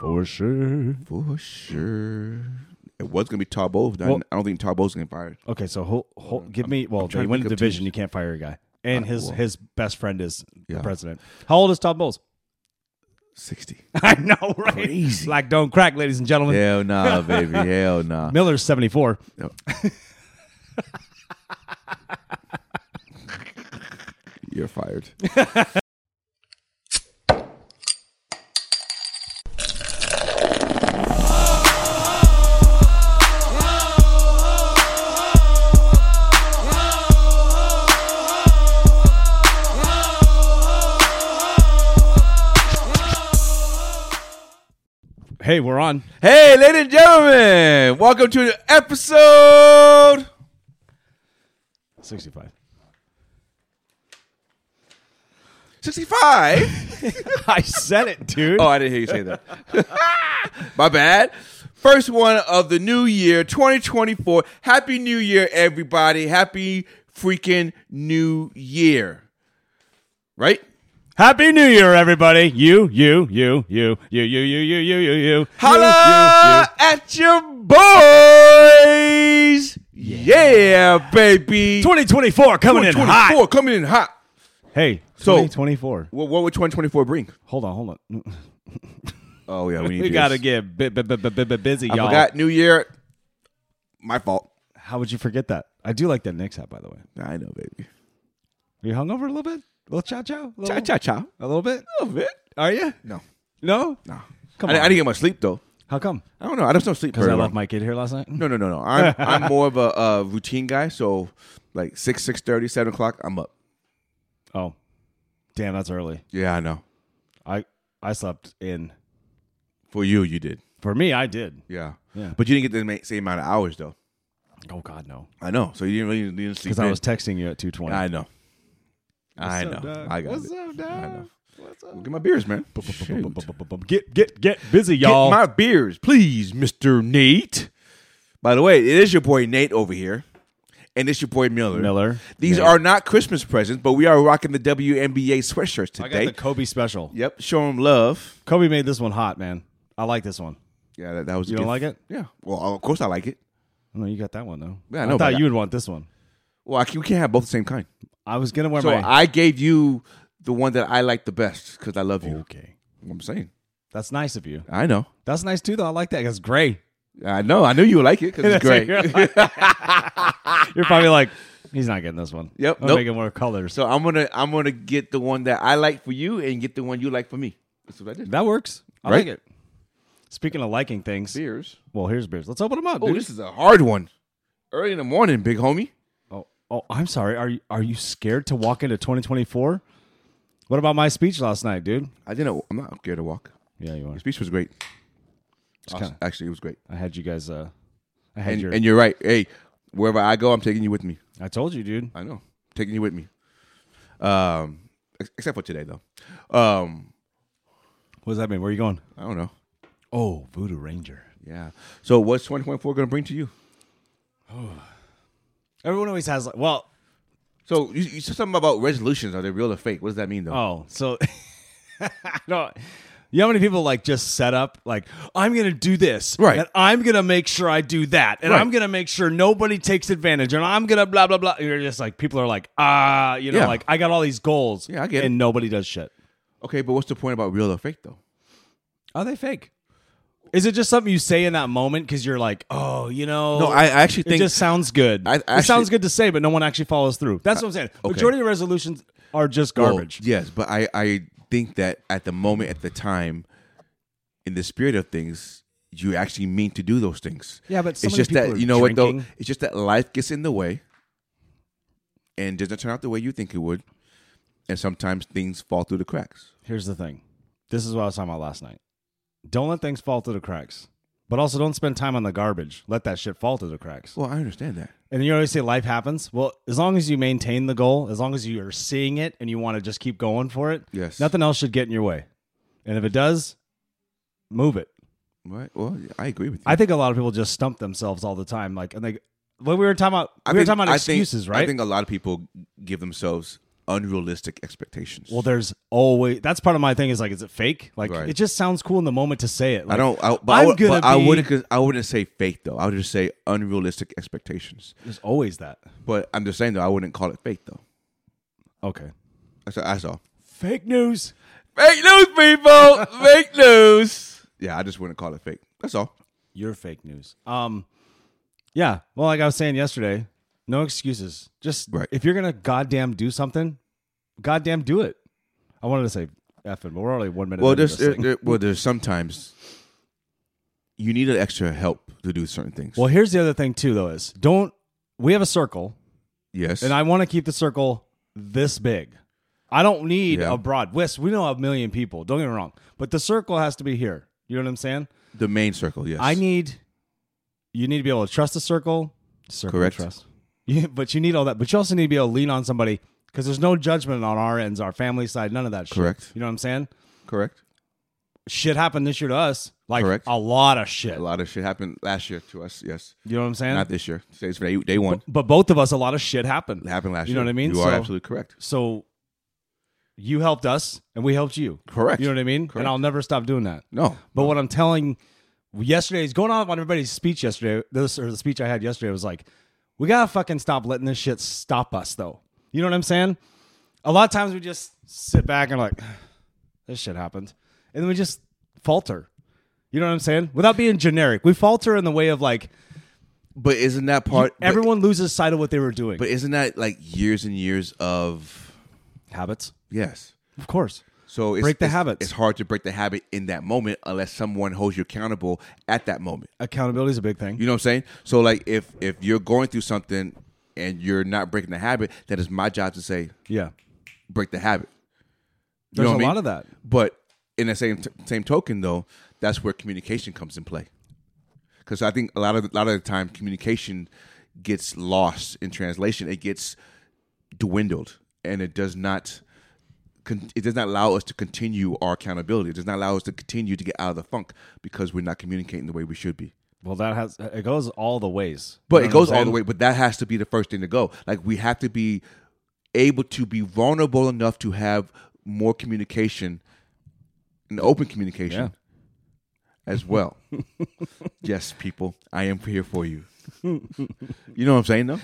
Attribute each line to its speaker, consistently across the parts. Speaker 1: for sure.
Speaker 2: For sure. It was gonna be Tabo. but I-
Speaker 1: Well-
Speaker 2: I don't think Tabo's getting fired.
Speaker 1: Okay, so hold, hold, give me. Well,
Speaker 2: Uh, trying
Speaker 1: they
Speaker 2: to
Speaker 1: win
Speaker 2: think
Speaker 1: the
Speaker 2: of
Speaker 1: division.
Speaker 2: teams. Uh,
Speaker 1: You can't fire a guy, and his
Speaker 2: well.
Speaker 1: his best friend is
Speaker 2: Yeah.
Speaker 1: the president. How old is Todd Bowles?
Speaker 2: Sixty.
Speaker 1: I know, right? Like don't crack, ladies and gentlemen.
Speaker 2: Hell nah, baby. Hell nah.
Speaker 1: Miller's seventy four.
Speaker 2: Yep. You're fired.
Speaker 1: Hey, we're on.
Speaker 2: Hey, ladies and gentlemen, welcome to the episode.
Speaker 1: Sixty five.
Speaker 2: 65.
Speaker 1: I said it, dude.
Speaker 2: oh, I didn't hear you say that. My bad. First one of the new year, 2024. Happy New Year, everybody. Happy freaking New Year. Right?
Speaker 1: Happy New Year, everybody. You, you, you, you, you, you, you, you, you, you, you.
Speaker 2: Holla at your boys. Yeah, baby.
Speaker 1: Twenty twenty four coming in
Speaker 2: 2024
Speaker 1: hot.
Speaker 2: coming in hot.
Speaker 1: Hey,
Speaker 2: So-
Speaker 1: twenty twenty four.
Speaker 2: What, what would 2024 bring?
Speaker 1: Hold on, hold on.
Speaker 2: Oh, yeah, we need
Speaker 1: We
Speaker 2: this.
Speaker 1: gotta get bu- bu- bu- bu- bu- bu- busy,
Speaker 2: I
Speaker 1: y'all.
Speaker 2: forgot New Year. My fault.
Speaker 1: How would you forget that? I do like that Knicks hat, by the way.
Speaker 2: I know, baby.
Speaker 1: Are you hungover a little bit? A little chow chow? A
Speaker 2: Cha
Speaker 1: little,
Speaker 2: cha cha.
Speaker 1: A little bit?
Speaker 2: A little bit.
Speaker 1: Are you?
Speaker 2: No,
Speaker 1: No?
Speaker 2: no.
Speaker 1: Come
Speaker 2: I,
Speaker 1: on.
Speaker 2: I didn't get much sleep though.
Speaker 1: How come?
Speaker 2: I don't know. I just don't sleep
Speaker 1: Because
Speaker 2: very
Speaker 1: I
Speaker 2: well.
Speaker 1: left my kid here last night?
Speaker 2: No, no, no, no. I'm I'm more of a uh, routine guy. So like six, six thirty, seven o'clock, I'm up.
Speaker 1: Oh. Damn, that's early.
Speaker 2: Yeah, I know.
Speaker 1: I I slept in.
Speaker 2: For you, you did.
Speaker 1: For me, I did.
Speaker 2: Yeah.
Speaker 1: Yeah.
Speaker 2: But you didn't get the ma- same amount of hours though.
Speaker 1: Oh, God, no.
Speaker 2: I know. So you didn't really you didn't sleep.
Speaker 1: Because I
Speaker 2: in.
Speaker 1: was texting you at 220.
Speaker 2: I know. I know.
Speaker 1: What's up, Doc?
Speaker 2: I got
Speaker 1: What's
Speaker 2: it.
Speaker 1: up,
Speaker 2: I
Speaker 1: Doc?
Speaker 2: know.
Speaker 1: What's
Speaker 2: Well,
Speaker 1: up?
Speaker 2: Get my beers, man.
Speaker 1: Bu-
Speaker 2: Shoot.
Speaker 1: bu- bu- bu- bu- Get, get, get busy,
Speaker 2: Get
Speaker 1: y'all.
Speaker 2: my beers, please, Mr. Nate. By the way, it is your boy Nate over here. And it's your boy Miller.
Speaker 1: Miller.
Speaker 2: These
Speaker 1: Nate.
Speaker 2: are not Christmas presents, but we are rocking the WNBA sweatshirts
Speaker 1: I got
Speaker 2: today.
Speaker 1: the Kobe special.
Speaker 2: yep, show them love.
Speaker 1: Kobe made this one hot, man. I like this one.
Speaker 2: Yeah, that, that was. a
Speaker 1: You don't
Speaker 2: gift.
Speaker 1: like it?
Speaker 2: Yeah. Well, of course I like it.
Speaker 1: No, you got that one, though.
Speaker 2: Yeah, I know, but I
Speaker 1: thought
Speaker 2: got-
Speaker 1: you would want this one.
Speaker 2: Well, I can, we can't have both the same kind.
Speaker 1: I was going to wear
Speaker 2: So
Speaker 1: my.
Speaker 2: I gave you the one that I like the best because I love you.
Speaker 1: okay.
Speaker 2: I'm saying.
Speaker 1: That's nice of you.
Speaker 2: I know.
Speaker 1: That's nice too, though. I like that. That's gray.
Speaker 2: I know. I knew you would like it because it's great.
Speaker 1: You're probably like, he's not getting this one.
Speaker 2: Yep,
Speaker 1: I'm
Speaker 2: nope.
Speaker 1: making more colors.
Speaker 2: So I'm gonna I'm gonna get the one that I like for you and get the one you like for me. That's what I did.
Speaker 1: that works. I
Speaker 2: Right?
Speaker 1: like it. Speaking of liking things,
Speaker 2: Beers.
Speaker 1: well, here's beers. Let's open them up.
Speaker 2: Oh,
Speaker 1: dude.
Speaker 2: this is a hard one. Early in the morning, big homie.
Speaker 1: oh, oh, I'm sorry. Are you are you scared to walk into 2024? What about my speech last night, dude?
Speaker 2: I didn't. I'm not scared to walk.
Speaker 1: Yeah, you are.
Speaker 2: Your speech was great. Awesome.
Speaker 1: kinda-
Speaker 2: Actually, it was great.
Speaker 1: I had you guys. Uh, I had
Speaker 2: And,
Speaker 1: your.
Speaker 2: and you're right. Hey, wherever I go, I'm taking you with me.
Speaker 1: I told you, dude.
Speaker 2: I know, taking you with me. Um, ex- except for today though. Um,
Speaker 1: What does that mean? Where are you going?
Speaker 2: I don't know.
Speaker 1: Oh, Voodoo Ranger.
Speaker 2: Yeah. So what's 2024 going to bring to you?
Speaker 1: Everyone always has like, well,
Speaker 2: So you, you said something about resolutions. Are they real or fake? What does that mean though?
Speaker 1: Oh, so no. You know how many people like just set up like I'm gonna do this,
Speaker 2: Right.
Speaker 1: And I'm gonna make sure I do that, and
Speaker 2: Right.
Speaker 1: I'm gonna make sure nobody takes advantage, and I'm gonna blah blah blah. You're just like people are like ah, you know,
Speaker 2: Yeah.
Speaker 1: like I got all these goals,
Speaker 2: Yeah, I get it.
Speaker 1: and nobody does shit.
Speaker 2: Okay, but what's the point about real or fake though? Oh,
Speaker 1: Are they fake? Is it just something you say in that moment because you're like, oh, you know,
Speaker 2: No, I, I actually
Speaker 1: it
Speaker 2: think
Speaker 1: just sounds good.
Speaker 2: I-
Speaker 1: it sounds
Speaker 2: actually-
Speaker 1: good to say, but no one actually follows through. That's what I'm saying.
Speaker 2: okay.
Speaker 1: Majority of resolutions are just
Speaker 2: Well,
Speaker 1: garbage.
Speaker 2: yes, but I, I think that at the moment, at the time, in the spirit of things, you actually mean to do those things.
Speaker 1: Yeah, but so
Speaker 2: it's
Speaker 1: many
Speaker 2: just
Speaker 1: people
Speaker 2: that
Speaker 1: are
Speaker 2: you know what though.
Speaker 1: drinking.
Speaker 2: It's just that life gets in the way, and doesn't turn out the way you think it would, and sometimes things fall through the cracks.
Speaker 1: Here's the thing. This is what I was talking about last night. Don't let things fall through the cracks, but also don't spend time on the garbage. Let that shit fall through the cracks.
Speaker 2: Well, I understand that.
Speaker 1: And you always say life happens. Well, as long as you maintain the goal, as long as you are seeing it and you want to just keep going for it,
Speaker 2: Yes.
Speaker 1: nothing else should get in your way. And if it does, move it.
Speaker 2: Right? Well, I agree with you.
Speaker 1: I think a lot of people just stump themselves all the time. Like, and they, what we were talking about, we
Speaker 2: I
Speaker 1: were
Speaker 2: think-
Speaker 1: talking about
Speaker 2: I think-
Speaker 1: excuses, right?
Speaker 2: I think a lot of people give themselves unrealistic expectations.
Speaker 1: Well, there's always that's part of my thing is like, is it fake? Like,
Speaker 2: Right.
Speaker 1: it just sounds cool in the moment to say it.
Speaker 2: I
Speaker 1: Like,
Speaker 2: don't. I, but I,
Speaker 1: I'm
Speaker 2: would,
Speaker 1: gonna
Speaker 2: but I
Speaker 1: be-
Speaker 2: wouldn't. 'cause I wouldn't say fake though. I would just say unrealistic expectations.
Speaker 1: There's always that.
Speaker 2: But I'm just saying though, I wouldn't call it fake though.
Speaker 1: Okay.
Speaker 2: That's that's all.
Speaker 1: Fake news.
Speaker 2: Fake news, people. fake news. Yeah, I just wouldn't call it fake. That's all.
Speaker 1: You're fake news. Um, yeah. Well, like I was saying yesterday, no excuses. Just
Speaker 2: Right.
Speaker 1: if you're gonna goddamn do something, goddamn do it. I wanted to say effing, but we're only one minute.
Speaker 2: Well,
Speaker 1: into
Speaker 2: there's
Speaker 1: this
Speaker 2: there,
Speaker 1: thing.
Speaker 2: there- well, there's sometimes you need an extra help to do certain things.
Speaker 1: well, here's the other thing too, though. Is don't we have a circle,
Speaker 2: yes,
Speaker 1: and I want to keep the circle this big. I don't need
Speaker 2: Yeah.
Speaker 1: a broad west. We know a million people. Don't get me wrong, but the circle has to be here. You know what I'm saying?
Speaker 2: the main circle. Yes,
Speaker 1: I need you need to be able to trust the circle, circle
Speaker 2: Correct.
Speaker 1: Correct. trust. You, but you need all that. But you also need to be able to lean on somebody because there's no judgment on our ends, our family side, none of that. Shit.
Speaker 2: Correct.
Speaker 1: You know what I'm saying?
Speaker 2: correct.
Speaker 1: Shit happened this year to us, like
Speaker 2: Correct.
Speaker 1: a lot of shit.
Speaker 2: A lot of shit happened last year to us. Yes,
Speaker 1: You know what I'm saying?
Speaker 2: not this year. Today's day, day one.
Speaker 1: but both of us, a lot of shit happened.
Speaker 2: It happened last
Speaker 1: You
Speaker 2: year.
Speaker 1: know what I mean?
Speaker 2: You are
Speaker 1: So-
Speaker 2: absolutely correct.
Speaker 1: So you helped us, and we helped you.
Speaker 2: Correct.
Speaker 1: You know what I mean?
Speaker 2: Correct.
Speaker 1: And I'll never stop doing that.
Speaker 2: No,
Speaker 1: But what I'm telling yesterday's going on on everybody's speech yesterday, this or the speech I had yesterday was like, we gotta fucking stop letting this shit stop us though. You know what I'm saying? A lot of times we just sit back and like, this shit happened. And then we just falter. You know what I'm saying? Without being generic. We falter in the way of like
Speaker 2: but isn't that part? but-
Speaker 1: everyone loses sight of what they were doing.
Speaker 2: but isn't that like years and years of
Speaker 1: habits.
Speaker 2: yes?
Speaker 1: Of course.
Speaker 2: So it's,
Speaker 1: Break the
Speaker 2: it's-
Speaker 1: habits.
Speaker 2: It's hard to break the habit in that moment unless someone holds you accountable at that moment.
Speaker 1: Accountability is a big thing.
Speaker 2: You know what I'm saying? So like if if you're going through something and you're not breaking the habit, that is my job to say
Speaker 1: Yeah.
Speaker 2: break the habit. You
Speaker 1: There's
Speaker 2: know
Speaker 1: a
Speaker 2: what I mean?
Speaker 1: lot of that.
Speaker 2: But in the same t- same token though, that's where communication comes in play. Because I think a lot of a lot of the time communication gets lost in translation. It gets dwindled and it does not con- it does not allow us to continue our accountability. It does not allow us to continue to get out of the funk because we're not communicating the way we should be.
Speaker 1: Well, that has it goes all the ways.
Speaker 2: But
Speaker 1: You
Speaker 2: it
Speaker 1: know what I'm
Speaker 2: goes all the
Speaker 1: saying?
Speaker 2: way. But that has to be the first thing to go. Like we have to be able to be vulnerable enough to have more communication and open communication
Speaker 1: Yeah.
Speaker 2: as well. yes, people, I am here for you. you know what I'm saying, though.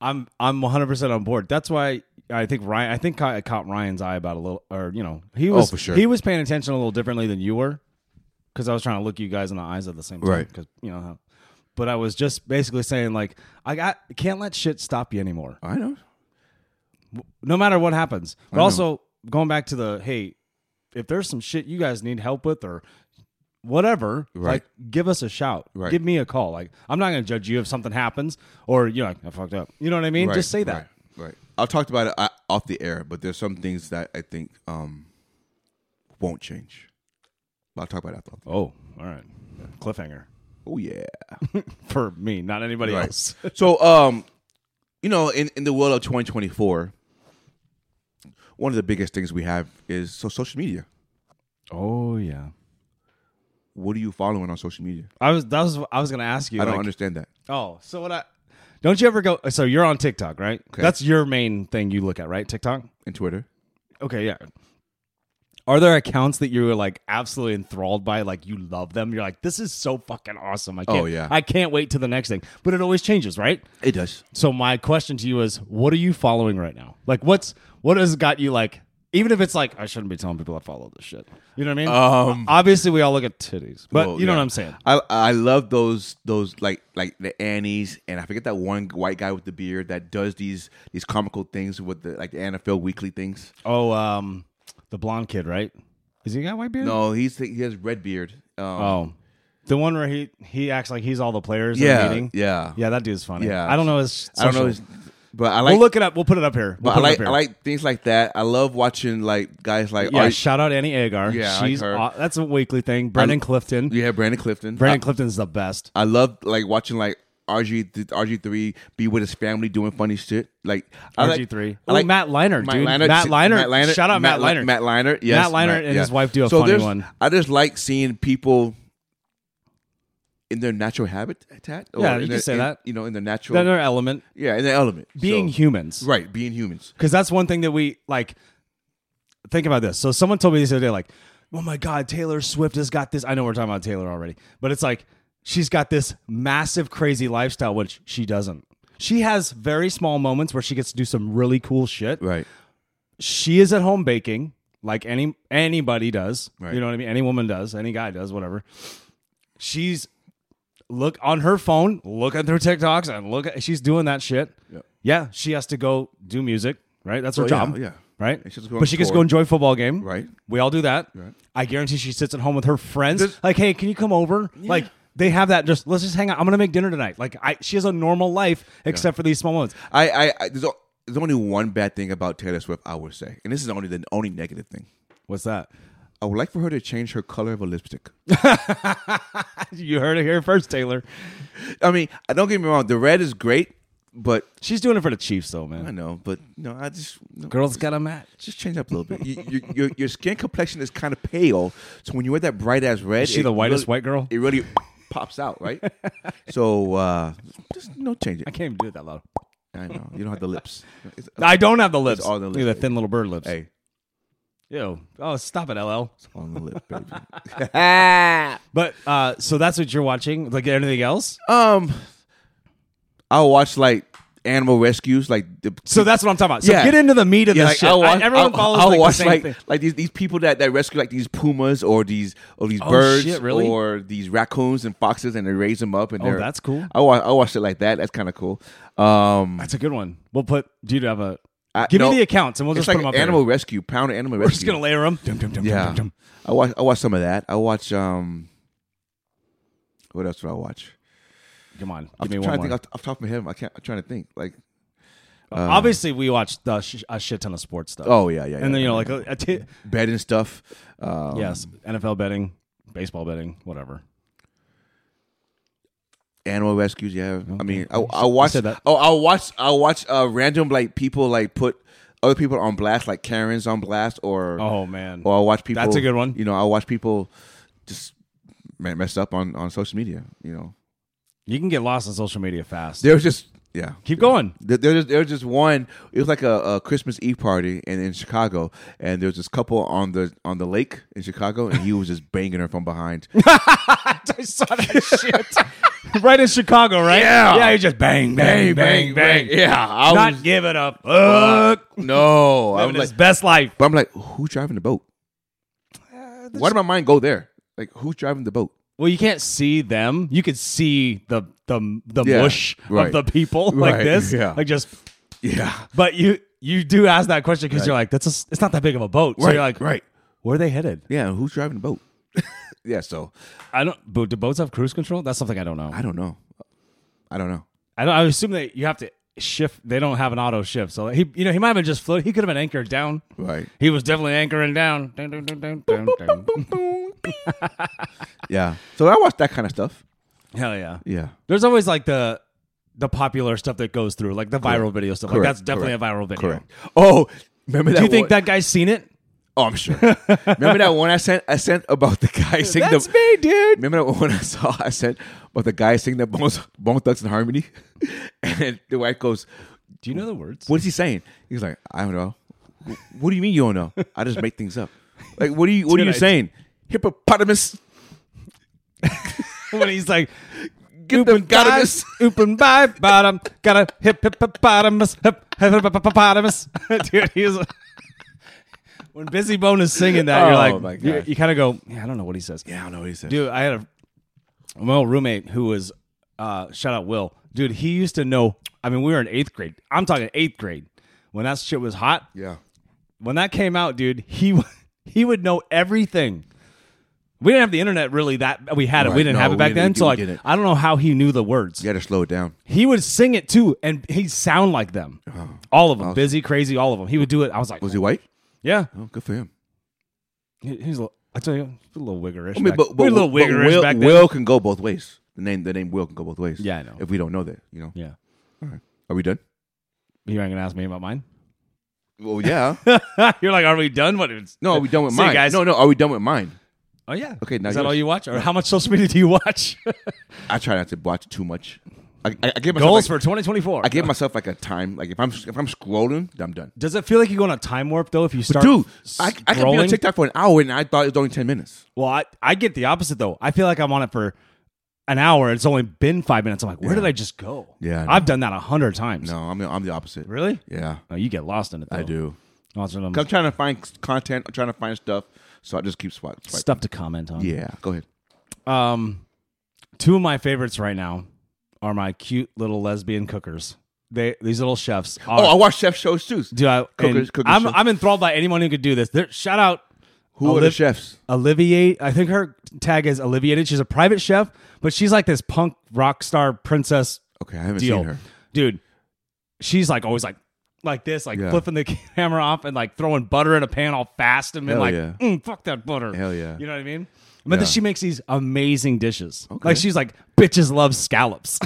Speaker 1: I'm I'm 100 percent on board. That's why I think Ryan. I think I caught Ryan's eye about a little, or you know, he was
Speaker 2: Oh, for sure.
Speaker 1: he was paying attention a little differently than you were, because I was trying to look you guys in the eyes at the same time,
Speaker 2: Right.
Speaker 1: Because you know, how- but I was just basically saying like I got can't let shit stop you anymore,
Speaker 2: I know.
Speaker 1: no matter what happens. But also going back to the hey, if there's some shit you guys need help with or whatever,
Speaker 2: Right.
Speaker 1: like give us a shout,
Speaker 2: Right.
Speaker 1: give me a call. Like I'm not gonna judge you if something happens or you're like I fucked up. You know what I mean? just say that.
Speaker 2: Right. right. I've talked about it uh, off the air, but there's some things that I think um, won't change. But I'll talk about it after.
Speaker 1: Oh, all right. Cliffhanger
Speaker 2: Oh yeah.
Speaker 1: for me, not anybody
Speaker 2: Right.
Speaker 1: else.
Speaker 2: So, um, you know, in, in the world of 2024, one of the biggest things we have is so social media.
Speaker 1: Oh yeah.
Speaker 2: What are you following on social media?
Speaker 1: I was that was I was gonna ask you.
Speaker 2: I don't
Speaker 1: like-
Speaker 2: understand that.
Speaker 1: Oh, so what I don't you ever go? So you're on TikTok, right? That's your main thing you look at, right? TikTok.
Speaker 2: In Twitter,
Speaker 1: Okay, yeah. Are there accounts that you are like absolutely enthralled by? Like you love them. You're like, this is so fucking awesome. I can't,
Speaker 2: Oh, yeah.
Speaker 1: I can't wait to the next thing. But it always changes, right?
Speaker 2: it does.
Speaker 1: So my question to you is, what are you following right now? Like, what's what has got you like? Even if it's like, I shouldn't be telling people I follow this shit. You know what I mean? Um, Obviously, we all look at titties, but
Speaker 2: Well,
Speaker 1: you know
Speaker 2: yeah.
Speaker 1: what I'm saying.
Speaker 2: I I love those those like like the Annies and I forget that one white guy with the beard that does these these comical things with the like the NFL Weekly things.
Speaker 1: Oh, um, the blonde kid, right? Is he got white beard?
Speaker 2: No, he's he has red beard. Um,
Speaker 1: Oh, the one where he he acts like he's all the players. in
Speaker 2: yeah,
Speaker 1: the meeting.
Speaker 2: yeah,
Speaker 1: yeah, that dude's funny.
Speaker 2: Yeah.
Speaker 1: I don't know his.
Speaker 2: I don't know,
Speaker 1: His,
Speaker 2: his- but I like
Speaker 1: we'll look it up. We'll put it up here. We'll
Speaker 2: But I
Speaker 1: put it up
Speaker 2: like
Speaker 1: here.
Speaker 2: I like things like that. I love watching like guys like
Speaker 1: Yeah,
Speaker 2: Ari-
Speaker 1: shout out Annie Agar.
Speaker 2: Yeah, I like
Speaker 1: she's
Speaker 2: her.
Speaker 1: aw- that's a weekly thing. Brendan Clifton.
Speaker 2: yeah Brandon Clifton.
Speaker 1: Brendan Clifton's the best.
Speaker 2: I, I love like watching like RG th- RG three be with his family doing funny shit. Like I like-
Speaker 1: RG3.
Speaker 2: I like
Speaker 1: Ooh, Matt Leinart, dude.
Speaker 2: Leinart,
Speaker 1: Matt
Speaker 2: si-
Speaker 1: Leinart. Shout out Matt
Speaker 2: Li-
Speaker 1: Leinart.
Speaker 2: Matt Leinart. Yes,
Speaker 1: Matt Leinart and his wife do a
Speaker 2: so
Speaker 1: funny
Speaker 2: there's-
Speaker 1: one.
Speaker 2: I just like seeing people in their natural habitat. Or
Speaker 1: Yeah,
Speaker 2: in
Speaker 1: you can
Speaker 2: their-
Speaker 1: say
Speaker 2: in-
Speaker 1: that.
Speaker 2: You know, in their natural.
Speaker 1: Another element
Speaker 2: yeah, in their element.
Speaker 1: being
Speaker 2: So-
Speaker 1: humans.
Speaker 2: right, being humans.
Speaker 1: Because that's one thing that we like. Think about this. So someone told me this the other day, like, "Oh my God, Taylor Swift has got this." I know we're talking about Taylor already, but it's like she's got this massive, crazy lifestyle, which she doesn't. She has very small moments where she gets to do some really cool shit.
Speaker 2: Right.
Speaker 1: She is at home baking, like any anybody does.
Speaker 2: Right.
Speaker 1: You know what I mean? Any woman does, any guy does, whatever. She's look on her phone, looking through TikToks, and look. At, she's doing that shit.
Speaker 2: Yeah.
Speaker 1: Yeah, she has to go do music, right? That's her
Speaker 2: Well, yeah,
Speaker 1: job.
Speaker 2: yeah.
Speaker 1: Right?
Speaker 2: And she has to go on
Speaker 1: But she gets to
Speaker 2: tour.
Speaker 1: go enjoy a football game.
Speaker 2: Right.
Speaker 1: We all do that. I guarantee she sits at home with her friends.
Speaker 2: There's-
Speaker 1: like, hey, can you come over? Like, they have that just let's just hang out. I'm gonna make dinner tonight. Like I she has a normal life except for these small moments.
Speaker 2: I, I, I there's, o- there's only one bad thing about Taylor Swift, I would say, and this is only the only negative thing.
Speaker 1: What's that?
Speaker 2: I would like for her to change her color of her lipstick.
Speaker 1: You heard it here first, Taylor.
Speaker 2: I mean, I don't get me wrong, the red is great, but
Speaker 1: She's doing it for the Chiefs though,
Speaker 2: I
Speaker 1: man.
Speaker 2: know, but no, I just no,
Speaker 1: Girls got a match.
Speaker 2: just change up a little bit. You, you, your, your skin complexion is kind of pale, so when you wear that bright ass red,
Speaker 1: Is she
Speaker 2: it
Speaker 1: the whitest
Speaker 2: really-
Speaker 1: white girl?
Speaker 2: It really pops out, right? so uh, just no change
Speaker 1: I
Speaker 2: it.
Speaker 1: can't even do it that loud.
Speaker 2: I know you don't have the lips. It's-
Speaker 1: I don't have the lips.
Speaker 2: all the lips,
Speaker 1: Look at
Speaker 2: baby.
Speaker 1: the thin little bird lips.
Speaker 2: hey,
Speaker 1: Ew. Oh, stop it, LL.
Speaker 2: it's on the lip, baby.
Speaker 1: But uh, so that's what you're watching. Like anything else?
Speaker 2: Um, I watch like animal rescues, like the
Speaker 1: So that's what I'm talking about. So
Speaker 2: Yeah.
Speaker 1: get into the meat of this
Speaker 2: yeah, like, oh,
Speaker 1: shit.
Speaker 2: I'll watch,
Speaker 1: I- everyone
Speaker 2: I'll-
Speaker 1: follows
Speaker 2: I'll
Speaker 1: like,
Speaker 2: watch
Speaker 1: the same
Speaker 2: like
Speaker 1: thing.
Speaker 2: like these these people that, that rescue like these pumas or these or these
Speaker 1: Oh,
Speaker 2: birds
Speaker 1: shit, really?
Speaker 2: or these raccoons and foxes and they raise them up and
Speaker 1: Oh,
Speaker 2: they're-
Speaker 1: that's cool.
Speaker 2: I watch I watch it like that. That's kind of cool. Um,
Speaker 1: That's a good one. We'll put. Do you have a?
Speaker 2: I-
Speaker 1: give
Speaker 2: no,
Speaker 1: me the accounts and we'll
Speaker 2: it's
Speaker 1: just
Speaker 2: like
Speaker 1: put them up.
Speaker 2: animal
Speaker 1: Animal.
Speaker 2: rescue, pound animal
Speaker 1: We're just
Speaker 2: rescue.
Speaker 1: gonna layer them. Dum, dum, dum, dum,
Speaker 2: yeah,
Speaker 1: dum, dum.
Speaker 2: I watch I watch some of that. I watch um, what else would I watch?
Speaker 1: Come on, give
Speaker 2: I'm
Speaker 1: me
Speaker 2: trying
Speaker 1: one
Speaker 2: to think
Speaker 1: more.
Speaker 2: off, off the top of my head. I can't. I'm trying to think. Like,
Speaker 1: Obviously, we watched the sh- a shit ton of sports stuff.
Speaker 2: oh yeah, yeah. yeah,
Speaker 1: and then you know,
Speaker 2: yeah.
Speaker 1: like a, a t-
Speaker 2: bed and stuff. Um,
Speaker 1: yes, NFL betting, baseball betting, whatever.
Speaker 2: Animal rescues. Yeah. I mean, I, I
Speaker 1: You
Speaker 2: watch.
Speaker 1: said that.
Speaker 2: Oh, I watch. I watch uh, random like people like put other people on blast, like Karen's on blast, or
Speaker 1: Oh man,
Speaker 2: or I watch people.
Speaker 1: That's a good one.
Speaker 2: You know, I watch people just me- mess up on on social media. You know,
Speaker 1: you can get lost on social media fast.
Speaker 2: there was just yeah.
Speaker 1: Keep going.
Speaker 2: There, there, was, there was just one. It was like a, a Christmas Eve party in, in Chicago, and there was this couple on the on the lake in Chicago, and he was just banging her from behind.
Speaker 1: I saw that shit right in Chicago, right?
Speaker 2: Yeah.
Speaker 1: yeah. You just bang, bang, bang, bang.
Speaker 2: Yeah, I
Speaker 1: Not
Speaker 2: was uh,
Speaker 1: give it up. Fuck.
Speaker 2: no. I was
Speaker 1: Living his
Speaker 2: like,
Speaker 1: best life.
Speaker 2: But I'm like, who's driving the boat?
Speaker 1: Uh,
Speaker 2: Why did my mind go there? Like, who's driving the boat?
Speaker 1: Well, you can't see them. You could see the the the
Speaker 2: Yeah,
Speaker 1: mush
Speaker 2: right.
Speaker 1: of the people
Speaker 2: Right,
Speaker 1: like this.
Speaker 2: yeah.
Speaker 1: Like just
Speaker 2: Yeah,
Speaker 1: but you you do ask that question because you're like, that's a, s- it's not that big of a boat. So
Speaker 2: right,
Speaker 1: you're like,
Speaker 2: right.
Speaker 1: where are they headed?
Speaker 2: Yeah, who's driving the boat? yeah, so
Speaker 1: I don't but do boats have cruise control? That's something I don't know.
Speaker 2: I don't know. I don't know.
Speaker 1: I don't I assume that you have to shift they don't have an auto shift. So he you know, he might have been just floating. He could have been anchored down.
Speaker 2: Right.
Speaker 1: He was definitely anchoring down. Dun, dun, dun, dun, dun, dun.
Speaker 2: Yeah. So I watched that kind of stuff.
Speaker 1: Hell yeah.
Speaker 2: Yeah.
Speaker 1: There's always like the the popular stuff that goes through, like the viral video stuff.
Speaker 2: Correct.
Speaker 1: Like that's definitely a viral video.
Speaker 2: Correct. Oh, remember that?
Speaker 1: Do you think
Speaker 2: one?
Speaker 1: that guy's seen it?
Speaker 2: Oh, I'm sure. remember that one I sent? I sent about the guy singing the.
Speaker 1: me, dude.
Speaker 2: Remember that one I saw? I said about the guy singing the Bone, Bone Thugs and Harmony, and the wife goes,
Speaker 1: Do you know the words?
Speaker 2: What is he saying? He's like, I don't know. What do you mean you don't know? I just make things up. Like, what are you? What are
Speaker 1: Dude, I-
Speaker 2: you saying? Hippopotamus.
Speaker 1: when he's like,
Speaker 2: Get them gotamus.
Speaker 1: open by bottom, got a hip hippopotamus, hip hippopotamus. Dude, he's when Busy Bone is singing that,
Speaker 2: Oh,
Speaker 1: you're like,
Speaker 2: my
Speaker 1: you,
Speaker 2: God.
Speaker 1: you kind of go, yeah, I don't know what he says.
Speaker 2: Yeah, I don't know what he said.
Speaker 1: Dude, I had a my old roommate who was uh shout out Will. Dude, he used to know I mean, we were in eighth grade. I'm talking eighth grade. When that shit was hot,
Speaker 2: Yeah.
Speaker 1: when that came out, dude, he w- he would know everything. We didn't have the internet really that we had it.
Speaker 2: Right,
Speaker 1: We didn't
Speaker 2: no,
Speaker 1: have it
Speaker 2: we
Speaker 1: back
Speaker 2: didn't-
Speaker 1: then.
Speaker 2: we
Speaker 1: So like
Speaker 2: didn't get it.
Speaker 1: I don't know how he knew the words.
Speaker 2: You got to slow it down.
Speaker 1: He would sing it too, and he'd sound like them. all of them. Busy, crazy, all of them. He would do it. I was like,
Speaker 2: Oh. Was he white?
Speaker 1: Yeah.
Speaker 2: Oh, good for him.
Speaker 1: He- He's a little, I tell you, a little wiggerish.
Speaker 2: I mean,
Speaker 1: back-
Speaker 2: but,
Speaker 1: we were
Speaker 2: but,
Speaker 1: a little
Speaker 2: but
Speaker 1: wiggerish
Speaker 2: Will,
Speaker 1: back then.
Speaker 2: Will can go both ways. The name, the name Will can go both ways.
Speaker 1: Yeah, I know.
Speaker 2: If we don't know that, you know.
Speaker 1: yeah.
Speaker 2: Are we done?
Speaker 1: You aren't gonna ask me about mine.
Speaker 2: Well, yeah.
Speaker 1: You're like, are we done? What? It's,
Speaker 2: No, are we done with
Speaker 1: See you
Speaker 2: mine?
Speaker 1: guys.
Speaker 2: No, no. Are we done with mine?
Speaker 1: Oh yeah.
Speaker 2: Okay, now
Speaker 1: is that
Speaker 2: yours.
Speaker 1: all you watch, or how much social media do you watch?
Speaker 2: I try not to watch too much. I, I, I give myself
Speaker 1: Goals
Speaker 2: like,
Speaker 1: for 2024.
Speaker 2: I give myself like a time. Like if I'm if I'm scrolling, I'm done.
Speaker 1: Does it feel like you go on a time warp though? If you start,
Speaker 2: Dude, I, I could be on
Speaker 1: scrolling?
Speaker 2: TikTok for an hour and I thought it was only ten minutes.
Speaker 1: Well, I, I get the opposite though. I feel like I'm on it for an hour. It's only been five minutes. I'm like, where did I just go?
Speaker 2: Yeah, I know.
Speaker 1: I've done that a hundred times.
Speaker 2: No, I'm the, I'm the opposite.
Speaker 1: Really?
Speaker 2: Yeah,
Speaker 1: No, Oh, you get lost in it. Though.
Speaker 2: I do.
Speaker 1: Oh, it's one of them
Speaker 2: 'Cause I'm trying to find content. I'm trying to find stuff, so I just keep swiping. Swipe.
Speaker 1: stuff to comment on.
Speaker 2: Yeah, go ahead.
Speaker 1: Um, two of my favorites right now are my cute little lesbian cookers. They these little chefs.
Speaker 2: Oh, I
Speaker 1: Are,
Speaker 2: watch chef shows too.
Speaker 1: do I,
Speaker 2: cookers-
Speaker 1: and
Speaker 2: cookers,
Speaker 1: I'm
Speaker 2: chef.
Speaker 1: I'm enthralled by anyone who could do this. They're, shout out
Speaker 2: Who are the
Speaker 1: Olive-
Speaker 2: chefs?
Speaker 1: Oliviate. I think her tag is Oliviated. She's a private chef, but she's like this punk rock star princess
Speaker 2: Okay, I haven't
Speaker 1: deal,
Speaker 2: seen her.
Speaker 1: dude. She's like always like like this, like
Speaker 2: Yeah.
Speaker 1: flipping the camera off and like throwing butter in a pan all fast and being
Speaker 2: Hell
Speaker 1: like,
Speaker 2: yeah.
Speaker 1: "Mm, fuck that butter.
Speaker 2: Hell yeah.
Speaker 1: You know what I mean? But
Speaker 2: Yeah.
Speaker 1: then she makes these amazing dishes.
Speaker 2: Okay.
Speaker 1: Like she's like, bitches love scallops.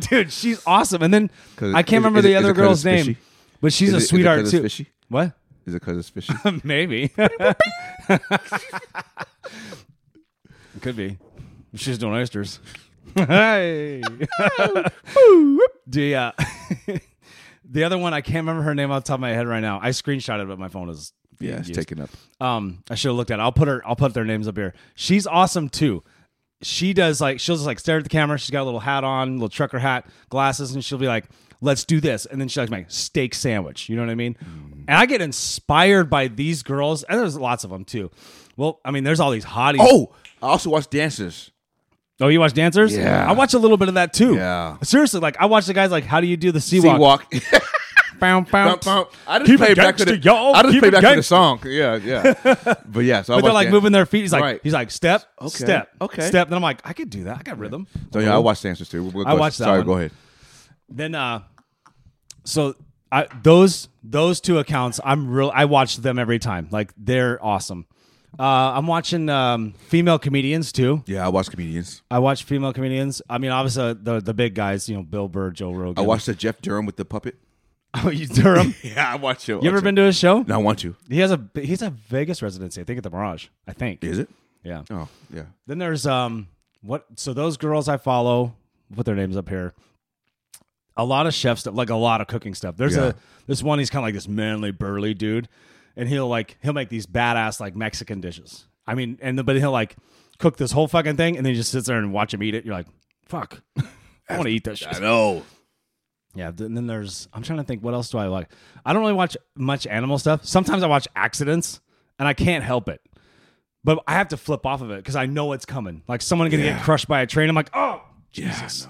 Speaker 1: dude, she's awesome. And then
Speaker 2: 'Cause
Speaker 1: I can't
Speaker 2: is it-
Speaker 1: remember
Speaker 2: is it-
Speaker 1: the
Speaker 2: is it
Speaker 1: other girl's
Speaker 2: 'cause it's
Speaker 1: name,
Speaker 2: fishy?
Speaker 1: but she's
Speaker 2: Is it-
Speaker 1: a
Speaker 2: is it
Speaker 1: sweetheart
Speaker 2: 'cause it's
Speaker 1: too.
Speaker 2: fishy?
Speaker 1: What?
Speaker 2: Is it because it's fishy?
Speaker 1: Maybe. Could be. She's doing oysters. hey. the, uh, the other one, I can't remember her name off the top of my head right now. I screenshot it, but my phone is. being
Speaker 2: yeah, it's
Speaker 1: used.
Speaker 2: taken up.
Speaker 1: Um, I should have looked at. It. I'll put her. I'll put their names up here. She's awesome too. She does like she'll just like stare at the camera. She's got a little hat on, little trucker hat, glasses, and she'll be like, "Let's do this." And then she likes my steak sandwich. You know what I mean?
Speaker 2: Mm.
Speaker 1: And I get inspired by these girls, and there's lots of them too. Well, I mean, there's all these hotties.
Speaker 2: Oh, I also watch dancers.
Speaker 1: Oh, you watch dancers?
Speaker 2: Yeah.
Speaker 1: I watch a little bit of that too.
Speaker 2: Yeah.
Speaker 1: Seriously, like I watch the guys like, "How do you do the sea
Speaker 2: Sea
Speaker 1: walk?"
Speaker 2: walk.
Speaker 1: Bounce, bounce.
Speaker 2: I just
Speaker 1: Keep it
Speaker 2: play back to the
Speaker 1: gangster, y'all.
Speaker 2: I just
Speaker 1: Keep
Speaker 2: play
Speaker 1: it
Speaker 2: back to the
Speaker 1: gangster.
Speaker 2: song. Yeah, yeah. But yeah, so I
Speaker 1: But they're
Speaker 2: watch
Speaker 1: like
Speaker 2: dan-
Speaker 1: moving their feet. He's like,
Speaker 2: Right.
Speaker 1: he's like, step,
Speaker 2: Okay.
Speaker 1: step,
Speaker 2: Okay.
Speaker 1: step. Then I'm like, I could do that. I got rhythm.
Speaker 2: So yeah, I watch dancers too. We'll go-
Speaker 1: I watched that
Speaker 2: Sorry,
Speaker 1: one.
Speaker 2: go ahead.
Speaker 1: then uh so I those those two accounts I'm real I watch them every time. Like they're awesome. Uh I'm watching um female comedians too.
Speaker 2: Yeah, I watch comedians.
Speaker 1: I watch female comedians. I mean obviously uh, the the big guys, you know, Bill Burr, Joe Rogan.
Speaker 2: I watched the Jeff Durham with the puppet.
Speaker 1: Oh, you Durham.
Speaker 2: Yeah, I watch it.
Speaker 1: You ever been to his show?
Speaker 2: No, I want to.
Speaker 1: He has a he's a Vegas residency, I think at the Mirage. I think.
Speaker 2: Is it?
Speaker 1: Yeah.
Speaker 2: Oh, yeah.
Speaker 1: Then there's um what so those girls I follow, put their names up here. A lot of chef stuff, like a lot of cooking stuff. There's
Speaker 2: Yeah.
Speaker 1: a this one he's kind of like this manly burly dude, and he'll like he'll make these badass like Mexican dishes. I mean, and the, but he'll like cook this whole fucking thing, and then he just sits there and watch him eat it. You're like, fuck, I want to eat that shit.
Speaker 2: know.
Speaker 1: Yeah, th- and then there's I'm trying to think what else do I like. I don't really watch much animal stuff. Sometimes I watch accidents and I can't help it. But I have to flip off of it because I know it's coming. Like someone gonna
Speaker 2: Yeah.
Speaker 1: get crushed by a train. I'm like, oh.
Speaker 2: Jesus.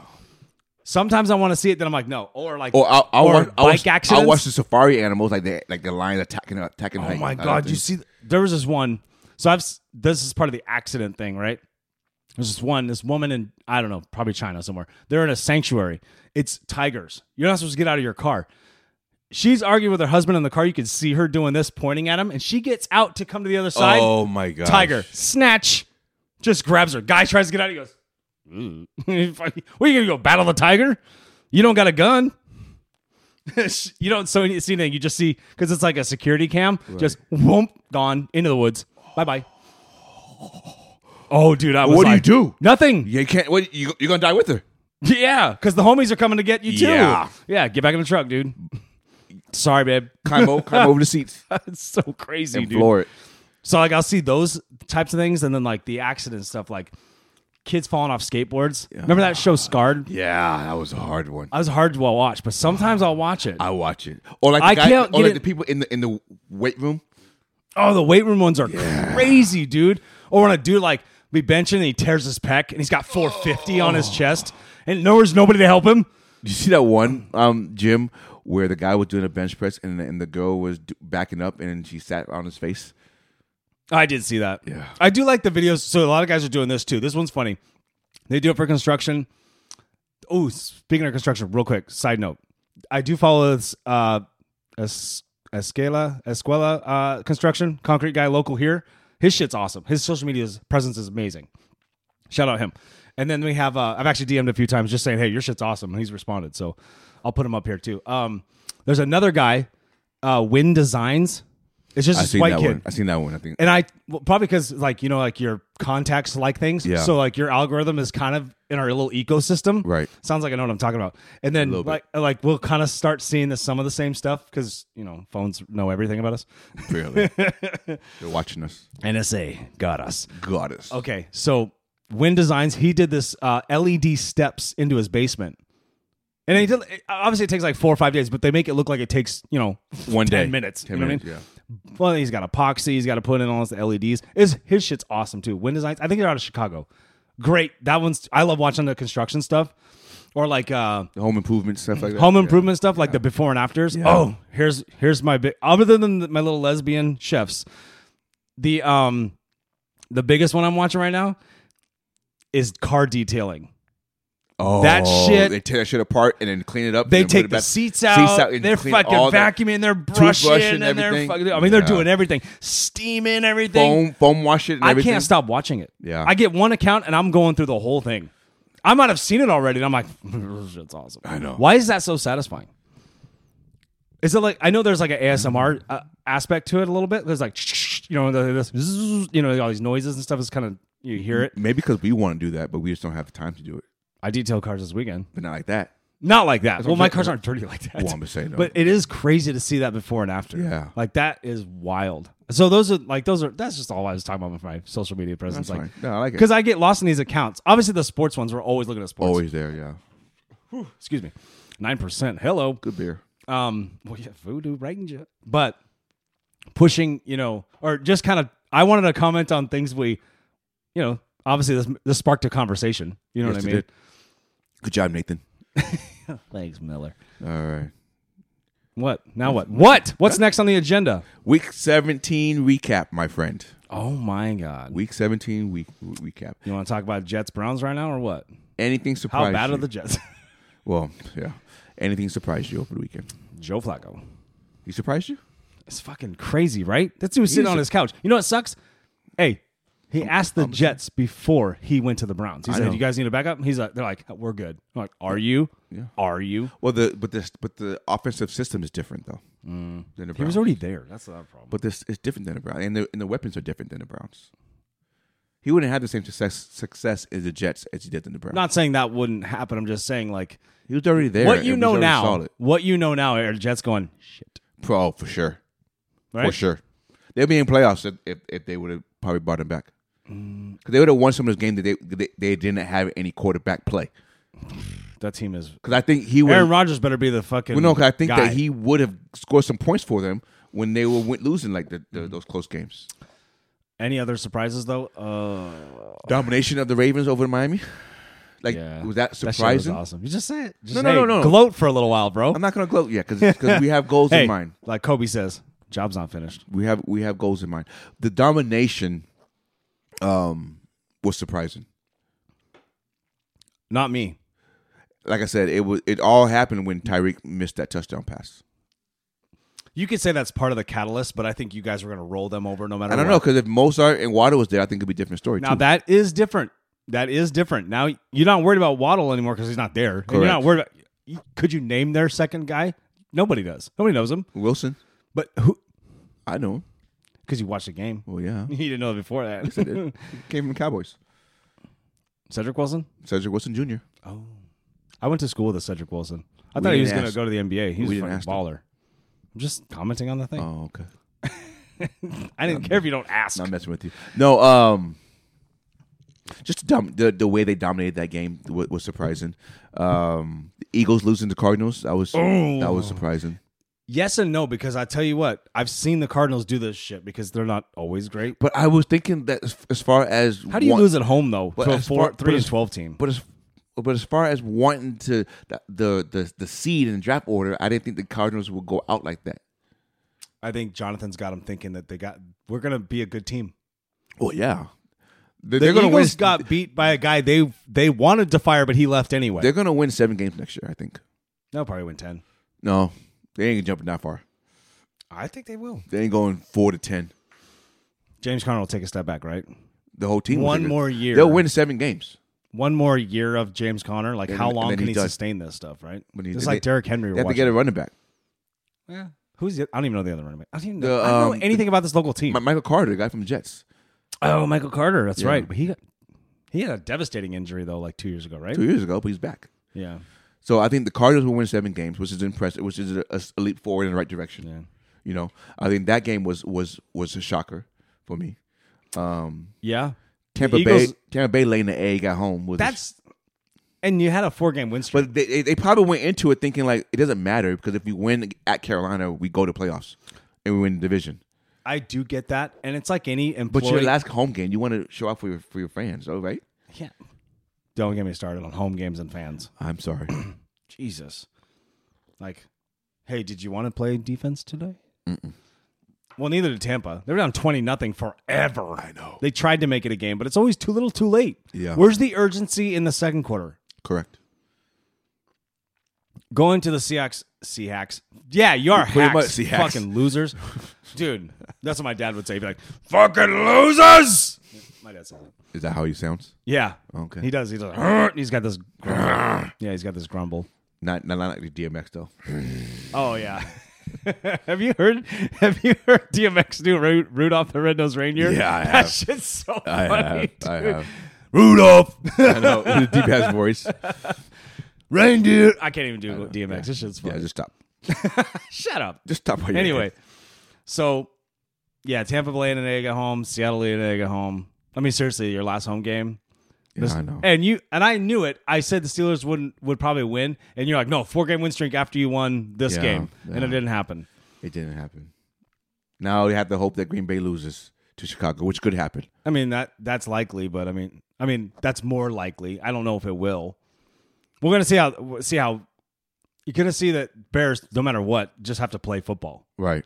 Speaker 1: Sometimes I want to see it, then I'm like, no. Or like,
Speaker 2: Or I'll, I'll
Speaker 1: Or
Speaker 2: watch. I'll
Speaker 1: bike
Speaker 2: watch, I'll
Speaker 1: accidents?
Speaker 2: watch the safari animals, like the like the lion attacking attacking.
Speaker 1: oh my god, you see, th- there was this one. So I've s- this is part of the accident thing, right? There's this one, this woman in I don't know, probably China somewhere. They're in a sanctuary. It's tigers. You're not supposed to get out of your car. She's arguing with her husband in the car. You can see her doing this, pointing at him, and she gets out to come to the other side.
Speaker 2: Oh my god,
Speaker 1: Tiger snatch, just grabs her. Guy tries to get out. He goes, "Ooh." "What are you gonna go battle the tiger? You don't got a gun. you don't so see anything. You just see because it's like a security cam. Just whoomp, gone into the woods. Bye bye. Oh, dude, I was
Speaker 2: What do you
Speaker 1: like,
Speaker 2: do?
Speaker 1: Nothing.
Speaker 2: You can't. What you you're gonna die with her?
Speaker 1: Yeah, because the homies are coming to get you too.
Speaker 2: Yeah.
Speaker 1: yeah. Get back in the truck, dude. Sorry, babe.
Speaker 2: Climb over, climb over the seats
Speaker 1: it's so crazy,
Speaker 2: and
Speaker 1: dude.
Speaker 2: floor it.
Speaker 1: So like I'll see those types of things, and then like the accident stuff, like kids falling off skateboards. Remember that show Scarred?
Speaker 2: Yeah, that was a hard one.
Speaker 1: I was hard to watch, but sometimes I'll watch it.
Speaker 2: I watch it. Or like the
Speaker 1: I
Speaker 2: guy,
Speaker 1: can't
Speaker 2: or
Speaker 1: get
Speaker 2: like
Speaker 1: it-
Speaker 2: the people in the in the weight room.
Speaker 1: Oh, the weight room ones are crazy, dude. Or when a dude like be benching and he tears his pec and he's got 450 on his chest, and there was nobody to help him.
Speaker 2: Did you see that one um gym where the guy was doing a bench press and the, and the girl was d- backing up and she sat on his face?
Speaker 1: I did see that.
Speaker 2: Yeah.
Speaker 1: I do like the videos. So a lot of guys are doing this too. This one's funny. They do it for construction. Oh, speaking of construction, real quick, side note. I do follow this uh Es- Escala, Escuela uh construction, concrete guy local here. His shit's awesome. His social media presence is amazing. Shout out him. And then we have uh, I've actually DM'd a few times just saying, "Hey, your shit's awesome." And he's responded. So I'll put him up here too. Um there's another guy uh Win Designs. It's just
Speaker 2: I
Speaker 1: this
Speaker 2: seen
Speaker 1: white
Speaker 2: that
Speaker 1: kid.
Speaker 2: one. I seen that one. I think.
Speaker 1: And I well, probably because like you know like your contacts like things.
Speaker 2: Yeah.
Speaker 1: So like your algorithm is kind of in our little ecosystem.
Speaker 2: Right.
Speaker 1: Sounds like I know what I'm talking about. And then
Speaker 2: little
Speaker 1: like like we'll kind of start seeing the, some of the same stuff because you know phones know everything about us.
Speaker 2: Clearly, they're watching us.
Speaker 1: NSA got us.
Speaker 2: Goddess.
Speaker 1: Okay, so Win Designs, he did this uh, LED steps into his basement, and he did, obviously it takes like four or five days, but they make it look like it takes you know
Speaker 2: One
Speaker 1: 10
Speaker 2: day.
Speaker 1: minutes.
Speaker 2: Ten
Speaker 1: you know
Speaker 2: minutes.
Speaker 1: what I mean?
Speaker 2: Yeah.
Speaker 1: Well, he's got epoxy. He's got to put in all the LEDs. Is his shit's awesome too. Wind designs. I think they're out of Chicago. Great. That one's. I love watching the construction stuff, or like uh,
Speaker 2: The home improvement stuff like that.
Speaker 1: home
Speaker 2: Yeah.
Speaker 1: improvement stuff, like the before and afters. Oh, here's here's my big. Other than the, my little lesbian chefs, the um, the biggest one I'm watching right now is car detailing.
Speaker 2: Oh,
Speaker 1: That shit-
Speaker 2: They tear that shit apart and then clean it up.
Speaker 1: They
Speaker 2: and then put
Speaker 1: take
Speaker 2: it
Speaker 1: the
Speaker 2: back-
Speaker 1: seats out.
Speaker 2: and
Speaker 1: they're
Speaker 2: clean
Speaker 1: fucking
Speaker 2: all that
Speaker 1: vacuuming. They're brushing
Speaker 2: and
Speaker 1: and, they're.
Speaker 2: everything.
Speaker 1: Fucking, I mean, they're
Speaker 2: Yeah.
Speaker 1: doing everything. Steaming everything.
Speaker 2: foam foam wash it. And
Speaker 1: I
Speaker 2: everything.
Speaker 1: can't stop watching it.
Speaker 2: Yeah.
Speaker 1: I get one account and I'm going through the whole thing. I might have seen it already and I'm like, it's awesome. I
Speaker 2: know.
Speaker 1: Why is that so satisfying? Is it like I know there's like an
Speaker 2: Mm-hmm.
Speaker 1: ASMR uh, aspect to it a little bit. There's like you know the- this zzz, you know all these noises and stuff is kind of you hear it.
Speaker 2: Maybe because we want to do that, but we just don't have the time to do it.
Speaker 1: I detail cars this weekend.
Speaker 2: But not like that.
Speaker 1: Not like that. Well,
Speaker 2: I'm
Speaker 1: my
Speaker 2: saying.
Speaker 1: cars aren't dirty like that.
Speaker 2: Well, I'm just saying, though.
Speaker 1: But it is crazy to see that before and after.
Speaker 2: Yeah.
Speaker 1: Like that is wild. So those are like those are that's just all I was talking about with my social media presence.
Speaker 2: That's
Speaker 1: like
Speaker 2: fine. No, I like it.
Speaker 1: Because I get lost in these accounts. Obviously the sports ones we're always looking at sports.
Speaker 2: Always there. Yeah.
Speaker 1: Excuse me. Nine percent. Hello.
Speaker 2: Good beer.
Speaker 1: Um well yeah, voodoo ranger. But pushing, you know, or just kind of I wanted to comment on things we you know, obviously this this sparked a conversation. You know
Speaker 2: Yes,
Speaker 1: what I
Speaker 2: it
Speaker 1: mean?
Speaker 2: did. Good job, Nathan.
Speaker 1: Thanks, Miller.
Speaker 2: All right.
Speaker 1: What? Now what? What? What's next on the agenda?
Speaker 2: Week 17 recap, my friend.
Speaker 1: Oh my god.
Speaker 2: Week 17 week re- recap.
Speaker 1: You want to talk about Jets Browns right now or what?
Speaker 2: Anything
Speaker 1: How
Speaker 2: surprised
Speaker 1: bad
Speaker 2: you?
Speaker 1: are the Jets?
Speaker 2: Well, yeah. Anything surprised you over the weekend?
Speaker 1: Joe Flacco.
Speaker 2: He surprised you?
Speaker 1: It's fucking crazy, right? That's who was sitting
Speaker 2: He's
Speaker 1: on
Speaker 2: a-
Speaker 1: his couch. You know what sucks? Hey, he asked the Jets before he went to the Browns. He
Speaker 2: I
Speaker 1: said,
Speaker 2: know.
Speaker 1: "You guys need a backup." He's like, "They're like, we're good." I'm like, "Are you?
Speaker 2: Yeah.
Speaker 1: Are you?"
Speaker 2: Well, the but this but the offensive system is different though. Mm. Than the
Speaker 1: He
Speaker 2: Browns.
Speaker 1: was already there. That's not a problem.
Speaker 2: but this is different than the Browns, and the and the weapons are different than the Browns. He wouldn't have the same success success as the Jets as he did in the Browns.
Speaker 1: I'm not saying that wouldn't happen. I'm just saying like
Speaker 2: he was already there.
Speaker 1: what
Speaker 2: and
Speaker 1: you
Speaker 2: was
Speaker 1: know
Speaker 2: already
Speaker 1: now.
Speaker 2: solid.
Speaker 1: What you know now are Jets going shit.
Speaker 2: Pro, oh, for sure, for
Speaker 1: Right?
Speaker 2: sure, they'd be in playoffs if if, if they would have probably brought him back.
Speaker 1: Mm.
Speaker 2: Because they would have won some of those games that they, they they didn't have any quarterback play.
Speaker 1: That team is.
Speaker 2: Because I think he would.
Speaker 1: Aaron Rodgers better be the fucking.
Speaker 2: Well, no, 'cause I think
Speaker 1: guy.
Speaker 2: that he would have scored some points for them when they were went losing like the,
Speaker 1: Mm-hmm.
Speaker 2: the, those close games.
Speaker 1: Any other surprises though? Uh,
Speaker 2: Domination of the Ravens over Miami. Like,
Speaker 1: Yeah.
Speaker 2: was that
Speaker 1: That shit was
Speaker 2: surprising?
Speaker 1: awesome. You just say it. Just,
Speaker 2: No, no,
Speaker 1: hey,
Speaker 2: no, no.
Speaker 1: Gloat for a little while, bro.
Speaker 2: I'm not going to gloat yet because we have goals
Speaker 1: hey,
Speaker 2: in mind.
Speaker 1: like Kobe says, job's not finished.
Speaker 2: We have we have goals in mind. The domination um, was surprising.
Speaker 1: Not me.
Speaker 2: Like I said, it was it all happened when Tyreek missed that touchdown pass.
Speaker 1: You could say that's part of the catalyst, but I think you guys were going to roll them over no matter.
Speaker 2: I don't
Speaker 1: what.
Speaker 2: know because if Mozart and Waddle was there, I think it'd be a different story.
Speaker 1: Now
Speaker 2: too.
Speaker 1: that is different. That is different. Now you're not worried about Waddle anymore because he's not there. And you're
Speaker 2: Correct.
Speaker 1: not worried about. Could you name their second guy? Nobody does. Nobody knows him.
Speaker 2: Wilson,
Speaker 1: But who?
Speaker 2: I know him.
Speaker 1: Because you watched the game.
Speaker 2: Well, yeah,
Speaker 1: You didn't know before
Speaker 2: I
Speaker 1: that.
Speaker 2: did. He came from the Cowboys.
Speaker 1: Cedric Wilson.
Speaker 2: Cedric Wilson Jr.
Speaker 1: I went to school with a Cedric Wilson. I thought he
Speaker 2: Oh. didn't
Speaker 1: was going to
Speaker 2: ask-
Speaker 1: go to the NBA. He was a
Speaker 2: didn't
Speaker 1: fucking
Speaker 2: ask him.
Speaker 1: baller. I'm just commenting on the thing.
Speaker 2: Oh, okay.
Speaker 1: I didn't care if you don't ask.
Speaker 2: Not messing with you. No, um, just dom- the the way they dominated that game was, was surprising. Um, the Eagles losing to Cardinals, that was that was surprising.
Speaker 1: Yes and no, because I tell you what, I've seen the Cardinals do this shit because they're not always great.
Speaker 2: But I was thinking that as- as far as
Speaker 1: How do you
Speaker 2: want-
Speaker 1: lose at home though
Speaker 2: But
Speaker 1: to a
Speaker 2: as
Speaker 1: four,
Speaker 2: far-
Speaker 1: three
Speaker 2: but
Speaker 1: and
Speaker 2: as-
Speaker 1: twelve team?
Speaker 2: But as but as far as wanting to the the the, the seed in the draft order, I didn't think the Cardinals would go out like that.
Speaker 1: I think Jonathan's got them thinking that they got we're gonna be a good team.
Speaker 2: Well, yeah, they're,
Speaker 1: The
Speaker 2: they're gonna
Speaker 1: Eagles
Speaker 2: win.
Speaker 1: got beat by a guy they they wanted to fire, but he left anyway.
Speaker 2: they're gonna win seven games next year. I think.
Speaker 1: They'll probably win ten.
Speaker 2: No, they ain't jumping that far.
Speaker 1: I think they will.
Speaker 2: They ain't going four to ten.
Speaker 1: James Conner will take a step back, right?
Speaker 2: The whole team. will
Speaker 1: One
Speaker 2: take it.
Speaker 1: more year.
Speaker 2: They'll win seven games.
Speaker 1: One more year of James Conner. Like
Speaker 2: And
Speaker 1: how
Speaker 2: then-
Speaker 1: long
Speaker 2: and then
Speaker 1: can he
Speaker 2: he's done.
Speaker 1: sustain this stuff? Right?
Speaker 2: When he-
Speaker 1: Just
Speaker 2: they-
Speaker 1: like Derrick Henry.
Speaker 2: They
Speaker 1: we're
Speaker 2: have to get a
Speaker 1: watching.
Speaker 2: running back.
Speaker 1: yeah. Who's the, I don't even know the other running back. I don't even know,
Speaker 2: The,
Speaker 1: I don't
Speaker 2: um,
Speaker 1: know anything about this local team.
Speaker 2: Mi- Michael Carter, the guy from the Jets,
Speaker 1: oh, Michael Carter. That's
Speaker 2: Yeah.
Speaker 1: right. But he got, he had a devastating injury though, like two years ago, right?
Speaker 2: two years ago, but he's back.
Speaker 1: Yeah.
Speaker 2: So I think the Cardinals will win seven games, which is impressive, which is a, a s- a leap forward in the right direction.
Speaker 1: Yeah.
Speaker 2: You know, I think that game was was was a shocker for me. Um,
Speaker 1: Yeah.
Speaker 2: Tampa
Speaker 1: Eagles-
Speaker 2: Bay, Tampa Bay laying the egg at home was
Speaker 1: That's and you had a four game win streak.
Speaker 2: But they- they, they probably went into it thinking like it doesn't matter because if we win at Carolina, we go to playoffs and we win the division.
Speaker 1: I do get that, and it's like any employee.
Speaker 2: But your last home game, you want to show out for your for your fans, all right?
Speaker 1: yeah. Don't get me started on home games and fans.
Speaker 2: I'm sorry.
Speaker 1: Jesus. Like, hey, did you want to play defense today? Well, neither did Tampa. They were down twenty nothing forever. I
Speaker 2: know.
Speaker 1: They tried to make it a game, but it's always too little, too late.
Speaker 2: Yeah.
Speaker 1: Where's the urgency in the second quarter?
Speaker 2: Correct.
Speaker 1: Going to the Seahawks, Seahawks. Yeah, you are
Speaker 2: Pretty
Speaker 1: hacks,
Speaker 2: much Seahawks.
Speaker 1: fucking losers, dude. That's what my dad would say. He'd be like, "Fucking losers." My dad says it.
Speaker 2: Is that how he sounds?
Speaker 1: Yeah.
Speaker 2: Okay.
Speaker 1: He does. He does. "Arr!" He's got this. grumble. yeah, he's got this grumble.
Speaker 2: Not not, not like the DMX though.
Speaker 1: Oh yeah. have you heard? Have you heard DMX do Ru- Rudolph the Red-Nosed Reindeer?
Speaker 2: Yeah, I
Speaker 1: that
Speaker 2: have.
Speaker 1: shit's so
Speaker 2: I
Speaker 1: funny.
Speaker 2: have. I
Speaker 1: dude.
Speaker 2: have.
Speaker 1: Rudolph.
Speaker 2: I know. With a deep ass voice.
Speaker 1: Reindeer. I can't even do DMX. This shit's
Speaker 2: Yeah,
Speaker 1: funny.
Speaker 2: just stop.
Speaker 1: Shut up.
Speaker 2: Just stop. While you're
Speaker 1: Anyway, so yeah, Tampa Bay and an egg at home. Seattle and an egg at home. I mean, seriously, your last home game.
Speaker 2: there. Yeah, I know.
Speaker 1: And you and I knew it. I said the Steelers wouldn't would probably win, and you're like, no, four game win streak after you won this
Speaker 2: Yeah,
Speaker 1: game, and
Speaker 2: yeah.
Speaker 1: it didn't happen.
Speaker 2: It didn't happen. Now we have to hope that Green Bay loses to Chicago, which could happen.
Speaker 1: I mean that that's likely, but I mean I mean that's more likely. I don't know if it will. We're gonna see how see how you're gonna see that Bears, no matter what, just have to play football.
Speaker 2: Right.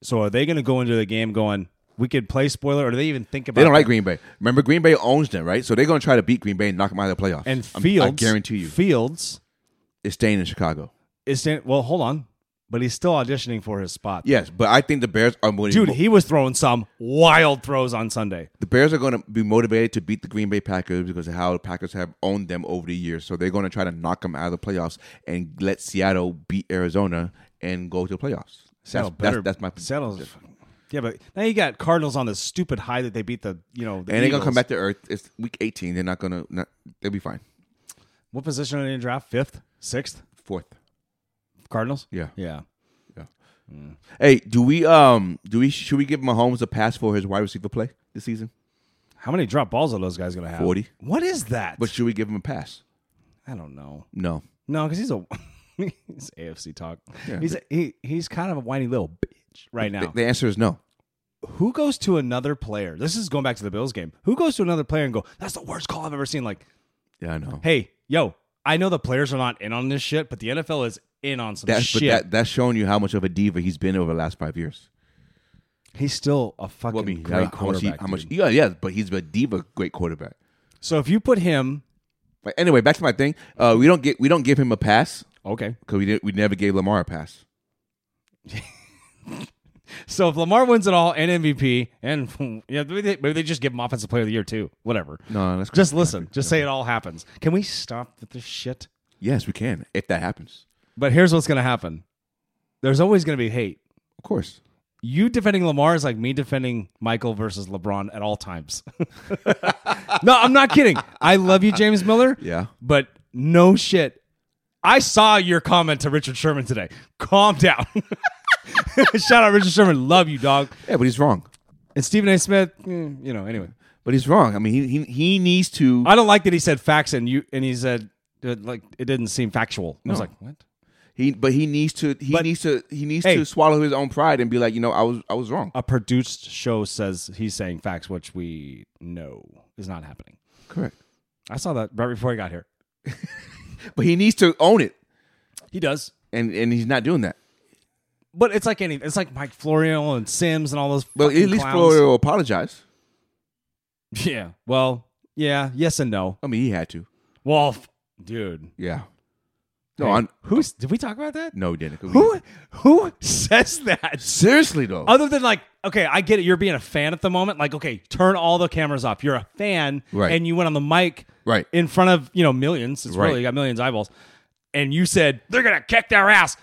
Speaker 1: So are they gonna go into the game going, we could play spoiler, or do they even think about
Speaker 2: They don't
Speaker 1: that?
Speaker 2: like Green Bay. Remember, Green Bay owns them, right? So they're going to try to beat Green Bay and knock them out of the playoffs.
Speaker 1: and
Speaker 2: I'm-
Speaker 1: Fields?
Speaker 2: I guarantee you,
Speaker 1: Fields
Speaker 2: it's staying in Chicago.
Speaker 1: is stand, well, hold on, but he's still auditioning for his spot.
Speaker 2: Yes, but I think the Bears are going
Speaker 1: Dude,
Speaker 2: to
Speaker 1: he was throwing some wild throws on Sunday.
Speaker 2: the Bears are going to be motivated to beat the Green Bay Packers because of how the Packers have owned them over the years. So they're going to try to knock them out of the playoffs and let Seattle beat Arizona and go to the playoffs. That's,
Speaker 1: Seattle better-
Speaker 2: that's, that's my
Speaker 1: Seattle's. Yeah, but now you got Cardinals on this stupid high that they beat the you know the
Speaker 2: And they're going
Speaker 1: Eagles.
Speaker 2: to come back to earth. It's week 18. They're not going to. Not, they'll be fine.
Speaker 1: What position are they in draft? Fifth, sixth,
Speaker 2: Fourth.
Speaker 1: Cardinals.
Speaker 2: Yeah.
Speaker 1: Yeah.
Speaker 2: Hey, do we um do we should we give Mahomes a pass for his wide receiver play this season?
Speaker 1: How many drop balls are those guys gonna have?
Speaker 2: 40.
Speaker 1: What is that?
Speaker 2: But should we give him a pass?
Speaker 1: I don't know.
Speaker 2: No.
Speaker 1: No, because he's a he's AFC talk.
Speaker 2: Yeah.
Speaker 1: he's a, he he's kind of a whiny little bitch right now.
Speaker 2: The, the answer is no.
Speaker 1: Who goes to another player? This is going back to the Bills game. Who goes to another player and go? That's the worst call I've ever seen. Like,
Speaker 2: Yeah, I know.
Speaker 1: hey, yo, I know the players are not in on this shit, but the NFL is in on some
Speaker 2: That's but
Speaker 1: shit.
Speaker 2: that that's showing you how much of a diva he's been over the last five years.
Speaker 1: he's still a fucking
Speaker 2: Well, I mean,
Speaker 1: great
Speaker 2: how- how much? He,
Speaker 1: quarterback.
Speaker 2: how much?
Speaker 1: dude.
Speaker 2: Yeah, yeah. But he's a diva, great quarterback.
Speaker 1: So if you put him,
Speaker 2: But anyway, back to my thing. Uh, we don't get we don't give him a pass
Speaker 1: okay.
Speaker 2: because we didn't, we never gave Lamar a pass.
Speaker 1: So if Lamar wins it all and MVP, and yeah, maybe they, maybe they just give him Offensive Player of the Year too. Whatever.
Speaker 2: No, that's
Speaker 1: Just listen. Just say it all happens. Can we stop with this shit?
Speaker 2: yes, we can if that happens.
Speaker 1: But here's what's gonna happen. There's always gonna be hate.
Speaker 2: Of course.
Speaker 1: You defending Lamar is like me defending Michael versus LeBron at all times. no, I'm not kidding. I love you, James Miller.
Speaker 2: Yeah.
Speaker 1: But no shit. I saw your comment to Richard Sherman today. Calm down. Shout out Richard Sherman. Love you, dog.
Speaker 2: Yeah, but he's wrong.
Speaker 1: And Stephen A. Smith, mm, you know, anyway.
Speaker 2: But he's wrong. I mean, he he, he needs to.
Speaker 1: I don't like that he said facts and you and he said uh, like it didn't seem factual. I was
Speaker 2: No.
Speaker 1: like, what?
Speaker 2: He but he needs to. He needs to. He needs
Speaker 1: Hey.
Speaker 2: to swallow his own pride and be like, you know, I was I was wrong.
Speaker 1: A produced show says he's saying facts, which we know is not happening.
Speaker 2: Correct.
Speaker 1: I saw that right before he got here.
Speaker 2: But he needs to own it,
Speaker 1: He does.
Speaker 2: and and he's not doing that.
Speaker 1: But it's like any it's like Mike Florio and Sims and all those.
Speaker 2: Well,
Speaker 1: fucking
Speaker 2: at least
Speaker 1: clowns.
Speaker 2: Florio will apologize.
Speaker 1: Yeah. Well, yeah, yes and no.
Speaker 2: I mean, he had to.
Speaker 1: Well, f- dude.
Speaker 2: Yeah. No,
Speaker 1: Hey,
Speaker 2: I'm,
Speaker 1: who's did we talk about that?
Speaker 2: no, he didn't. 'cause we-
Speaker 1: Who who says that?
Speaker 2: Seriously though.
Speaker 1: Other than like, okay, I get it. You're being a fan at the moment. Like, okay, turn all the cameras off. You're a fan,
Speaker 2: Right.
Speaker 1: And you went on the mic,
Speaker 2: Right.
Speaker 1: in front of you know millions. It's
Speaker 2: Right.
Speaker 1: really you got millions of eyeballs, and you said they're gonna kick their ass.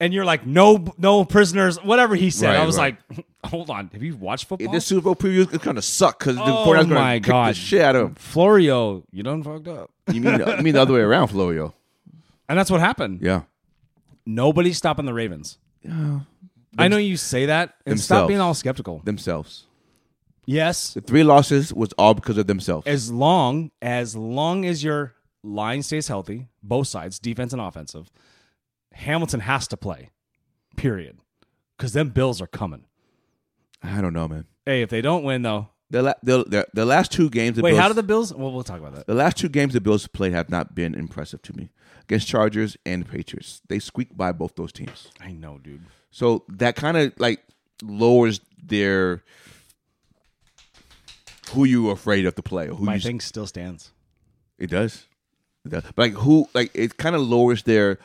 Speaker 1: and you're like, no, no prisoners, whatever he said.
Speaker 2: Right,
Speaker 1: I was
Speaker 2: right.
Speaker 1: like, hold on, have you watched football?
Speaker 2: This Super Bowl preview is gonna suck because the
Speaker 1: Oh
Speaker 2: 49ers
Speaker 1: my
Speaker 2: gonna kick the
Speaker 1: God.
Speaker 2: shit out of him.
Speaker 1: Florio, you done fucked up.
Speaker 2: You mean you mean the other way around, Florio?
Speaker 1: And that's what happened.
Speaker 2: Yeah.
Speaker 1: Nobody's stopping the Ravens. I know you say that, and
Speaker 2: Themselves.
Speaker 1: stop being all skeptical.
Speaker 2: Themselves.
Speaker 1: Yes,
Speaker 2: The three losses was all because of themselves.
Speaker 1: as long as long as your line stays healthy, both sides, defense and offensive, Hamilton has to play. Period. Because them Bills are coming.
Speaker 2: I don't know, man.
Speaker 1: Hey, if they don't win though,
Speaker 2: The la- the, the, the last two games. The
Speaker 1: wait,
Speaker 2: Bills,
Speaker 1: how did the Bills? Well, we'll talk about that.
Speaker 2: The last two games the Bills played have not been impressive to me against Chargers and Patriots. They squeaked by both those teams.
Speaker 1: I know, dude.
Speaker 2: So that kind of like lowers their who you afraid of to play. Who
Speaker 1: My
Speaker 2: you,
Speaker 1: thing still stands.
Speaker 2: It does. It does. But like who like it kind of lowers their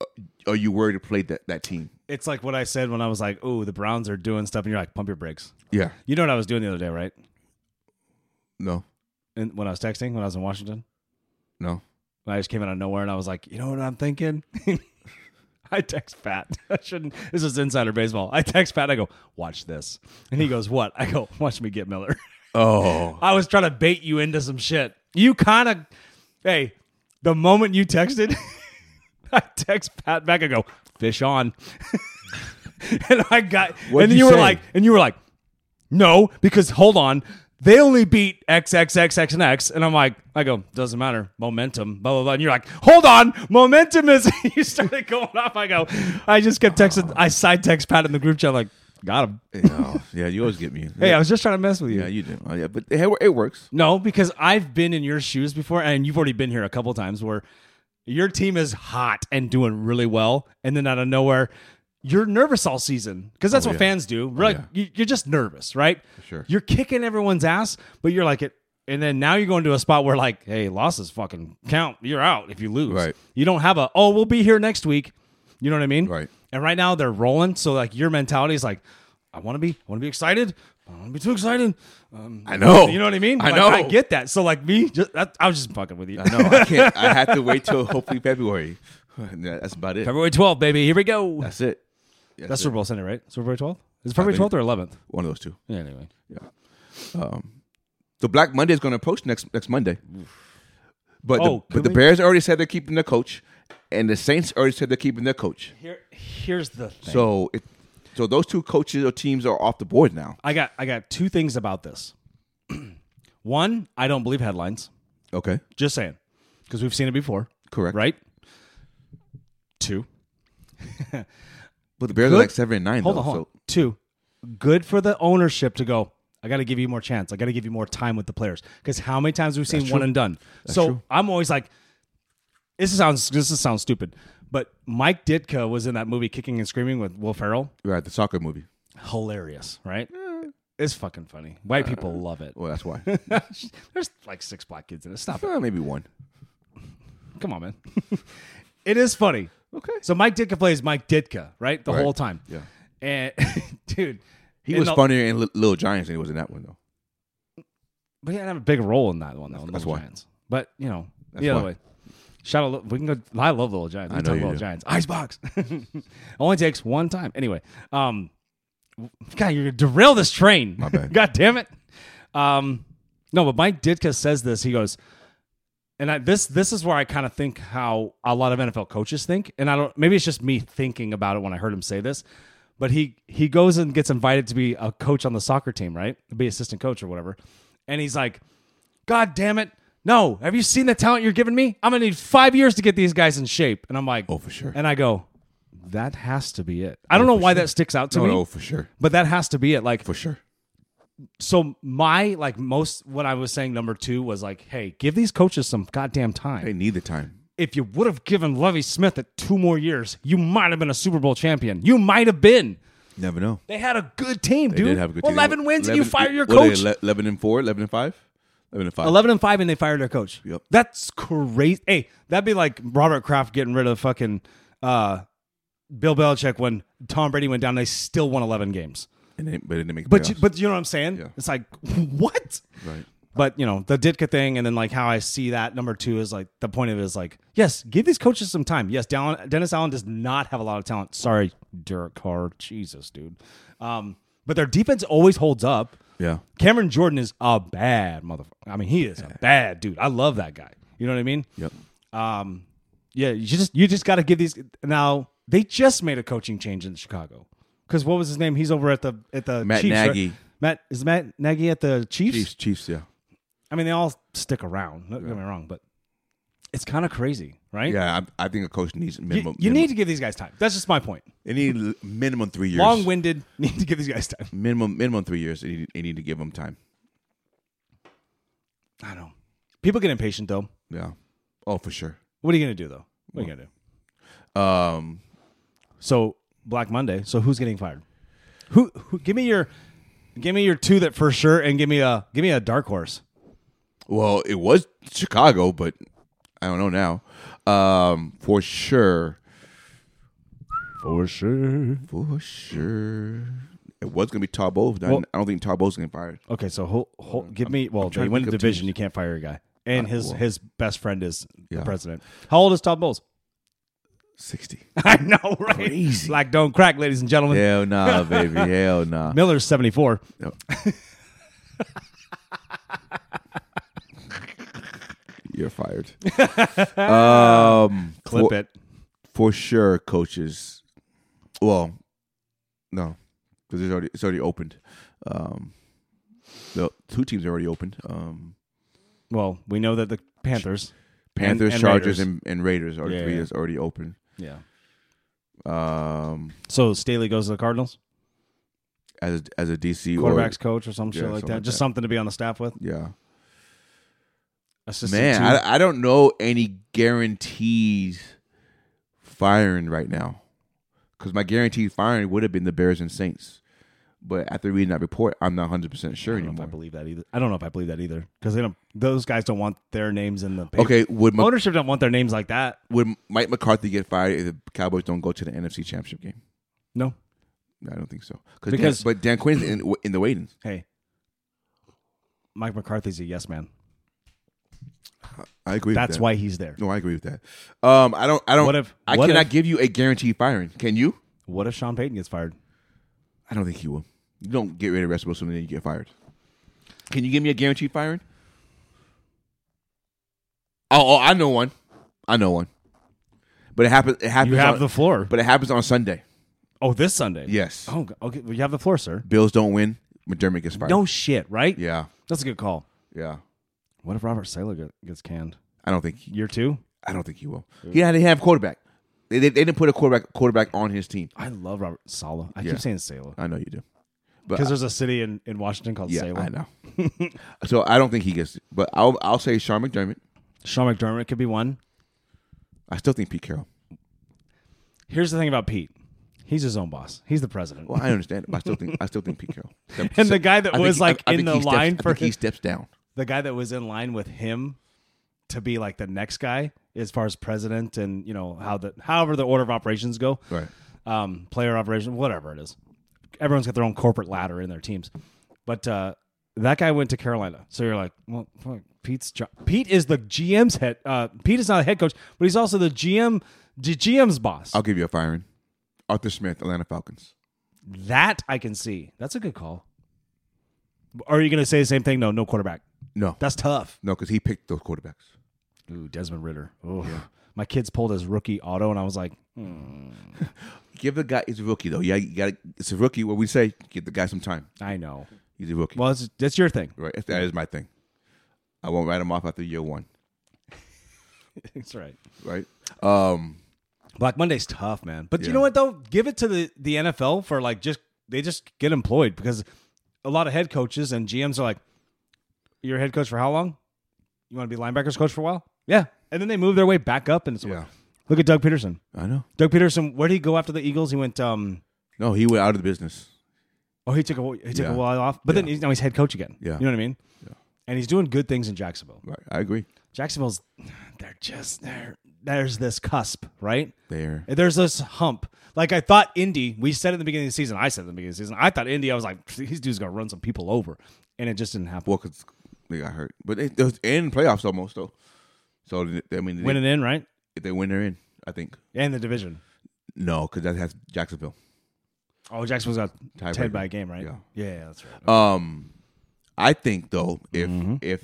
Speaker 2: uh, are you worried to play that, that team?
Speaker 1: It's like what I said when I was like, "Oh, the Browns are doing stuff," and you're like, "Pump your brakes."
Speaker 2: Yeah.
Speaker 1: You know what I was doing the other day, right?
Speaker 2: No.
Speaker 1: And when I was texting, when I was in Washington,
Speaker 2: No.
Speaker 1: when I just came out of nowhere, and I was like, "You know what I'm thinking." I text Pat. I shouldn't. This is insider baseball. I text Pat. I go, "Watch this," and he goes, "What?" I go, "Watch me get Miller."
Speaker 2: Oh.
Speaker 1: I was trying to bait you into some shit. You kind of, hey, the moment you texted, I text Pat back and go, fish on. and I got,
Speaker 2: What'd
Speaker 1: and then you,
Speaker 2: you
Speaker 1: were
Speaker 2: say?
Speaker 1: like, and you were like, no, because hold on, they only beat X, X, X, X, and X. And I'm like, I go, doesn't matter, momentum, blah, blah, blah. And you're like, hold on, momentum is, you started going off. I go, I just kept texting, I side text Pat in the group chat, like, got him.
Speaker 2: yeah, yeah, you always get me.
Speaker 1: Hey, I was just trying to mess with you.
Speaker 2: yeah, you do. Oh, yeah, but it, it works.
Speaker 1: No, because I've been in your shoes before, and you've already been here a couple times where your team is hot and doing really well, and then out of nowhere, you're nervous all season because that's
Speaker 2: Oh,
Speaker 1: what
Speaker 2: yeah.
Speaker 1: fans do. Right?
Speaker 2: yeah.
Speaker 1: You- You're just nervous, right?
Speaker 2: Sure.
Speaker 1: You're kicking everyone's ass, but you're like it. And then now you're going to a spot where like, hey, losses fucking count. You're out if you lose.
Speaker 2: Right.
Speaker 1: You don't have a oh, we'll be here next week. You know what I mean?
Speaker 2: Right.
Speaker 1: And right now they're rolling, so like your mentality is like, I want to be, I want to be excited. I don't want to be too excited. Um,
Speaker 2: I know.
Speaker 1: you know what I mean?
Speaker 2: I
Speaker 1: Like,
Speaker 2: know.
Speaker 1: I get that. So like me, just, that, I was just fucking with you.
Speaker 2: No, I can't. I have to wait till hopefully February. Yeah, That's about it.
Speaker 1: February 12th, baby. Here we go. That's,
Speaker 2: That's it. That's,
Speaker 1: Super Bowl Sunday, right? Super Bowl 12th? Is it February 12th or 11th?
Speaker 2: One of those two. Um,
Speaker 1: Yeah, anyway.
Speaker 2: The Black Monday is going to approach next next Monday. But
Speaker 1: Oh,
Speaker 2: the, but
Speaker 1: can
Speaker 2: the
Speaker 1: we-
Speaker 2: Bears already said they're keeping their coach, and the Saints already said they're keeping their coach.
Speaker 1: Here, here's the thing.
Speaker 2: So it, so those two coaches or teams are off the board now.
Speaker 1: I got I got two things about this. One, I don't believe headlines.
Speaker 2: Okay,
Speaker 1: Just saying, because we've seen it before,
Speaker 2: correct.
Speaker 1: right? Two.
Speaker 2: But the Bears are
Speaker 1: Good.
Speaker 2: like seven and nine.
Speaker 1: Hold
Speaker 2: though,
Speaker 1: on, hold on.
Speaker 2: so
Speaker 1: Two. Good for the ownership to go. I got to give you more chance. I got to give you more time with the players because how many times we've seen one and done. so
Speaker 2: true.
Speaker 1: I'm always like, this is sounds this is sounds stupid, but Mike Ditka was in that movie Kicking and Screaming with Will Ferrell.
Speaker 2: right, the soccer movie.
Speaker 1: Hilarious, right? It's fucking funny. White people love it.
Speaker 2: Well, that's why.
Speaker 1: There's like six black kids in it. Stop it.
Speaker 2: Uh, maybe one.
Speaker 1: Come on, man. it is funny.
Speaker 2: Okay.
Speaker 1: So Mike Ditka plays Mike Ditka, right? The
Speaker 2: Right.
Speaker 1: whole time.
Speaker 2: Yeah.
Speaker 1: And dude,
Speaker 2: He
Speaker 1: in
Speaker 2: was
Speaker 1: the-
Speaker 2: funnier in Li- Little Giants than he was in that one though.
Speaker 1: But he didn't have a big role in that one though. in
Speaker 2: that's
Speaker 1: Little
Speaker 2: why.
Speaker 1: Giants. But you know, the other
Speaker 2: why.
Speaker 1: way. Shout out! Lil- We can go. I love Little Giants. We
Speaker 2: I
Speaker 1: can
Speaker 2: know
Speaker 1: talk
Speaker 2: you
Speaker 1: Little
Speaker 2: do.
Speaker 1: Giants. Icebox. Only takes one time. Anyway, um, God, you're gonna derail this train. My
Speaker 2: bad.
Speaker 1: God damn it. Um, no, but Mike Ditka says this. He goes, and I, this this is where I kind of think how a lot of NFL coaches think, and I don't. Maybe it's just me thinking about it when I heard him say this, but he he goes and gets invited to be a coach on the soccer team, right? Be assistant coach or whatever, and he's like, "God damn it, no! Have you seen the talent you're giving me? I'm gonna need five years to get these guys in shape." And I'm like,
Speaker 2: Oh, for sure.
Speaker 1: And I go, "That has to be it." I don't know why that sticks out to
Speaker 2: No,
Speaker 1: me,
Speaker 2: no, for sure,
Speaker 1: but that has to be it. Like
Speaker 2: for sure.
Speaker 1: so my like most what I was saying number two was like, hey, give these coaches some goddamn time.
Speaker 2: They need the time.
Speaker 1: If you would have given Lovey Smith at two more years, you might have been a Super Bowl champion. You might have been.
Speaker 2: Never know.
Speaker 1: They had a good team,
Speaker 2: They
Speaker 1: dude.
Speaker 2: did have a good team.
Speaker 1: Eleven wins and you
Speaker 2: 11
Speaker 1: fire your
Speaker 2: what are they,
Speaker 1: coach.
Speaker 2: ele- Eleven and four. Eleven and five. Eleven and five.
Speaker 1: Eleven and five and they fired their coach.
Speaker 2: Yep.
Speaker 1: That's crazy. Hey, that'd be like Robert Kraft getting rid of fucking uh, Bill Belichick when Tom Brady went down. They still won eleven games.
Speaker 2: And they, but they didn't make. the
Speaker 1: But you,
Speaker 2: playoffs.
Speaker 1: but you know what I'm saying? It's like what?
Speaker 2: right.
Speaker 1: But you know the Ditka thing, and then like how I see that number two is like the point of it is like yes, give these coaches some time. Yes, Dallin, Dennis Allen does not have a lot of talent. Sorry, Derek Carr, Jesus, dude. Um, but their defense always holds up.
Speaker 2: Yeah.
Speaker 1: Cameron Jordan is a bad motherfucker. I mean, he is a bad dude. I love that guy. You know what I mean?
Speaker 2: Yep.
Speaker 1: Um, yeah, you just you just got to give these. Now they just made a coaching change in Chicago because what was his name? He's over at the at the
Speaker 2: Matt
Speaker 1: Chiefs, right?
Speaker 2: Nagy.
Speaker 1: Matt is Matt Nagy at the Chiefs.
Speaker 2: Chiefs, Chiefs, yeah.
Speaker 1: I mean, they all stick around. Don't get me wrong, but it's kind of crazy, right?
Speaker 2: Yeah, I, I think a coach needs
Speaker 1: You,
Speaker 2: minimum.
Speaker 1: you
Speaker 2: minimum-
Speaker 1: need to give these guys time. That's just my point.
Speaker 2: They need l- minimum three years.
Speaker 1: Long winded. Need to give these guys time.
Speaker 2: minimum minimum three years. They need, they need to give them time.
Speaker 1: I know. People get impatient though.
Speaker 2: Yeah. Oh, for sure.
Speaker 1: What are you gonna do though? What are you gonna do?
Speaker 2: Um,
Speaker 1: So Black Monday. So who's getting fired? Who, who? Give me your, give me your two that for sure, and give me a give me a dark horse.
Speaker 2: well, it was Chicago, but I don't know now. Um, for sure,
Speaker 1: For sure.
Speaker 2: for sure, it was gonna be Tarbo. but I-
Speaker 1: Well-
Speaker 2: I don't think Tarbo's gonna get fired.
Speaker 1: Okay, so ho, ho, give me. Well,
Speaker 2: Uh, trying
Speaker 1: you
Speaker 2: to
Speaker 1: win the
Speaker 2: think of
Speaker 1: division.
Speaker 2: teams.
Speaker 1: You can't fire a guy, and his his best friend is
Speaker 2: Uh, Yeah.
Speaker 1: the president. How old is Todd Bowles?
Speaker 2: Sixty.
Speaker 1: I know, right?
Speaker 2: Crazy.
Speaker 1: Like don't crack, ladies and gentlemen.
Speaker 2: Hell nah, baby. Hell nah.
Speaker 1: Miller's seventy four.
Speaker 2: You're fired. um,
Speaker 1: Clip
Speaker 2: for,
Speaker 1: it.
Speaker 2: for sure, coaches. Well, no, because it's already it's already opened. Um, the two teams are already opened. Um,
Speaker 1: Well, we know that the Panthers.
Speaker 2: Panthers,
Speaker 1: and Raiders.
Speaker 2: Chargers, and, and Raiders are
Speaker 1: Yeah,
Speaker 2: three
Speaker 1: yeah.
Speaker 2: is already open.
Speaker 1: Yeah.
Speaker 2: Um,
Speaker 1: So Staley goes to the Cardinals,
Speaker 2: as a, as a DC or-
Speaker 1: quarterbacks coach or some shit
Speaker 2: Yeah,
Speaker 1: like
Speaker 2: something
Speaker 1: that.
Speaker 2: like
Speaker 1: Just
Speaker 2: that.
Speaker 1: something to be on the staff with.
Speaker 2: yeah,
Speaker 1: Assistant
Speaker 2: man,
Speaker 1: to-
Speaker 2: I, I don't know any guarantees firing right now because my guaranteed firing would have been the Bears and Saints, but after reading that report, I'm not 100 percent sure
Speaker 1: I don't know
Speaker 2: anymore.
Speaker 1: if I believe that either. I don't know if I believe that either because they don't. Those guys don't want their names in the paper.
Speaker 2: Okay, would Ma-
Speaker 1: Ownership don't want their names like that.
Speaker 2: would Mike McCarthy get fired if the Cowboys don't go to the NFC Championship game?
Speaker 1: No.
Speaker 2: No, I don't think so. Cause
Speaker 1: Because-
Speaker 2: Dan, but Dan Quinn's in, in the waiting.
Speaker 1: Hey, Mike McCarthy's a yes man.
Speaker 2: I agree. with
Speaker 1: That's
Speaker 2: that.
Speaker 1: why he's there.
Speaker 2: No, I agree with that. Um, I don't. I don't.
Speaker 1: What if-
Speaker 2: I
Speaker 1: what
Speaker 2: cannot
Speaker 1: if-
Speaker 2: give you a guaranteed firing? Can you?
Speaker 1: What if Sean Payton gets fired?
Speaker 2: I don't think he will. You don't get rid of Russ Wilson and then you get fired. Can you give me a guaranteed firing? Oh, oh, I know one. I know one. But it happens. It happens.
Speaker 1: You have
Speaker 2: on,
Speaker 1: the floor.
Speaker 2: But it happens on Sunday.
Speaker 1: oh, this Sunday.
Speaker 2: Yes.
Speaker 1: Oh, go- okay. Well, you have the floor, sir.
Speaker 2: Bills don't win. McDermott gets fired.
Speaker 1: No shit, right?
Speaker 2: Yeah.
Speaker 1: That's a good call.
Speaker 2: Yeah.
Speaker 1: What if Robert Saylor get- gets canned?
Speaker 2: I don't think. He,
Speaker 1: Year two.
Speaker 2: I don't think he will. He had to have quarterback. They, they, they didn't put a quarterback quarterback on his team.
Speaker 1: I love Robert Sala. I
Speaker 2: Yeah.
Speaker 1: keep saying Saylor
Speaker 2: I know you do. But
Speaker 1: because there's a city in, in Washington called
Speaker 2: Yeah,
Speaker 1: Salem.
Speaker 2: I know. so I don't think he gets it, but I'll I'll say Sean McDermott.
Speaker 1: Sean McDermott could be one.
Speaker 2: I still think Pete Carroll.
Speaker 1: Here's the thing about Pete. He's his own boss. He's the president.
Speaker 2: Well, I understand, but I still think I still think Pete Carroll.
Speaker 1: And the guy that
Speaker 2: I think
Speaker 1: was,
Speaker 2: he-
Speaker 1: like, in
Speaker 2: think
Speaker 1: the
Speaker 2: he steps-
Speaker 1: line
Speaker 2: I
Speaker 1: for-
Speaker 2: think he steps down.
Speaker 1: the guy that was in line with him to be like the next guy as far as president and you know how the however the order of operations go
Speaker 2: Right.
Speaker 1: um player operation whatever it is everyone's got their own corporate ladder in their teams but uh that guy went to carolina so you're like well fuck, pete's job pete is the gm's head uh pete is not a head coach but he's also the gm the gm's boss
Speaker 2: I'll give you a firing. Arthur Smith, Atlanta Falcons.
Speaker 1: that i can see that's a good call are you gonna say the same thing no no quarterback
Speaker 2: No,
Speaker 1: that's tough
Speaker 2: no, because he picked those quarterbacks.
Speaker 1: Ooh, Desmond Ritter. Ooh. My kids pulled his rookie auto, and I was like,
Speaker 2: Give the guy. He's a rookie though. Yeah, you got. to It's a rookie. What we say, give the guy some time.
Speaker 1: I know.
Speaker 2: He's a rookie.
Speaker 1: Well, it's, that's your thing.
Speaker 2: right. That is my thing. I won't write him off after year one.
Speaker 1: That's right.
Speaker 2: Right. Um.
Speaker 1: Black Monday's tough, man. But you
Speaker 2: Yeah.
Speaker 1: know what, though? Give it to the, the NFL for like just, they just get employed because a lot of head coaches and GMs are like, you're a head coach for how long? You want to be linebackers coach for a while? Yeah. And then they move their way back up. And it's
Speaker 2: Yeah.
Speaker 1: look at Doug Peterson.
Speaker 2: I know.
Speaker 1: Doug Peterson, where did he go after the Eagles? He went, um,
Speaker 2: No, he went out of the business.
Speaker 1: Oh, he took a he took
Speaker 2: Yeah.
Speaker 1: a while off, but then he's, now he's head coach again.
Speaker 2: Yeah.
Speaker 1: you know what I mean. Yeah. And he's doing good things in Jacksonville.
Speaker 2: Right. I agree.
Speaker 1: Jacksonville's they're just there. There's this cusp, right?
Speaker 2: There.
Speaker 1: There's this hump. Like I thought, Indy. We said at the beginning of the season. I said at the beginning of the season. I thought Indy. I was like, these dudes gonna run some people over, and it just didn't happen.
Speaker 2: Well, because they got hurt, but they, they was in playoffs almost though. So th- I mean,
Speaker 1: Win
Speaker 2: they,
Speaker 1: it in, right?
Speaker 2: if they win, they're in. I think
Speaker 1: And the division.
Speaker 2: no, because that has Jacksonville.
Speaker 1: Oh, Jacksonville's got
Speaker 2: Tiebreaker.
Speaker 1: ten by a game, right?
Speaker 2: Yeah.
Speaker 1: yeah, that's right.
Speaker 2: Um, I think though, if
Speaker 1: Mm-hmm.
Speaker 2: if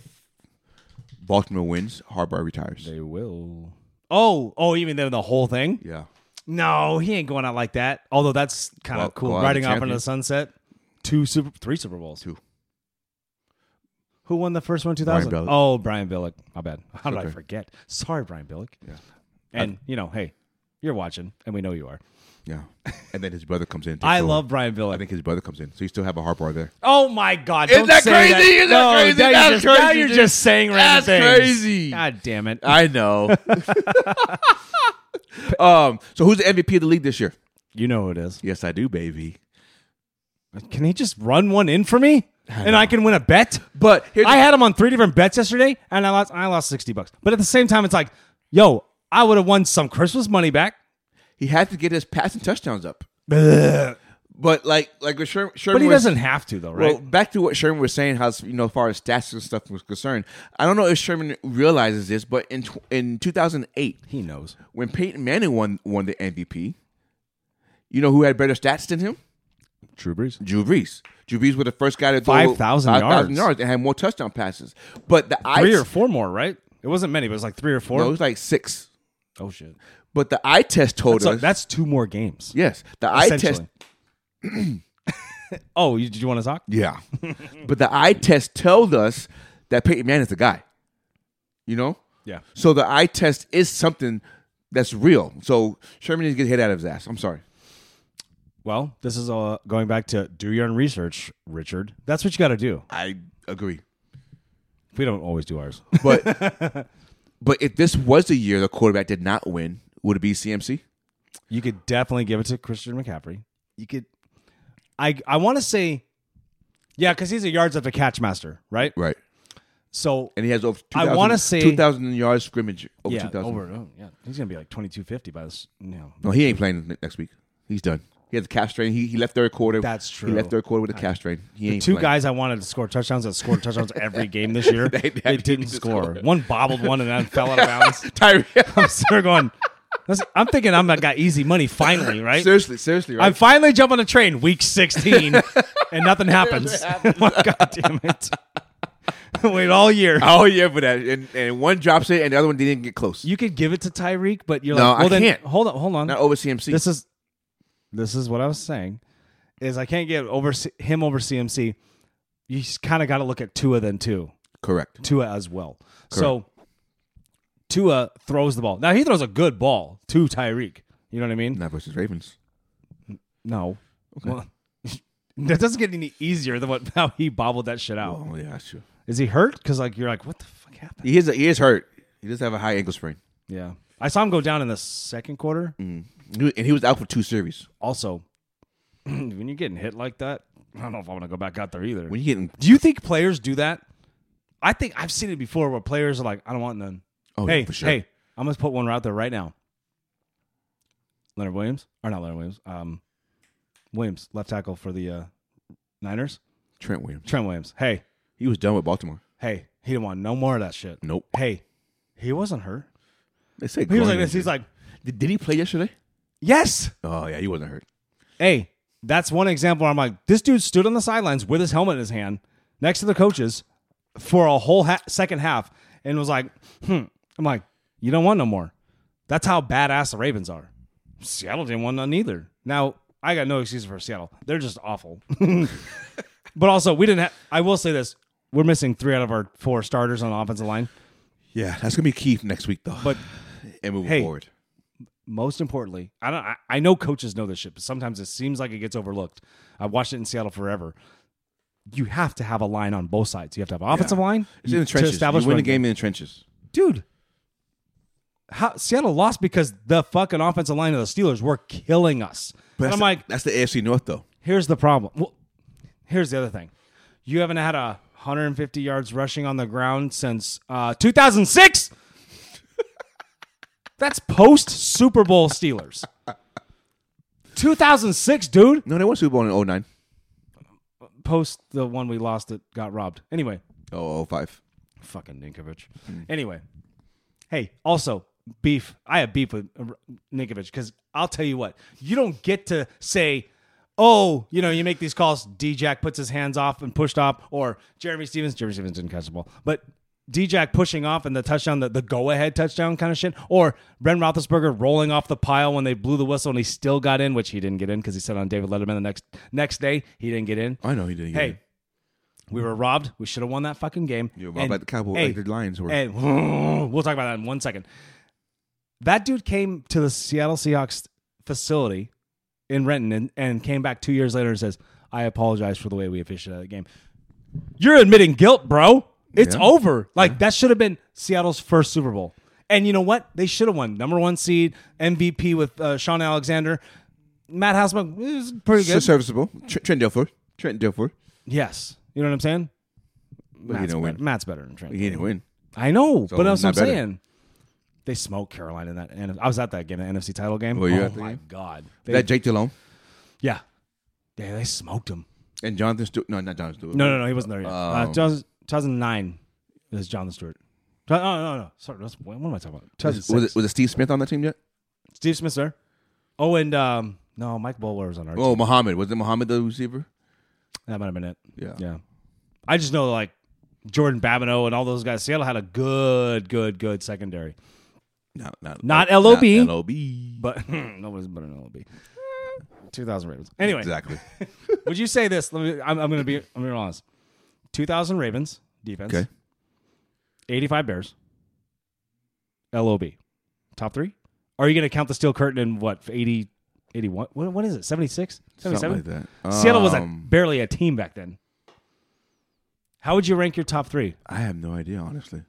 Speaker 2: Baltimore wins, Harbaugh retires.
Speaker 1: They will. Oh, oh, you mean they're the whole thing?
Speaker 2: yeah,
Speaker 1: No, he ain't going out like that. Although that's kind of
Speaker 2: Well,
Speaker 1: cool.
Speaker 2: go out as
Speaker 1: Riding
Speaker 2: a
Speaker 1: off into
Speaker 2: champion.
Speaker 1: the sunset. Two super, three Super Bowls.
Speaker 2: Two.
Speaker 1: Who won the first one? Two thousand.
Speaker 2: Billick.
Speaker 1: Oh, Brian Billick. My bad. How did I
Speaker 2: okay.
Speaker 1: forget? Sorry, Brian Billick.
Speaker 2: Yeah.
Speaker 1: And you know, hey, you're watching, and we know you are.
Speaker 2: yeah. and then his brother comes in. and takes
Speaker 1: I
Speaker 2: over.
Speaker 1: love Brian Billick.
Speaker 2: I think his brother comes in, so you still have a Harbaugh there.
Speaker 1: oh my God!
Speaker 2: Is
Speaker 1: don't
Speaker 2: that
Speaker 1: say
Speaker 2: crazy? Is that
Speaker 1: no,
Speaker 2: crazy?
Speaker 1: Now
Speaker 2: That's
Speaker 1: you're just, now
Speaker 2: crazy,
Speaker 1: you're
Speaker 2: dude.
Speaker 1: just saying random
Speaker 2: That's
Speaker 1: things.
Speaker 2: crazy.
Speaker 1: God damn it!
Speaker 2: I know. um. So who's the MVP of the league this year?
Speaker 1: You know who it is.
Speaker 2: Yes, I do, baby.
Speaker 1: Can he just run one in for me, and I can win a bet?
Speaker 2: But here's
Speaker 1: I had him on three different bets yesterday, and I lost. I lost sixty bucks. But at the same time, it's like, yo, I would have won some Christmas money back.
Speaker 2: he had to get his passing touchdowns up.
Speaker 1: Ugh.
Speaker 2: But like like with Sher- Sherman,
Speaker 1: But he
Speaker 2: was-
Speaker 1: doesn't have to, though, right?
Speaker 2: Well, back to what Sherman was saying, how you know, as far as stats and stuff was concerned, I don't know if Sherman realizes this, but in tw- in 2008,
Speaker 1: he knows.
Speaker 2: when Peyton Manning won won the MVP, you know who had better stats than him?
Speaker 1: Drew Brees.
Speaker 2: Drew Brees. Drew Brees was the first guy to throw
Speaker 1: 5,000 yards.
Speaker 2: yards and had more touchdown passes. But the
Speaker 1: Three
Speaker 2: eye
Speaker 1: or four more, right? It wasn't many, but it was like three or four.
Speaker 2: no, it was like six.
Speaker 1: Oh shit!
Speaker 2: But the eye test told
Speaker 1: So
Speaker 2: us
Speaker 1: that's two more games.
Speaker 2: yes, the eye test
Speaker 1: essentially. oh, you, did you want to talk?
Speaker 2: Yeah. but the eye test told us that Peyton Manning is the guy. You know?
Speaker 1: Yeah.
Speaker 2: So the eye test is something that's real. So Sherman needs to get hit out of his ass. I'm sorry.
Speaker 1: Well, this is uh, going back to do your own research, Richard. That's what you got to do.
Speaker 2: I agree.
Speaker 1: We don't always do ours.
Speaker 2: But but if this was the year the quarterback did not win, would it be CMC?
Speaker 1: You could definitely give it to Christian McCaffrey. You could. I I want to say, yeah, because he's a yards after catch master, right?
Speaker 2: Right.
Speaker 1: So
Speaker 2: And he has over 2,000,
Speaker 1: I wanna say-
Speaker 2: 2,000 yards scrimmage. Over
Speaker 1: yeah,
Speaker 2: 2,000.
Speaker 1: over oh, yeah, he's gonna be like twenty two fifty by this. You know,
Speaker 2: No, he ain't playing ne- next week. He's done. He has a calf strain. He, he left third quarter.
Speaker 1: That's
Speaker 2: He
Speaker 1: true.
Speaker 2: left third quarter with a calf strain. He ain't
Speaker 1: two
Speaker 2: playing.
Speaker 1: guys I wanted to score touchdowns that scored touchdowns every game this year.
Speaker 2: They-
Speaker 1: they,
Speaker 2: they
Speaker 1: didn't
Speaker 2: didn't
Speaker 1: score.
Speaker 2: score.
Speaker 1: One bobbled one and then fell out of bounds.
Speaker 2: Tyree.
Speaker 1: I'm sitting there going, "That's- I'm thinking I'm not got easy money finally, right?
Speaker 2: seriously, seriously, right?
Speaker 1: I'm finally jumping a train week 16 and nothing happens. God damn it. Wait all year.
Speaker 2: Oh yeah, for that. And, and one drops it, and the other one didn't get close.
Speaker 1: You could give it to Tyreek, but you're
Speaker 2: No,
Speaker 1: like, well,
Speaker 2: I
Speaker 1: then
Speaker 2: can't.
Speaker 1: hold on, hold on.
Speaker 2: Not over CMC.
Speaker 1: This is this is what I was saying is I can't get over C- him over CMC. You kind of got to look at Tua then too.
Speaker 2: correct.
Speaker 1: Tua as well. So Tua throws the ball. Now he throws a good ball to Tyreek. You know what I mean?
Speaker 2: Not versus Ravens.
Speaker 1: No. Well, that doesn't get any easier than what how he bobbled that shit out.
Speaker 2: Oh yeah, that's true.
Speaker 1: Is he hurt? Because like you're like, what the fuck happened?
Speaker 2: He is he is hurt. He does have a high ankle sprain,
Speaker 1: Yeah. I saw him go down in the second quarter.
Speaker 2: He was- and he was out for two series.
Speaker 1: Also, when you're getting hit like that, I don't know if I want to go back out there either.
Speaker 2: When you getting
Speaker 1: Do you think players do that? I think I've seen it before where players are like, I don't want none.
Speaker 2: oh
Speaker 1: hey,
Speaker 2: yeah, for sure.
Speaker 1: hey, I'm gonna put one out there right now. Leonard Williams, or not Leonard Williams? Um, Williams, left tackle for the uh, Niners.
Speaker 2: Trent Williams.
Speaker 1: Trent Williams. Hey,
Speaker 2: He was done with Baltimore.
Speaker 1: hey, he didn't want no more of that shit.
Speaker 2: Nope.
Speaker 1: Hey, he wasn't hurt.
Speaker 2: They say
Speaker 1: He was like
Speaker 2: groin
Speaker 1: this.
Speaker 2: injury.
Speaker 1: He's like,
Speaker 2: did, did he play yesterday?
Speaker 1: yes.
Speaker 2: Oh yeah, he wasn't hurt.
Speaker 1: Hey, that's one example. Where I'm like, this dude stood on the sidelines with his helmet in his hand, next to the coaches, for a whole ha- second half, and was like, hmm. I'm like, you don't want no more. That's how badass the Ravens are. Seattle didn't want none either. Now I got no excuse for Seattle. They're just awful. but also, we didn't. have I will say this: we're missing three out of our four starters on the offensive line.
Speaker 2: Yeah, that's gonna be key for next week though.
Speaker 1: But
Speaker 2: and moving
Speaker 1: hey.
Speaker 2: forward,
Speaker 1: most importantly, I don't. I, I know coaches know this shit, but sometimes it seems like it gets overlooked. I watched it in Seattle forever. You have to have a line on both sides. You have to have an offensive line
Speaker 2: it's in the
Speaker 1: to
Speaker 2: trenches. You
Speaker 1: establish
Speaker 2: win the
Speaker 1: running
Speaker 2: game in the trenches.
Speaker 1: dude. How Seattle lost because the fucking offensive line of the Steelers were killing us. and
Speaker 2: But that's
Speaker 1: I'm
Speaker 2: the-
Speaker 1: like,
Speaker 2: that's the AFC North though.
Speaker 1: here's the problem. Well, here's the other thing. You haven't had a 150 yards rushing on the ground since uh, 2006. That's post Super Bowl Steelers. 2006, dude.
Speaker 2: oh No, they won Super Bowl in 09.
Speaker 1: Post the one we lost that got robbed. Anyway,
Speaker 2: Oh, 05.
Speaker 1: Fucking Ninkovich. Anyway, hey, also beef. I have beef with uh, Ninkovich because I'll tell you what, you don't get to say, oh, you know, you make these calls. D Jack puts his hands off and pushed off, or Jeremy Stevens. Jeremy Stevens didn't catch the ball, but. D Jack pushing off and the touchdown, the, the go ahead touchdown kind of shit, or Ben Roethlisberger rolling off the pile when they blew the whistle and he still got in, which he didn't get in because he said on David Letterman the next next day he didn't get in.
Speaker 2: I know he didn't get
Speaker 1: Hey, we were robbed. We should have won that fucking game.
Speaker 2: You were robbed by the Cowboys, like the Lions were.
Speaker 1: And we'll talk about that in one second. That dude came to the Seattle Seahawks facility in Renton and, and came back two years later and says, I apologize for the way we officiated that game. You're admitting guilt, bro. It's
Speaker 2: Yeah.
Speaker 1: over. Like, that should have been Seattle's first Super Bowl. And you know what? They should have won. Number one seed, MVP with uh, Sean Alexander. Matt Hausman is pretty
Speaker 2: So
Speaker 1: good.
Speaker 2: serviceable. Tr- Trent Dilfer. Trent Dilfer.
Speaker 1: Yes. You know what I'm saying?
Speaker 2: But he
Speaker 1: Matt's,
Speaker 2: didn't
Speaker 1: better.
Speaker 2: win.
Speaker 1: Matt's better than Trent.
Speaker 2: He didn't win.
Speaker 1: I know, but that's what I'm
Speaker 2: not better.
Speaker 1: saying. They smoked Carolina in that. N- I was at that game, the NFC title game.
Speaker 2: Were you
Speaker 1: oh
Speaker 2: at the
Speaker 1: my
Speaker 2: game?
Speaker 1: god! They-
Speaker 2: That Jake Delhomme
Speaker 1: yeah, they, they smoked him.
Speaker 2: and Jonathan Stewart. No, not Jonathan Stewart.
Speaker 1: No, no, no, he wasn't there yet. Uh,
Speaker 2: Oh.
Speaker 1: 2000 2009 is Jonathan Stewart. Oh no, no, no. Sorry, that's, what am I talking about?
Speaker 2: Was,
Speaker 1: 2006.
Speaker 2: was it, was it Steve Smith on that team yet?
Speaker 1: Steve Smith there? Oh, and um, no, Mike Bowler was on our. team.
Speaker 2: Oh, Muhammad. Was it Muhammad the receiver?
Speaker 1: That might have been it.
Speaker 2: Yeah.
Speaker 1: Yeah, I just know like Jordan Babineau and all those guys. Seattle had a good, good, good secondary.
Speaker 2: Not, not,
Speaker 1: Not LOB.
Speaker 2: Not LOB.
Speaker 1: But nobody's better than LB. 2000 Ravens. Hmm. Anyway,
Speaker 2: Exactly.
Speaker 1: would you say this? Let me, I'm, I'm going to be I'm gonna be honest. 2000 Ravens defense.
Speaker 2: Okay.
Speaker 1: 85 Bears. LOB. Top three? Are you going to count the steel curtain in what? 80, 81? What, what is it? 76? 77?
Speaker 2: Something like that.
Speaker 1: Seattle was a,
Speaker 2: Um,
Speaker 1: barely a team back then. How would you rank your top three?
Speaker 2: I have no idea, honestly.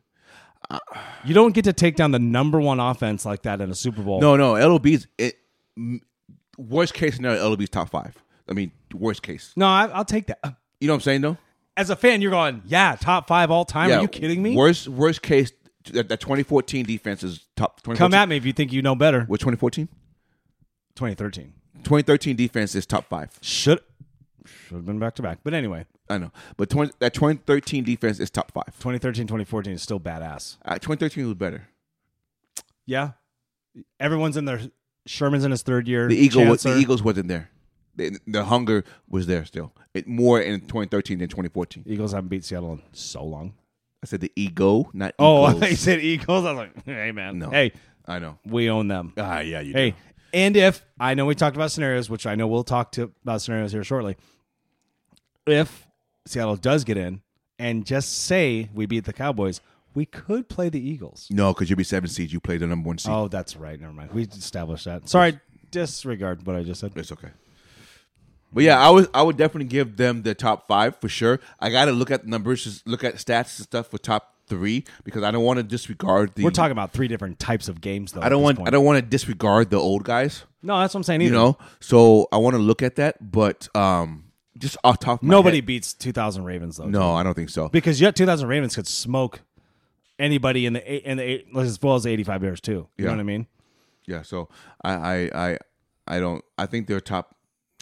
Speaker 1: You don't get to take down the number one offense like that in a Super Bowl.
Speaker 2: No, no. LOB's it, m- worst case scenario. LOB's top five. I mean, worst case.
Speaker 1: no I, I'll take that.
Speaker 2: You know what I'm saying, though.
Speaker 1: As a fan, you're going, yeah, top five all time.
Speaker 2: Yeah,
Speaker 1: Are you kidding me?
Speaker 2: Worst worst case. That, that 2014 defense is top. 2014,
Speaker 1: Come at me if you think you know better.
Speaker 2: What 2014?
Speaker 1: 2013
Speaker 2: 2013 defense is top five.
Speaker 1: should should have been back to back, but anyway,
Speaker 2: I know, but 20, that 2013 defense is top five.
Speaker 1: 2013 2014 is still badass.
Speaker 2: Uh, 2013 was better.
Speaker 1: Yeah, everyone's in their Sherman's in his third year.
Speaker 2: The eagle, was,
Speaker 1: Chancellor.
Speaker 2: the Eagles wasn't there. The, the hunger was there still. It, more in 2013 than 2014.
Speaker 1: Eagles haven't beat Seattle in so long.
Speaker 2: I said the ego, not
Speaker 1: Oh, I
Speaker 2: Eagles.
Speaker 1: thought you said Eagles. I was like, hey man,
Speaker 2: No.
Speaker 1: hey,
Speaker 2: I know.
Speaker 1: we own them.
Speaker 2: Ah, yeah, you.
Speaker 1: Hey,
Speaker 2: do.
Speaker 1: and if I know we talked about scenarios, which I know we'll talk to about scenarios here shortly. If Seattle does get in, and just say we beat the Cowboys, we could play the Eagles.
Speaker 2: no, because you'll be seven seed. You play the number one seed.
Speaker 1: Oh, that's right. Never mind. We established that. Sorry, disregard what I just said.
Speaker 2: It's okay. But yeah, I was I would definitely give them the top five for sure. I got to look at numbers, just look at stats and stuff for top three because I don't want to disregard the.
Speaker 1: We're talking about three different types of games, though.
Speaker 2: I don't want I don't want to disregard the old guys.
Speaker 1: No, that's what I'm saying.
Speaker 2: You
Speaker 1: Either.
Speaker 2: know, so I want to look at that, but um, just off top. Of my
Speaker 1: nobody
Speaker 2: head-
Speaker 1: beats 2,000 Ravens though,
Speaker 2: no, I don't think so.
Speaker 1: because yet 2,000 Ravens could smoke anybody in the eight, in the eight, as well as the 85 Bears too. You
Speaker 2: Yeah.
Speaker 1: know what I mean?
Speaker 2: Yeah, so I I I, I don't. I think they're top.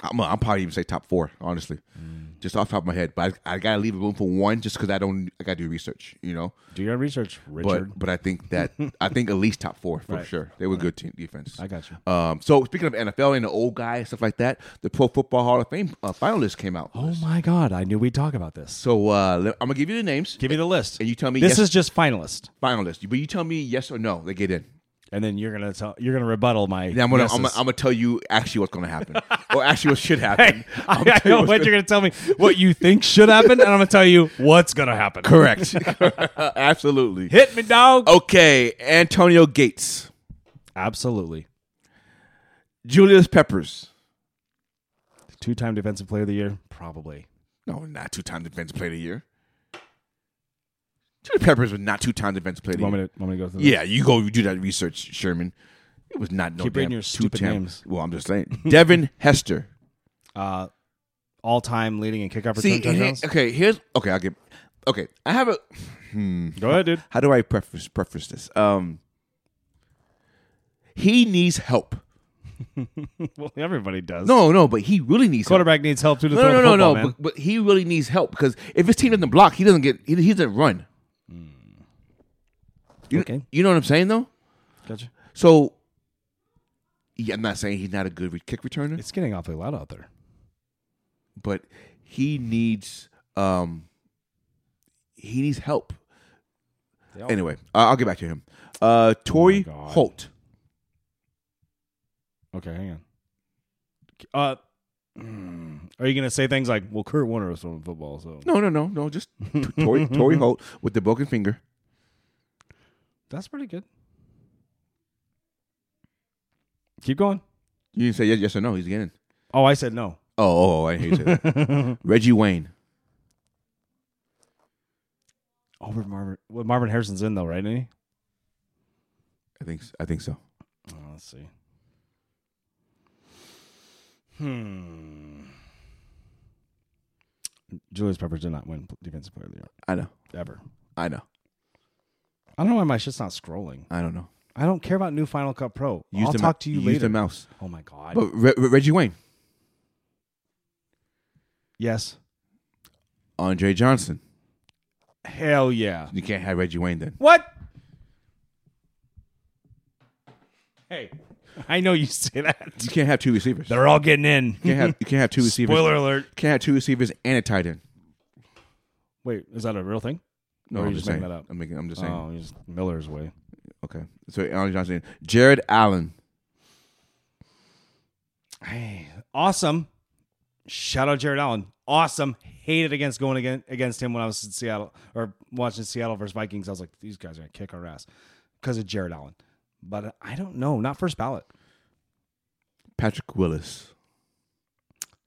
Speaker 2: I'm, I'm probably even say top four, honestly,
Speaker 1: Mm.
Speaker 2: just off the top of my head. But I, I gotta leave room for one, just because I don't. I gotta do research, you know.
Speaker 1: Do your own research, Richard.
Speaker 2: But but I think that I think at least top four for
Speaker 1: Right.
Speaker 2: sure. They were good team defense.
Speaker 1: I got you.
Speaker 2: Um, so speaking of NFL and the old guy and stuff like that, the Pro Football Hall of Fame uh, finalists came out.
Speaker 1: oh my God, I knew we'd talk about this.
Speaker 2: So uh, le- I'm gonna give you the names.
Speaker 1: Give me the list.
Speaker 2: And you tell me
Speaker 1: this
Speaker 2: yes-
Speaker 1: is just finalist,
Speaker 2: finalists, but you tell me yes or no. They get in.
Speaker 1: and then you're gonna tell you're gonna rebuttal my.
Speaker 2: Then I'm gonna
Speaker 1: guesses.
Speaker 2: I'm, gonna- I'm gonna tell you actually what's gonna happen, or actually what should happen. I'm
Speaker 1: I know what you're gonna tell me what you think should happen, and I'm gonna tell you what's gonna happen.
Speaker 2: Correct. Absolutely.
Speaker 1: Hit me, dog.
Speaker 2: Okay, Antonio Gates,
Speaker 1: Absolutely.
Speaker 2: Julius Peppers.
Speaker 1: Two time defensive player of the year? Probably.
Speaker 2: No, not two-time defensive player of the year. Julius Peppers was not two-time defensive player of the
Speaker 1: Want
Speaker 2: year.
Speaker 1: me to, want me to go through
Speaker 2: Yeah, you go you do that research, Sherman. It was not no
Speaker 1: Keep reading
Speaker 2: damn
Speaker 1: your stupid
Speaker 2: two-time-
Speaker 1: names.
Speaker 2: Well, I'm just saying. Devin Hester.
Speaker 1: that? Uh, All time leading in kickoff return
Speaker 2: See,
Speaker 1: touchdowns?
Speaker 2: he- okay, here's okay. I'll get okay. I have a
Speaker 1: go ahead, dude.
Speaker 2: how do I preface preface this? Um, he needs help.
Speaker 1: well, everybody does.
Speaker 2: No, no, but he really needs help.
Speaker 1: Quarterback needs help too to
Speaker 2: No,
Speaker 1: throw
Speaker 2: no,
Speaker 1: the
Speaker 2: no,
Speaker 1: football,
Speaker 2: no,
Speaker 1: man.
Speaker 2: But, but he really needs help because if his team doesn't block, he doesn't get. He, he doesn't run. You,
Speaker 1: Okay.
Speaker 2: You know what I'm saying though.
Speaker 1: Gotcha.
Speaker 2: So, yeah, I'm not saying he's not a good re- kick returner,
Speaker 1: It's getting awfully loud out there.
Speaker 2: but he needs um he needs help.
Speaker 1: They all-
Speaker 2: Anyway, I- I'll get back to him. Uh, Tori
Speaker 1: Oh God.
Speaker 2: Holt.
Speaker 1: Okay, hang on. Uh, mm, are you gonna say things like, "Well, Kurt Warner was from football, so
Speaker 2: No, no, no, no. Just T- Tori Tori Holt with the broken finger.
Speaker 1: that's pretty good." Keep going.
Speaker 2: You didn't say yes, yes or no. He's getting.
Speaker 1: Oh, I said no.
Speaker 2: Oh, oh, oh I hate that. Reggie Wayne.
Speaker 1: Oh, but Marvin. Well, Marvin Harrison's in though, right? Isn't he?
Speaker 2: I think. s- I think so.
Speaker 1: Oh, let's see. Hmm. Julius Peppers did not win defensive player of the year
Speaker 2: I know.
Speaker 1: ever.
Speaker 2: I know.
Speaker 1: I don't know why my shit's not scrolling.
Speaker 2: I don't know.
Speaker 1: I don't care about new Final Cut Pro.
Speaker 2: Use
Speaker 1: I'll
Speaker 2: the
Speaker 1: talk
Speaker 2: mou-
Speaker 1: to you
Speaker 2: use
Speaker 1: later.
Speaker 2: the mouse.
Speaker 1: oh my god.
Speaker 2: But Re- Re- Reggie Wayne,
Speaker 1: yes.
Speaker 2: Andre Johnson.
Speaker 1: Hell yeah.
Speaker 2: You can't have Reggie Wayne then.
Speaker 1: What? Hey, I know you say that.
Speaker 2: You can't have two receivers. You
Speaker 1: They're all getting in.
Speaker 2: can't have, you can't have two receivers.
Speaker 1: Spoiler alert.
Speaker 2: Can't have two receivers and a tight end.
Speaker 1: Wait, is that a real thing?
Speaker 2: No,
Speaker 1: Or
Speaker 2: I'm
Speaker 1: you're
Speaker 2: just
Speaker 1: just making
Speaker 2: saying.
Speaker 1: that up?
Speaker 2: I'm making. I'm just saying.
Speaker 1: Oh, just Miller's way.
Speaker 2: Okay. So Andre Johnson, Jared Allen.
Speaker 1: Hey, awesome. Shout out Jared Allen. Awesome. Hated against going against, against him when I was in Seattle or watching Seattle versus Vikings. I was like, these guys are gonna kick our ass because of Jared Allen. But I don't know. Not first ballot.
Speaker 2: Patrick Willis.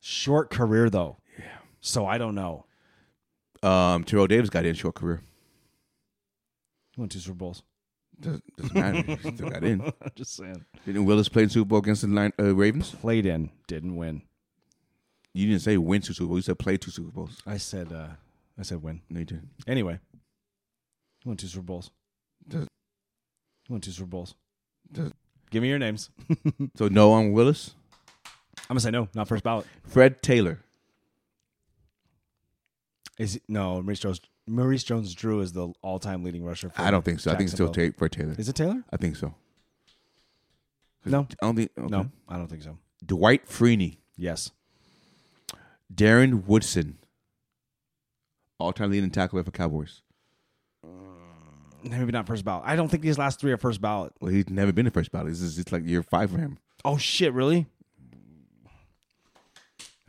Speaker 1: Short career though. Yeah. So I don't know.
Speaker 2: Um, Terrell Davis got in short career.
Speaker 1: He won two Super Bowls.
Speaker 2: Doesn't, doesn't matter. He still got in.
Speaker 1: I'm just saying.
Speaker 2: Didn't Willis play in Super Bowl against the Lion, uh, Ravens?
Speaker 1: Played in, didn't win.
Speaker 2: You didn't say win two Super Bowls. You said play two Super Bowls.
Speaker 1: I said uh I said win.
Speaker 2: No, you didn't.
Speaker 1: Anyway. He won two Super Bowls.
Speaker 2: Does-
Speaker 1: He won two Super Bowls.
Speaker 2: Does-
Speaker 1: Give me your names. I'm
Speaker 2: So no on Willis.
Speaker 1: gonna say no, not first ballot.
Speaker 2: Fred Taylor.
Speaker 1: Is it, no Maurice Jones? Maurice Jones-Drew is the all-time leading rusher. For
Speaker 2: I don't think so. I think it's still
Speaker 1: Jacksonville.
Speaker 2: ta- Fred Taylor.
Speaker 1: Is it Taylor?
Speaker 2: I think so.
Speaker 1: No,
Speaker 2: I don't think. okay.
Speaker 1: no, I don't think so.
Speaker 2: Dwight Freeney,
Speaker 1: Yes,
Speaker 2: Darren Woodson, all-time leading tackler for Cowboys.
Speaker 1: maybe not first ballot. I don't think these last three are first ballot.
Speaker 2: Well, he's never been a first ballot. This is it's like year five for him.
Speaker 1: Oh shit, really?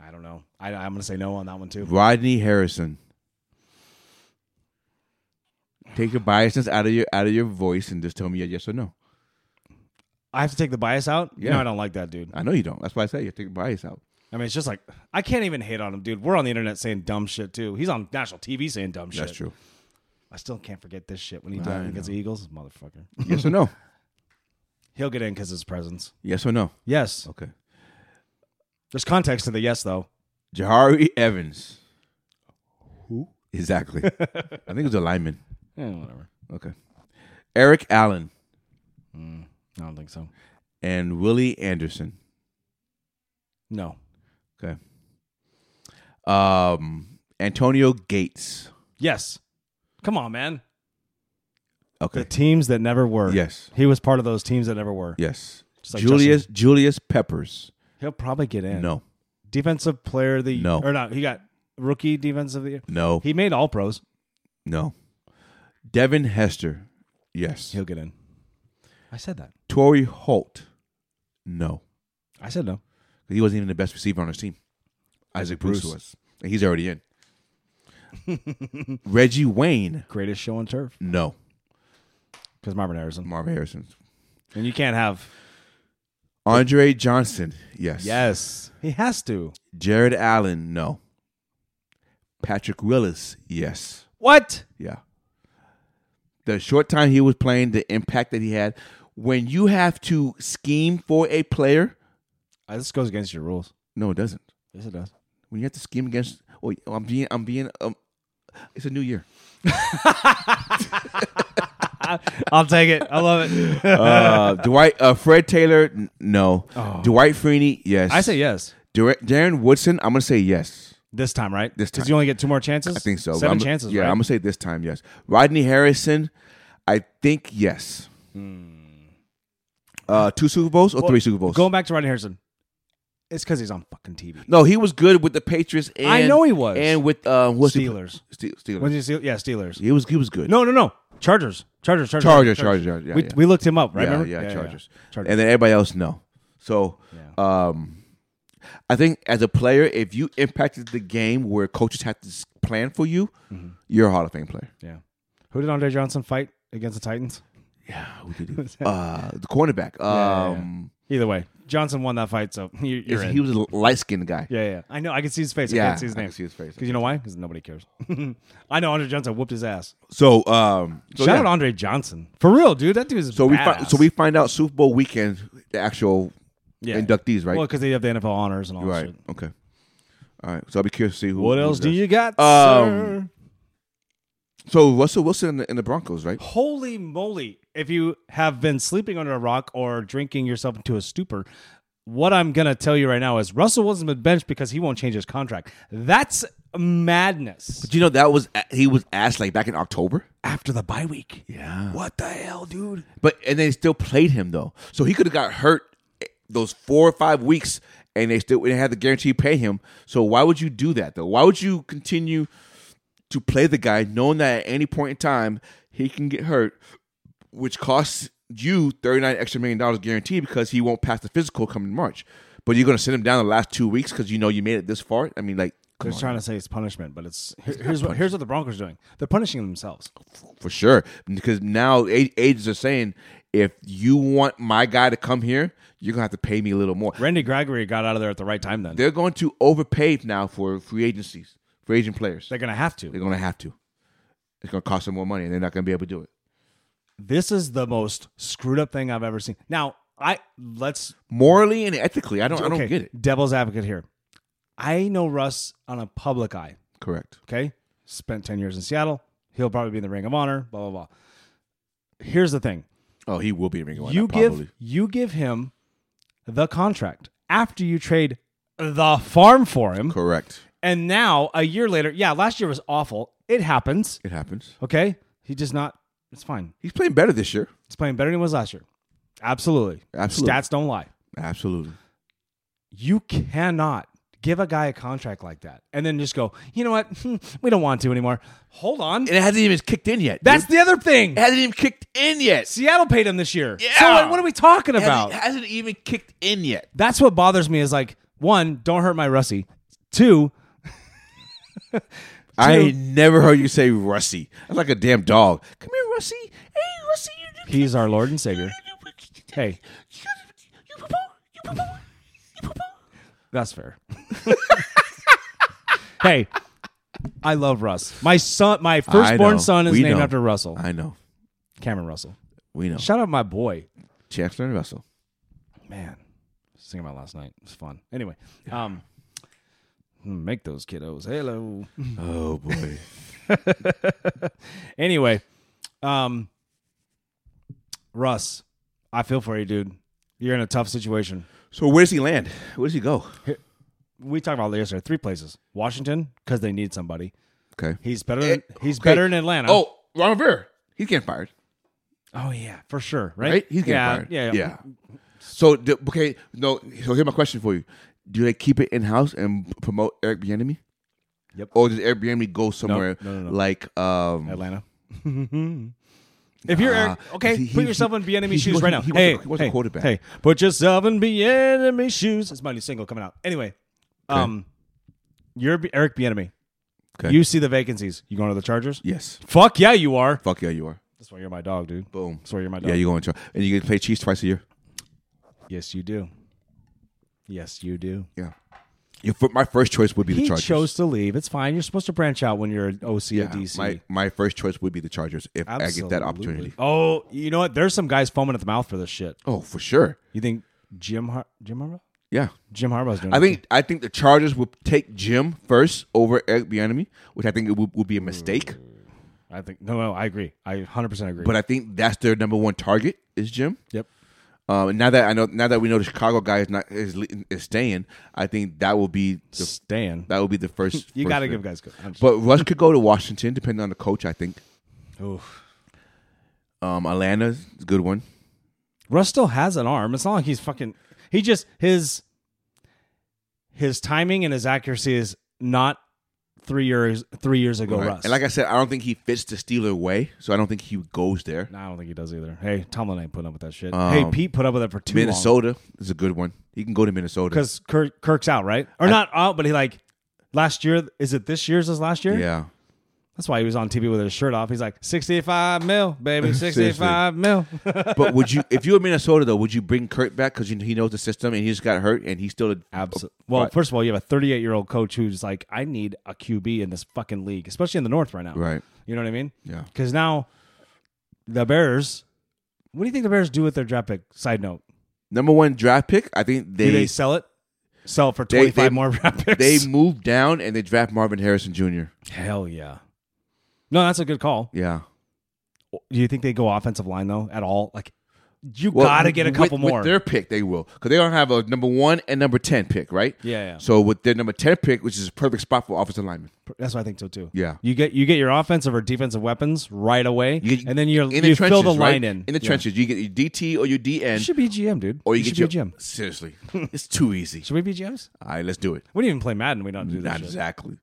Speaker 1: I don't know. I, I'm gonna say no on that one too.
Speaker 2: Rodney Harrison. Take your biasness out of your out of your voice and just tell me a yes or no.
Speaker 1: I have to take the bias out.
Speaker 2: Yeah.
Speaker 1: No, I don't like that dude.
Speaker 2: I know you don't. That's why I say you take your bias out.
Speaker 1: I mean, it's just like I can't even hate on him, dude. We're on the internet saying dumb shit too. He's on national TV saying dumb shit.
Speaker 2: That's true.
Speaker 1: I still can't forget this shit when he
Speaker 2: I
Speaker 1: died against the Eagles, motherfucker.
Speaker 2: Yes or no.
Speaker 1: He'll get in because his presence.
Speaker 2: Yes or no.
Speaker 1: Yes,
Speaker 2: Okay.
Speaker 1: there's context to the yes though.
Speaker 2: Jahari Evans.
Speaker 1: Who?
Speaker 2: Exactly. I think it was a lineman.
Speaker 1: Eh, whatever.
Speaker 2: Okay. Eric Allen
Speaker 1: I don't think so.
Speaker 2: and Willie Anderson.
Speaker 1: No.
Speaker 2: Okay. Um, Antonio Gates.
Speaker 1: Yes. Come on, man. The
Speaker 2: Okay.
Speaker 1: teams that never were.
Speaker 2: Yes.
Speaker 1: He was part of those teams that never were.
Speaker 2: Yes.
Speaker 1: Just like
Speaker 2: Julius Julius Peppers.
Speaker 1: He'll probably get in.
Speaker 2: No.
Speaker 1: Defensive player of the
Speaker 2: No.
Speaker 1: Or not. He got rookie defensive of the year.
Speaker 2: No.
Speaker 1: He made all pros.
Speaker 2: no. Devin Hester. Yes.
Speaker 1: He'll get in. I said that.
Speaker 2: Torrey Holt. No.
Speaker 1: I said no.
Speaker 2: He wasn't even the best receiver on his team. Isaac Bruce,
Speaker 1: Bruce.
Speaker 2: was. And he's already in. Reggie Wayne.
Speaker 1: Greatest show on turf
Speaker 2: No.
Speaker 1: because Marvin Harrison.
Speaker 2: Marvin Harrison.
Speaker 1: And you can't have.
Speaker 2: Andre Johnson. Yes.
Speaker 1: Yes. He has to.
Speaker 2: Jared Allen. No. Patrick Willis. Yes.
Speaker 1: What?
Speaker 2: Yeah. The short time he was playing, the impact that he had. When you have to scheme for a player,
Speaker 1: Uh, this goes against your rules.
Speaker 2: no, it doesn't.
Speaker 1: Yes, it does.
Speaker 2: When you have to scheme against, oh, I'm being, I'm being, um, it's a new year.
Speaker 1: I'll take it. I love it.
Speaker 2: Uh, Dwight, uh, Fred Taylor, n- no. Dwight Freeney, yes.
Speaker 1: Oh. I say yes
Speaker 2: Dur- Darren Woodson, I'm gonna say yes.
Speaker 1: this time, right?
Speaker 2: This
Speaker 1: because
Speaker 2: time.
Speaker 1: you only get two more chances.
Speaker 2: I think so.
Speaker 1: 7
Speaker 2: I'm-
Speaker 1: chances.
Speaker 2: Yeah,
Speaker 1: right?
Speaker 2: I'm gonna say this time yes. Rodney Harrison, I think yes.
Speaker 1: Hmm.
Speaker 2: Uh, two Super Bowls or three Super Bowls?
Speaker 1: Going back to Rodney Harrison, it's because he's on fucking TV.
Speaker 2: no, he was good with the Patriots. And,
Speaker 1: I know he was.
Speaker 2: and with uh, what's he-
Speaker 1: Steelers.
Speaker 2: Ste- Steelers.
Speaker 1: When did you see? Yeah, Steelers.
Speaker 2: he was he was good.
Speaker 1: No, no, no. Chargers. Chargers. Chargers.
Speaker 2: Chargers, Chargers, yeah,
Speaker 1: we,
Speaker 2: yeah.
Speaker 1: we looked him up, right?
Speaker 2: yeah,
Speaker 1: Remember?
Speaker 2: yeah, Chargers.
Speaker 1: Chargers.
Speaker 2: And then everybody else no. So, um, I think as a player, if you impacted the game where coaches had to s- plan for you, you're a Hall of Fame player.
Speaker 1: Yeah. Who did Andre Johnson fight against the Titans?
Speaker 2: Yeah, we could do. uh, the cornerback.
Speaker 1: yeah, yeah.
Speaker 2: Um,
Speaker 1: Either way, Johnson won that fight, so you- you're in.
Speaker 2: he was a light skinned guy.
Speaker 1: yeah, yeah. I know. I can see his face.
Speaker 2: Yeah,
Speaker 1: I can't see his
Speaker 2: I
Speaker 1: name.
Speaker 2: can see his face.
Speaker 1: Because you know why? Because nobody cares. I know Andre Johnson whooped his ass.
Speaker 2: So, um, so
Speaker 1: Shout
Speaker 2: yeah.
Speaker 1: out Andre Johnson for real, dude. That dude is
Speaker 2: So we find,
Speaker 1: badass.
Speaker 2: so we find out Super Bowl weekend the actual
Speaker 1: Yeah.
Speaker 2: inductees, right?
Speaker 1: well because they have the NFL honors and all that
Speaker 2: right.
Speaker 1: shit.
Speaker 2: Okay. All right. So I'll be curious to see who.
Speaker 1: What
Speaker 2: who
Speaker 1: else do
Speaker 2: does.
Speaker 1: you got, sir?
Speaker 2: Um, So Russell Wilson in the, in the Broncos, right?
Speaker 1: Holy moly! If you have been sleeping under a rock or drinking yourself into a stupor, what I'm gonna tell you right now is Russell Wilson been benched because he won't change his contract. That's madness.
Speaker 2: Do you know that was he was asked like back in October?
Speaker 1: After the bye week,
Speaker 2: Yeah.
Speaker 1: What the hell, dude?
Speaker 2: But and they still played him though, so he could have got hurt eh, those four or five weeks, and they still didn't have the guarantee pay him. So why would you do that though? Why would you continue to play the guy knowing that at any point in time he can get hurt, which costs you thirty nine extra million dollars guaranteed because he won't pass the physical coming March. But you're going to send him down the last two weeks because you know you made it this far. I mean, like
Speaker 1: They're trying to say it's punishment, but it's here- here's what here's what the Broncos are doing. They're punishing themselves.
Speaker 2: for sure because now a- agents are saying if you want my guy to come here, you're gonna have to pay me a little more.
Speaker 1: Randy Gregory got out of there at the right time. Then
Speaker 2: They're going to overpay now for free agencies, free agent players.
Speaker 1: they're gonna have to.
Speaker 2: They're going to have to. It's going to cost them more money, and they're not going to be able to do it.
Speaker 1: this is the most screwed up thing I've ever seen. Now, I let's
Speaker 2: Morally and ethically, I don't, I don't
Speaker 1: okay,
Speaker 2: get it.
Speaker 1: Devil's advocate here. I know Russ on a public eye.
Speaker 2: Correct.
Speaker 1: Okay, spent ten years in Seattle. He'll probably be in the Ring of Honor. Blah blah blah. Here's the thing:
Speaker 2: Oh, he will be a ring of honor,
Speaker 1: you
Speaker 2: probably.
Speaker 1: give you give him the contract after you trade the farm for him,
Speaker 2: Correct.
Speaker 1: and now a year later, yeah, last year was awful. It happens.
Speaker 2: It happens.
Speaker 1: Okay, he just not. It's fine.
Speaker 2: He's playing better this year.
Speaker 1: He's playing better than he was last year. Absolutely.
Speaker 2: Absolutely.
Speaker 1: Stats don't lie.
Speaker 2: Absolutely.
Speaker 1: you cannot give a guy a contract like that and then just go, you know what? Hmm, we don't want to anymore. Hold on.
Speaker 2: And it hasn't even kicked in yet.
Speaker 1: That's
Speaker 2: dude.
Speaker 1: the other thing.
Speaker 2: it hasn't even kicked in yet.
Speaker 1: Seattle paid him this year.
Speaker 2: Yeah.
Speaker 1: So like, what are we talking
Speaker 2: It hasn't-
Speaker 1: about?
Speaker 2: it hasn't even kicked in yet.
Speaker 1: That's what bothers me is like, one, don't hurt my Russie. Two,
Speaker 2: I
Speaker 1: Two-
Speaker 2: ain't never heard you say Russie. That's like a damn dog. Come here, Russie. Hey, Russie. You, you,
Speaker 1: he's our Lord and Savior. Hey,
Speaker 2: you, you, poo-poo, you, poo-poo, you, poo-poo.
Speaker 1: that's fair. hey, I love Russ. My son, my
Speaker 2: know.
Speaker 1: firstborn son is
Speaker 2: We
Speaker 1: named
Speaker 2: know.
Speaker 1: after Russell.
Speaker 2: I know.
Speaker 1: Cameron Russell.
Speaker 2: We know.
Speaker 1: Shout out my boy.
Speaker 2: Chancellor and Russell.
Speaker 1: man, singing about last night. It was fun. Anyway, um, make those kiddos. Hello.
Speaker 2: Oh boy.
Speaker 1: anyway, um, Russ, I feel for you, dude. You're in a tough situation.
Speaker 2: so where does he land? Where does he go?
Speaker 1: We talked about it yesterday. Three places: Washington, because they need somebody.
Speaker 2: Okay.
Speaker 1: He's better. Than,
Speaker 2: Eh,
Speaker 1: he's
Speaker 2: okay.
Speaker 1: better in Atlanta.
Speaker 2: Oh, Ron Rivera. He's getting fired,
Speaker 1: oh yeah, for sure. Right?
Speaker 2: right? He's getting
Speaker 1: yeah,
Speaker 2: fired.
Speaker 1: Yeah,
Speaker 2: Yeah. So do- okay, no. So here's my question for you: Do they keep it in house and promote Eric Bieniemy?
Speaker 1: Yep.
Speaker 2: Or does Eric Bieniemy go somewhere
Speaker 1: no, no, no.
Speaker 2: like um,
Speaker 1: Atlanta. If you're Eric,
Speaker 2: Nah,
Speaker 1: okay,
Speaker 2: he- he-
Speaker 1: put yourself in B enemy
Speaker 2: he- he
Speaker 1: shoes
Speaker 2: wasn't-
Speaker 1: right now.
Speaker 2: he wasn't-
Speaker 1: hey,
Speaker 2: he wasn't
Speaker 1: hey,
Speaker 2: a quarterback.
Speaker 1: Hey, put yourself in B enemy shoes. It's my new single coming out. Anyway, um, you're B- Eric B enemy.
Speaker 2: Okay.
Speaker 1: You see the vacancies. You going to the Chargers?
Speaker 2: Yes.
Speaker 1: Fuck yeah, you are.
Speaker 2: Fuck yeah, you are.
Speaker 1: That's why you're my dog, dude.
Speaker 2: Boom.
Speaker 1: That's why you're my dog.
Speaker 2: Yeah, you're going to. And you get to play Chiefs twice a year.
Speaker 1: yes, you do. Yes, you do.
Speaker 2: Yeah. Your, fir- my first choice would be the
Speaker 1: He
Speaker 2: Chargers.
Speaker 1: chose to leave. It's fine. You're supposed to branch out when you're an OC
Speaker 2: yeah,
Speaker 1: at DC.
Speaker 2: My, my first choice would be the Chargers if I get that opportunity.
Speaker 1: Oh, you know what? There's some guys foaming at the mouth for this shit.
Speaker 2: Oh, for sure.
Speaker 1: You think Jim Har- Jim Harbaugh?
Speaker 2: Yeah.
Speaker 1: Jim Harbaugh's doing.
Speaker 2: I
Speaker 1: it.
Speaker 2: think I think the Chargers will take Jim first over Eric Bieniemy, which I think it would, would be a mistake.
Speaker 1: I think no, no, I agree. I 100 percent agree.
Speaker 2: But I think that's their number one target is Jim.
Speaker 1: yep,
Speaker 2: Um, and now that I know, now that we know the Chicago guy is not is, le- is staying, I think that will be the,
Speaker 1: Stan,
Speaker 2: that will be the first.
Speaker 1: you
Speaker 2: first
Speaker 1: got to
Speaker 2: pick.
Speaker 1: give guys. good. I'm just-
Speaker 2: But Russ could go to Washington, depending on the coach. I think
Speaker 1: Oof.
Speaker 2: um, Atlanta's a good one.
Speaker 1: Russ still has an arm. It's not like he's fucking. He just his his timing and his accuracy is not three years three years ago.
Speaker 2: Right.
Speaker 1: Russ.
Speaker 2: And like I said, I don't think he fits the Steeler way, so I don't think he goes there.
Speaker 1: No, I don't think he does either. Hey, Tomlin ain't putting up with that shit. hey, Pete put up with that for too long
Speaker 2: Um, Minnesota is a good one. He can go to Minnesota.
Speaker 1: because Kirk, Kirk's out, right? Or not out, but he like last year. Is it this year's? Is last year?
Speaker 2: Yeah.
Speaker 1: That's why he was on TV with his shirt off. He's like sixty-five mil, baby,
Speaker 2: Seriously.
Speaker 1: sixty-five mil.
Speaker 2: but would you, if you were Minnesota though, would you bring Kurt back because he knows the system and he just got hurt and he's still a,
Speaker 1: Absolutely. Well,
Speaker 2: Right.
Speaker 1: first of all, you have a thirty-eight-year-old coach who's like, I need a QB in this fucking league, especially in the North right now.
Speaker 2: right?
Speaker 1: You know what I mean?
Speaker 2: Yeah.
Speaker 1: Because now the Bears. What do you think the Bears do with their draft pick? Side note:
Speaker 2: Number one draft pick, I think
Speaker 1: Do they
Speaker 2: they
Speaker 1: sell it? Sell it for
Speaker 2: They- they-
Speaker 1: twenty-five more draft picks?
Speaker 2: they moved down and they draft Marvin Harrison Jr.
Speaker 1: Hell yeah. No, that's a good call.
Speaker 2: Yeah.
Speaker 1: Do you think they go offensive line though at all? Like you
Speaker 2: Well,
Speaker 1: gotta get a
Speaker 2: with-
Speaker 1: couple
Speaker 2: with
Speaker 1: more.
Speaker 2: their pick, they will because they don't have a number one and number ten pick, right?
Speaker 1: Yeah, yeah.
Speaker 2: So with their number ten pick, which is a perfect spot for offensive lineman.
Speaker 1: that's what I think so too.
Speaker 2: Yeah.
Speaker 1: You get you get your offensive or defensive weapons right away,
Speaker 2: You get-
Speaker 1: and then you're,
Speaker 2: in
Speaker 1: you
Speaker 2: the
Speaker 1: fill the
Speaker 2: trenches, right?
Speaker 1: line in
Speaker 2: in the
Speaker 1: Yeah.
Speaker 2: trenches. You get your DT or your
Speaker 1: You
Speaker 2: DN,
Speaker 1: should be GM, dude.
Speaker 2: or you,
Speaker 1: should
Speaker 2: get
Speaker 1: be
Speaker 2: your
Speaker 1: a GM.
Speaker 2: Seriously, it's too easy.
Speaker 1: Should we be GMs?
Speaker 2: All right, let's do it.
Speaker 1: We don't even play Madden. We don't do that.
Speaker 2: Not exactly.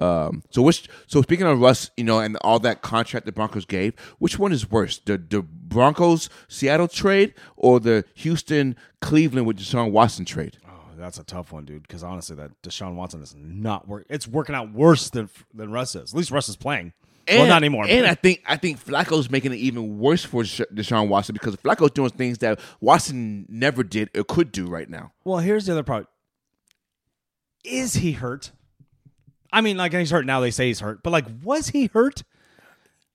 Speaker 2: Um, so which so speaking of Russ, you know, and all that contract the Broncos gave, which one is worse, the the Broncos Seattle trade or the Houston Cleveland with Deshaun Watson trade?
Speaker 1: Oh, that's a tough one, dude. Because honestly, that Deshaun Watson is not work. It's working out worse than than Russ is. At least Russ is playing. well, not anymore.
Speaker 2: And I think I think Flacco's making it even worse for Desha- Deshaun Watson because Flacco's doing things that Watson never did or could do right now.
Speaker 1: well, here's the other part. Is he hurt? I mean, like he's hurt now. They say he's hurt, but like, was he hurt?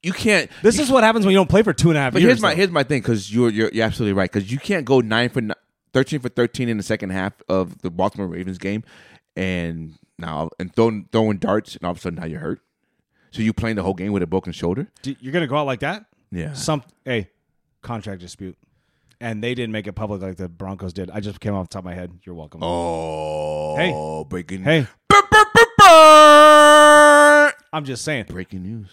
Speaker 2: You can't.
Speaker 1: This is what happens when you don't play for two and a half
Speaker 2: But
Speaker 1: years.
Speaker 2: here's my
Speaker 1: though.
Speaker 2: here's my thing because you're, you're you're absolutely right because you can't go nine for ni- thirteen for thirteen in the second half of the Baltimore Ravens game, and now and throwing throwing darts and all of a sudden now you're hurt. So you playing the whole game with a broken shoulder.
Speaker 1: D- you're gonna go out like that.
Speaker 2: Yeah.
Speaker 1: Some hey, contract dispute, and they didn't make it public like the Broncos did. I just came off the top of my head. You're welcome.
Speaker 2: Oh,
Speaker 1: Hey.
Speaker 2: breaking.
Speaker 1: Hey,
Speaker 2: Burr, burr, burr, burr.
Speaker 1: I'm just saying.
Speaker 2: breaking news.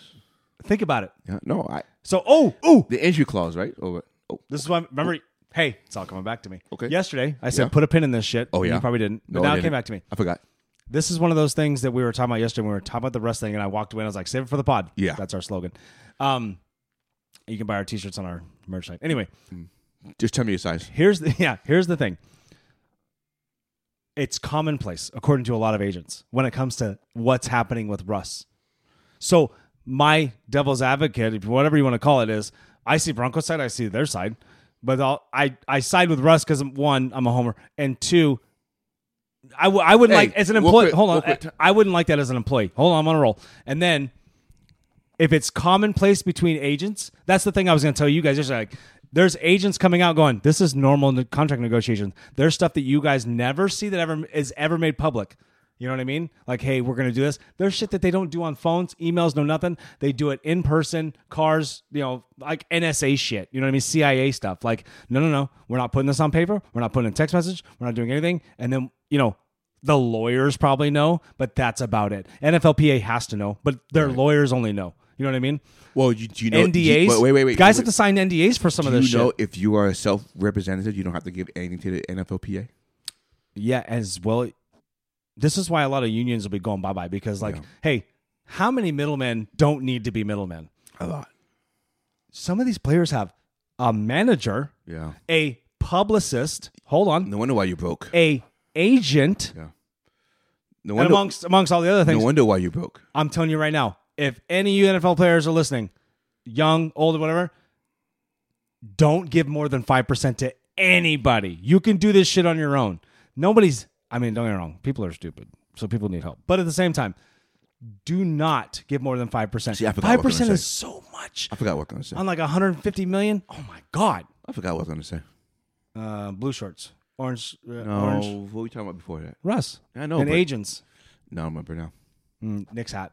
Speaker 1: Think about it.
Speaker 2: Yeah, no, I
Speaker 1: So, oh, oh,
Speaker 2: the injury clause, right? Oh, oh,
Speaker 1: This is why. Remember, hey, it's all coming back to me.
Speaker 2: Okay.
Speaker 1: Yesterday, I said
Speaker 2: Yeah.
Speaker 1: put a pin in this shit.
Speaker 2: Oh, yeah.
Speaker 1: You probably didn't. But
Speaker 2: No, I
Speaker 1: now it
Speaker 2: didn't.
Speaker 1: came back to me.
Speaker 2: I forgot.
Speaker 1: This is one of those things that we were talking about yesterday. when We were talking about the wrestling, and I walked away and I was like, "Save it for the pod."
Speaker 2: Yeah.
Speaker 1: that's our slogan. Um, you can buy our t-shirts on our merch site. Anyway,
Speaker 2: Just tell me your size.
Speaker 1: here's the yeah here's the thing it's commonplace according to a lot of agents when it comes to what's happening with russ so my devil's advocate if whatever you want to call it is i see broncos side i see their side but I'll, i i side with russ because one i'm a homer and two I w- I would
Speaker 2: Hey,
Speaker 1: like as an
Speaker 2: real
Speaker 1: employee.
Speaker 2: quick,
Speaker 1: hold
Speaker 2: real
Speaker 1: on,
Speaker 2: quick.
Speaker 1: I wouldn't like that as an employee. Hold on, I'm on a roll. And then if it's commonplace between agents, that's the thing I was going to tell you guys. Just like there's agents coming out going, this is normal ne- contract negotiations. There's stuff that you guys never see that ever is ever made public. You know what I mean? Like, hey, we're going to do this. There's shit that they don't do on phones, emails, no nothing. They do it in person, cars, you know, like NSA shit. You know what I mean? CIA stuff. Like, no, no, no. We're not putting this on paper. We're not putting it in text message. We're not doing anything. And then, you know, the lawyers probably know, but that's about it. NFLPA has to know, but their lawyers only know. You know what I mean?
Speaker 2: Well, you, do you know
Speaker 1: NDAs.
Speaker 2: You, wait, wait, wait.
Speaker 1: Guys
Speaker 2: wait,
Speaker 1: have to sign NDAs for some of
Speaker 2: Do
Speaker 1: this
Speaker 2: you know
Speaker 1: shit.
Speaker 2: if you are a self representative, you don't have to give anything to the NFLPA?
Speaker 1: Yeah, as well. This is why a lot of unions will be going bye bye because, like, hey, how many middlemen don't need to be middlemen?
Speaker 2: A lot.
Speaker 1: Some of these players have a manager,
Speaker 2: Yeah.
Speaker 1: a publicist. Hold on,
Speaker 2: No wonder why you broke.
Speaker 1: a agent,
Speaker 2: No
Speaker 1: and
Speaker 2: wonder,
Speaker 1: amongst amongst all the other
Speaker 2: no
Speaker 1: things.
Speaker 2: wonder why you broke.
Speaker 1: I'm telling you right now, if any of you NFL players are listening, young, old, or whatever, don't give more than 5% to anybody. You can do this shit on your own. Nobody's, I mean, don't get me wrong, people are stupid. So people need help. But at the same time, do not give more than 5%.
Speaker 2: See, I forgot what I was
Speaker 1: 5%
Speaker 2: gonna
Speaker 1: is
Speaker 2: say.
Speaker 1: so much.
Speaker 2: I forgot what I was going to say.
Speaker 1: On like 150 million? Oh my God.
Speaker 2: I forgot what I was going to say.
Speaker 1: Uh, blue shorts, orange, uh, orange.
Speaker 2: No, what were we talking about before that?
Speaker 1: Russ.
Speaker 2: I know,
Speaker 1: And
Speaker 2: but-
Speaker 1: agents.
Speaker 2: No, I remember now.
Speaker 1: Mm, Nick's hat.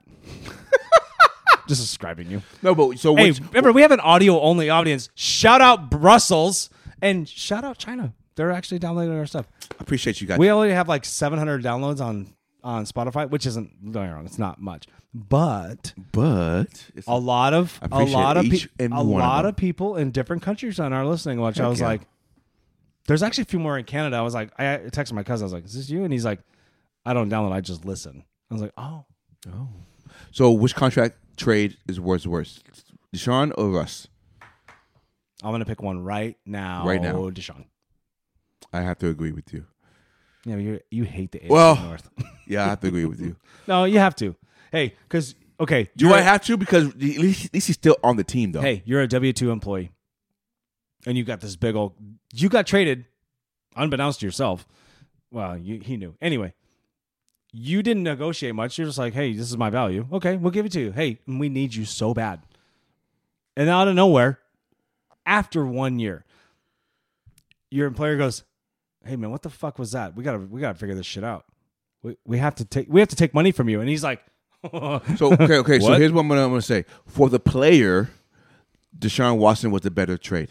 Speaker 1: just describing you.
Speaker 2: No, but so
Speaker 1: Hey,
Speaker 2: what's,
Speaker 1: remember we have an audio only audience. Shout out Brussels and shout out China. They're actually downloading our stuff.
Speaker 2: I appreciate you guys.
Speaker 1: We already have like 700 downloads on on Spotify, which isn't don't get me wrong, it's not much, but
Speaker 2: but it's,
Speaker 1: a lot of a
Speaker 2: appreciate
Speaker 1: lot of
Speaker 2: each
Speaker 1: pe-
Speaker 2: and
Speaker 1: a
Speaker 2: one of
Speaker 1: lot
Speaker 2: them.
Speaker 1: of people in different countries on our listening watch. I was
Speaker 2: yeah.
Speaker 1: like, there's actually a few more in Canada. I was like, I texted my cousin. I was like, is this you? And he's like, I don't download. I just listen. I was like, oh,
Speaker 2: so which contract trade is worse worse, Deshaun or Russ?
Speaker 1: I'm gonna pick one right now.
Speaker 2: Right now.
Speaker 1: Deshaun.
Speaker 2: I have to agree with you.
Speaker 1: Yeah, you you hate the AFC
Speaker 2: Well-
Speaker 1: North.
Speaker 2: Yeah, I have to agree with you.
Speaker 1: no, you have to. Hey, because okay,
Speaker 2: Do
Speaker 1: you're
Speaker 2: I
Speaker 1: a-
Speaker 2: have to? Because at least, at least he's still on the team, though.
Speaker 1: Hey, you're a W two employee, and you got this big old. You got traded, unbeknownst to yourself. Well, you, he knew anyway. You didn't negotiate much. You're just like, hey, this is my value. Okay, we'll give it to you. Hey, we need you so bad. And out of nowhere, after one year, your employer goes, "Hey, man, what the fuck was that? We gotta, we gotta figure this shit out. We, we have to take, we have to take money from you." And he's like, oh,
Speaker 2: So okay, okay. so
Speaker 1: What?
Speaker 2: here's what I'm gonna, I'm gonna say for the player, Deshaun Watson was the better trade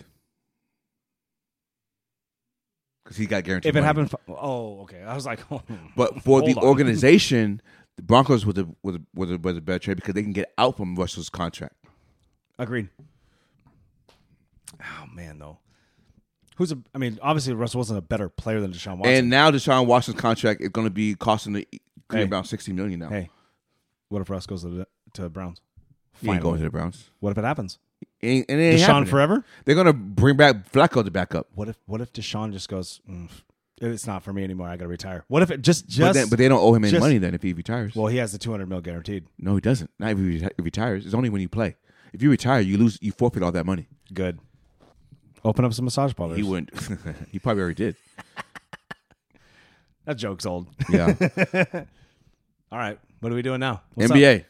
Speaker 2: because he got guaranteed.
Speaker 1: "If it
Speaker 2: money. Hmm.
Speaker 1: happened, fi- oh, okay." I was like,
Speaker 2: but for the
Speaker 1: Hold on.
Speaker 2: organization, the Broncos was a, was a, was a, was a better trade because they can get out from Russell's contract.
Speaker 1: Agreed. Oh man, though, who's a? I mean, obviously Russell wasn't a better player than Deshaun Watson.
Speaker 2: And now Deshaun Watson's contract is going to be costing the
Speaker 1: Hey.
Speaker 2: Cleveland Browns sixty million now.
Speaker 1: hey, what if Russ goes to the, to the Browns?
Speaker 2: he ain't
Speaker 1: Finally.
Speaker 2: going to the Browns.
Speaker 1: What if it happens?
Speaker 2: And, and it ain't
Speaker 1: Deshaun
Speaker 2: happening.
Speaker 1: forever?
Speaker 2: They're going to bring back Flacco to back up,
Speaker 1: What if What if Deshaun just goes? "Mm, it's not for me anymore. I got to retire. What if it just
Speaker 2: but,
Speaker 1: just?
Speaker 2: then, but they don't owe him any
Speaker 1: just-
Speaker 2: money then if he retires.
Speaker 1: well, he has the two hundred mil guaranteed.
Speaker 2: no, he doesn't. Not if he reti- if he retires. It's only when you play. If you retire, you lose. You forfeit all that money.
Speaker 1: Good. Open up some massage parlors.
Speaker 2: He wouldn't. he probably already did.
Speaker 1: that joke's old.
Speaker 2: Yeah.
Speaker 1: All right, what are we doing now? What's up?
Speaker 2: NBA.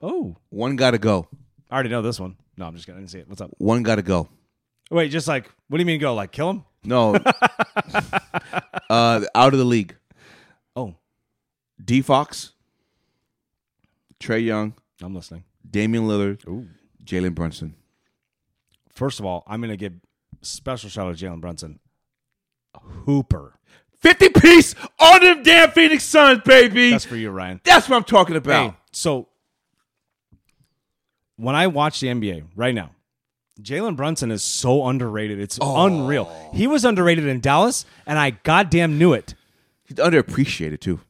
Speaker 1: Oh,
Speaker 2: One got to go.
Speaker 1: I already know this one. No, I'm just gonna I didn't see it. What's up?
Speaker 2: One got to go.
Speaker 1: Wait, just like what do you mean go? Like kill him?
Speaker 2: No. uh, out of the league.
Speaker 1: Oh,
Speaker 2: D Fox, Trey Young,
Speaker 1: I'm listening.
Speaker 2: Damian Lillard,
Speaker 1: Ooh.
Speaker 2: Jalen Brunson.
Speaker 1: First of all, I'm going to give special shout out to Jalen Brunson. Hooper.
Speaker 2: 50 piece on them damn Phoenix Suns, baby.
Speaker 1: That's
Speaker 2: That's,
Speaker 1: for you, Ryan.
Speaker 2: what I'm talking about.
Speaker 1: Hey, so when I watch the NBA right now, Jalen Brunson is so underrated. It's unreal. He was underrated in Dallas, and I goddamn knew it.
Speaker 2: He's underappreciated, too.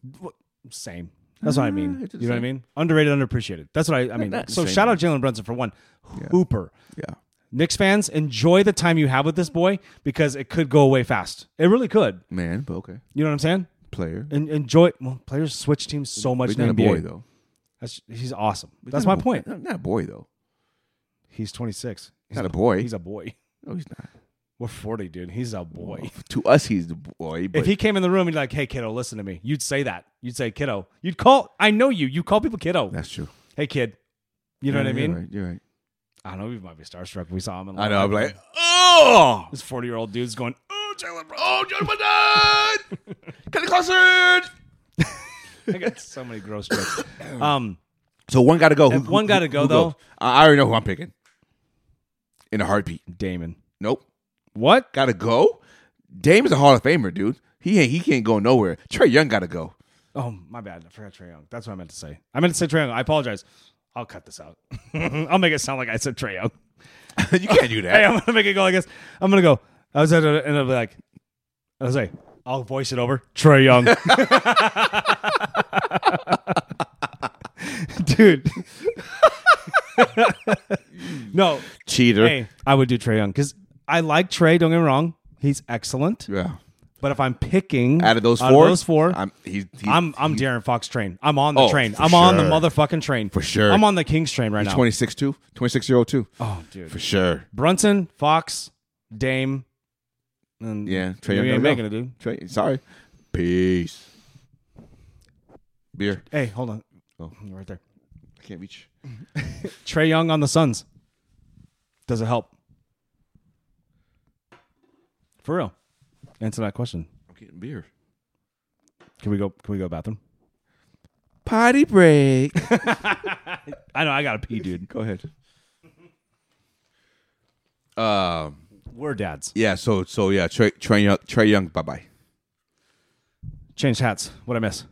Speaker 1: Same. That's what I mean.
Speaker 2: it's the
Speaker 1: You know what I mean? Underrated, underappreciated. That's what I, I mean.
Speaker 2: not the
Speaker 1: So
Speaker 2: same.
Speaker 1: shout out Jalen Brunson for one. Hooper.
Speaker 2: Yeah.
Speaker 1: Knicks fans, enjoy the time you have with this boy because it could go away fast. It really could.
Speaker 2: Man, but okay.
Speaker 1: You know what I'm saying?
Speaker 2: Player.
Speaker 1: and enjoy. Well, players switch teams so much
Speaker 2: He's
Speaker 1: in
Speaker 2: not
Speaker 1: the
Speaker 2: a
Speaker 1: NBA.
Speaker 2: boy, though.
Speaker 1: That's, he's awesome. That's
Speaker 2: Not
Speaker 1: my
Speaker 2: a boy-
Speaker 1: point.
Speaker 2: Not not a boy, though.
Speaker 1: He's 26.
Speaker 2: He's not a boy.
Speaker 1: He's a boy.
Speaker 2: no, he's not.
Speaker 1: We're 40, dude. He's a boy.
Speaker 2: To us, he's the boy. But
Speaker 1: If he came in the room and like, hey, kiddo, listen to me, you'd say that. You'd say, kiddo. You'd call. I know you. You call people kiddo.
Speaker 2: that's true.
Speaker 1: Hey, kid. You know what I mean?
Speaker 2: You're right. You're right.
Speaker 1: I don't know. We might be starstruck. We saw him. In
Speaker 2: I know. I'm like, oh,
Speaker 1: this 40 year old dude's going.
Speaker 2: oh, Jalen, oh, Jalen Brunson, get closer.
Speaker 1: I got so many gross jokes. Um,
Speaker 2: So one got to go.
Speaker 1: If one gotta go, though-
Speaker 2: I I already know who I'm picking. In a heartbeat.
Speaker 1: Damon.
Speaker 2: Nope.
Speaker 1: What?
Speaker 2: Got to go. Dame is a Hall of Famer, dude. He ain't, he can't go nowhere. Trey Young got to go.
Speaker 1: Oh, my bad. I forgot Trae Young. That's what I meant to say. I meant to say Trae Young. I apologize. I'll cut this out. I'll make it sound like I said Trae Young.
Speaker 2: you can't do that.
Speaker 1: Hey, oh, I'm gonna make it go like this. I'm gonna go. I was at a, and I'll be like, I was like, I'll voice it over. Trey Young, dude. no,
Speaker 2: Cheater.
Speaker 1: hey, I would do Trey Young because I like Trey. Don't get me wrong, he's excellent.
Speaker 2: Yeah.
Speaker 1: But if I'm picking
Speaker 2: Out of those four,
Speaker 1: those four,
Speaker 2: I'm he's, he's
Speaker 1: I'm I'm Darren Fox train. I'm on the
Speaker 2: Oh,
Speaker 1: train.
Speaker 2: for
Speaker 1: I'm on the
Speaker 2: sure.
Speaker 1: motherfucking train. For
Speaker 2: sure.
Speaker 1: I'm on the Kings train right now.
Speaker 2: 26 too. 26 year old too.
Speaker 1: Oh, dude.
Speaker 2: For sure.
Speaker 1: Brunson, Fox, Dame, and
Speaker 2: Yeah. Trey
Speaker 1: you
Speaker 2: Young
Speaker 1: ain't
Speaker 2: gotta
Speaker 1: making
Speaker 2: go.
Speaker 1: it, dude.
Speaker 2: Trey, sorry. Peace. Beer.
Speaker 1: Hey, hold on.
Speaker 2: Oh.
Speaker 1: Right there.
Speaker 2: I can't reach.
Speaker 1: Trey Young on the Suns. Does it help? For real. Answer that question.
Speaker 2: I'm getting beer.
Speaker 1: Can we go? Can we go bathroom?
Speaker 2: Potty break.
Speaker 1: I know I gotta pee, dude.
Speaker 2: Go ahead. Um.
Speaker 1: We're dads.
Speaker 2: Yeah. So. So. Yeah. Trey. Trey Young. Trey Young. Bye bye.
Speaker 1: Change hats. What I miss?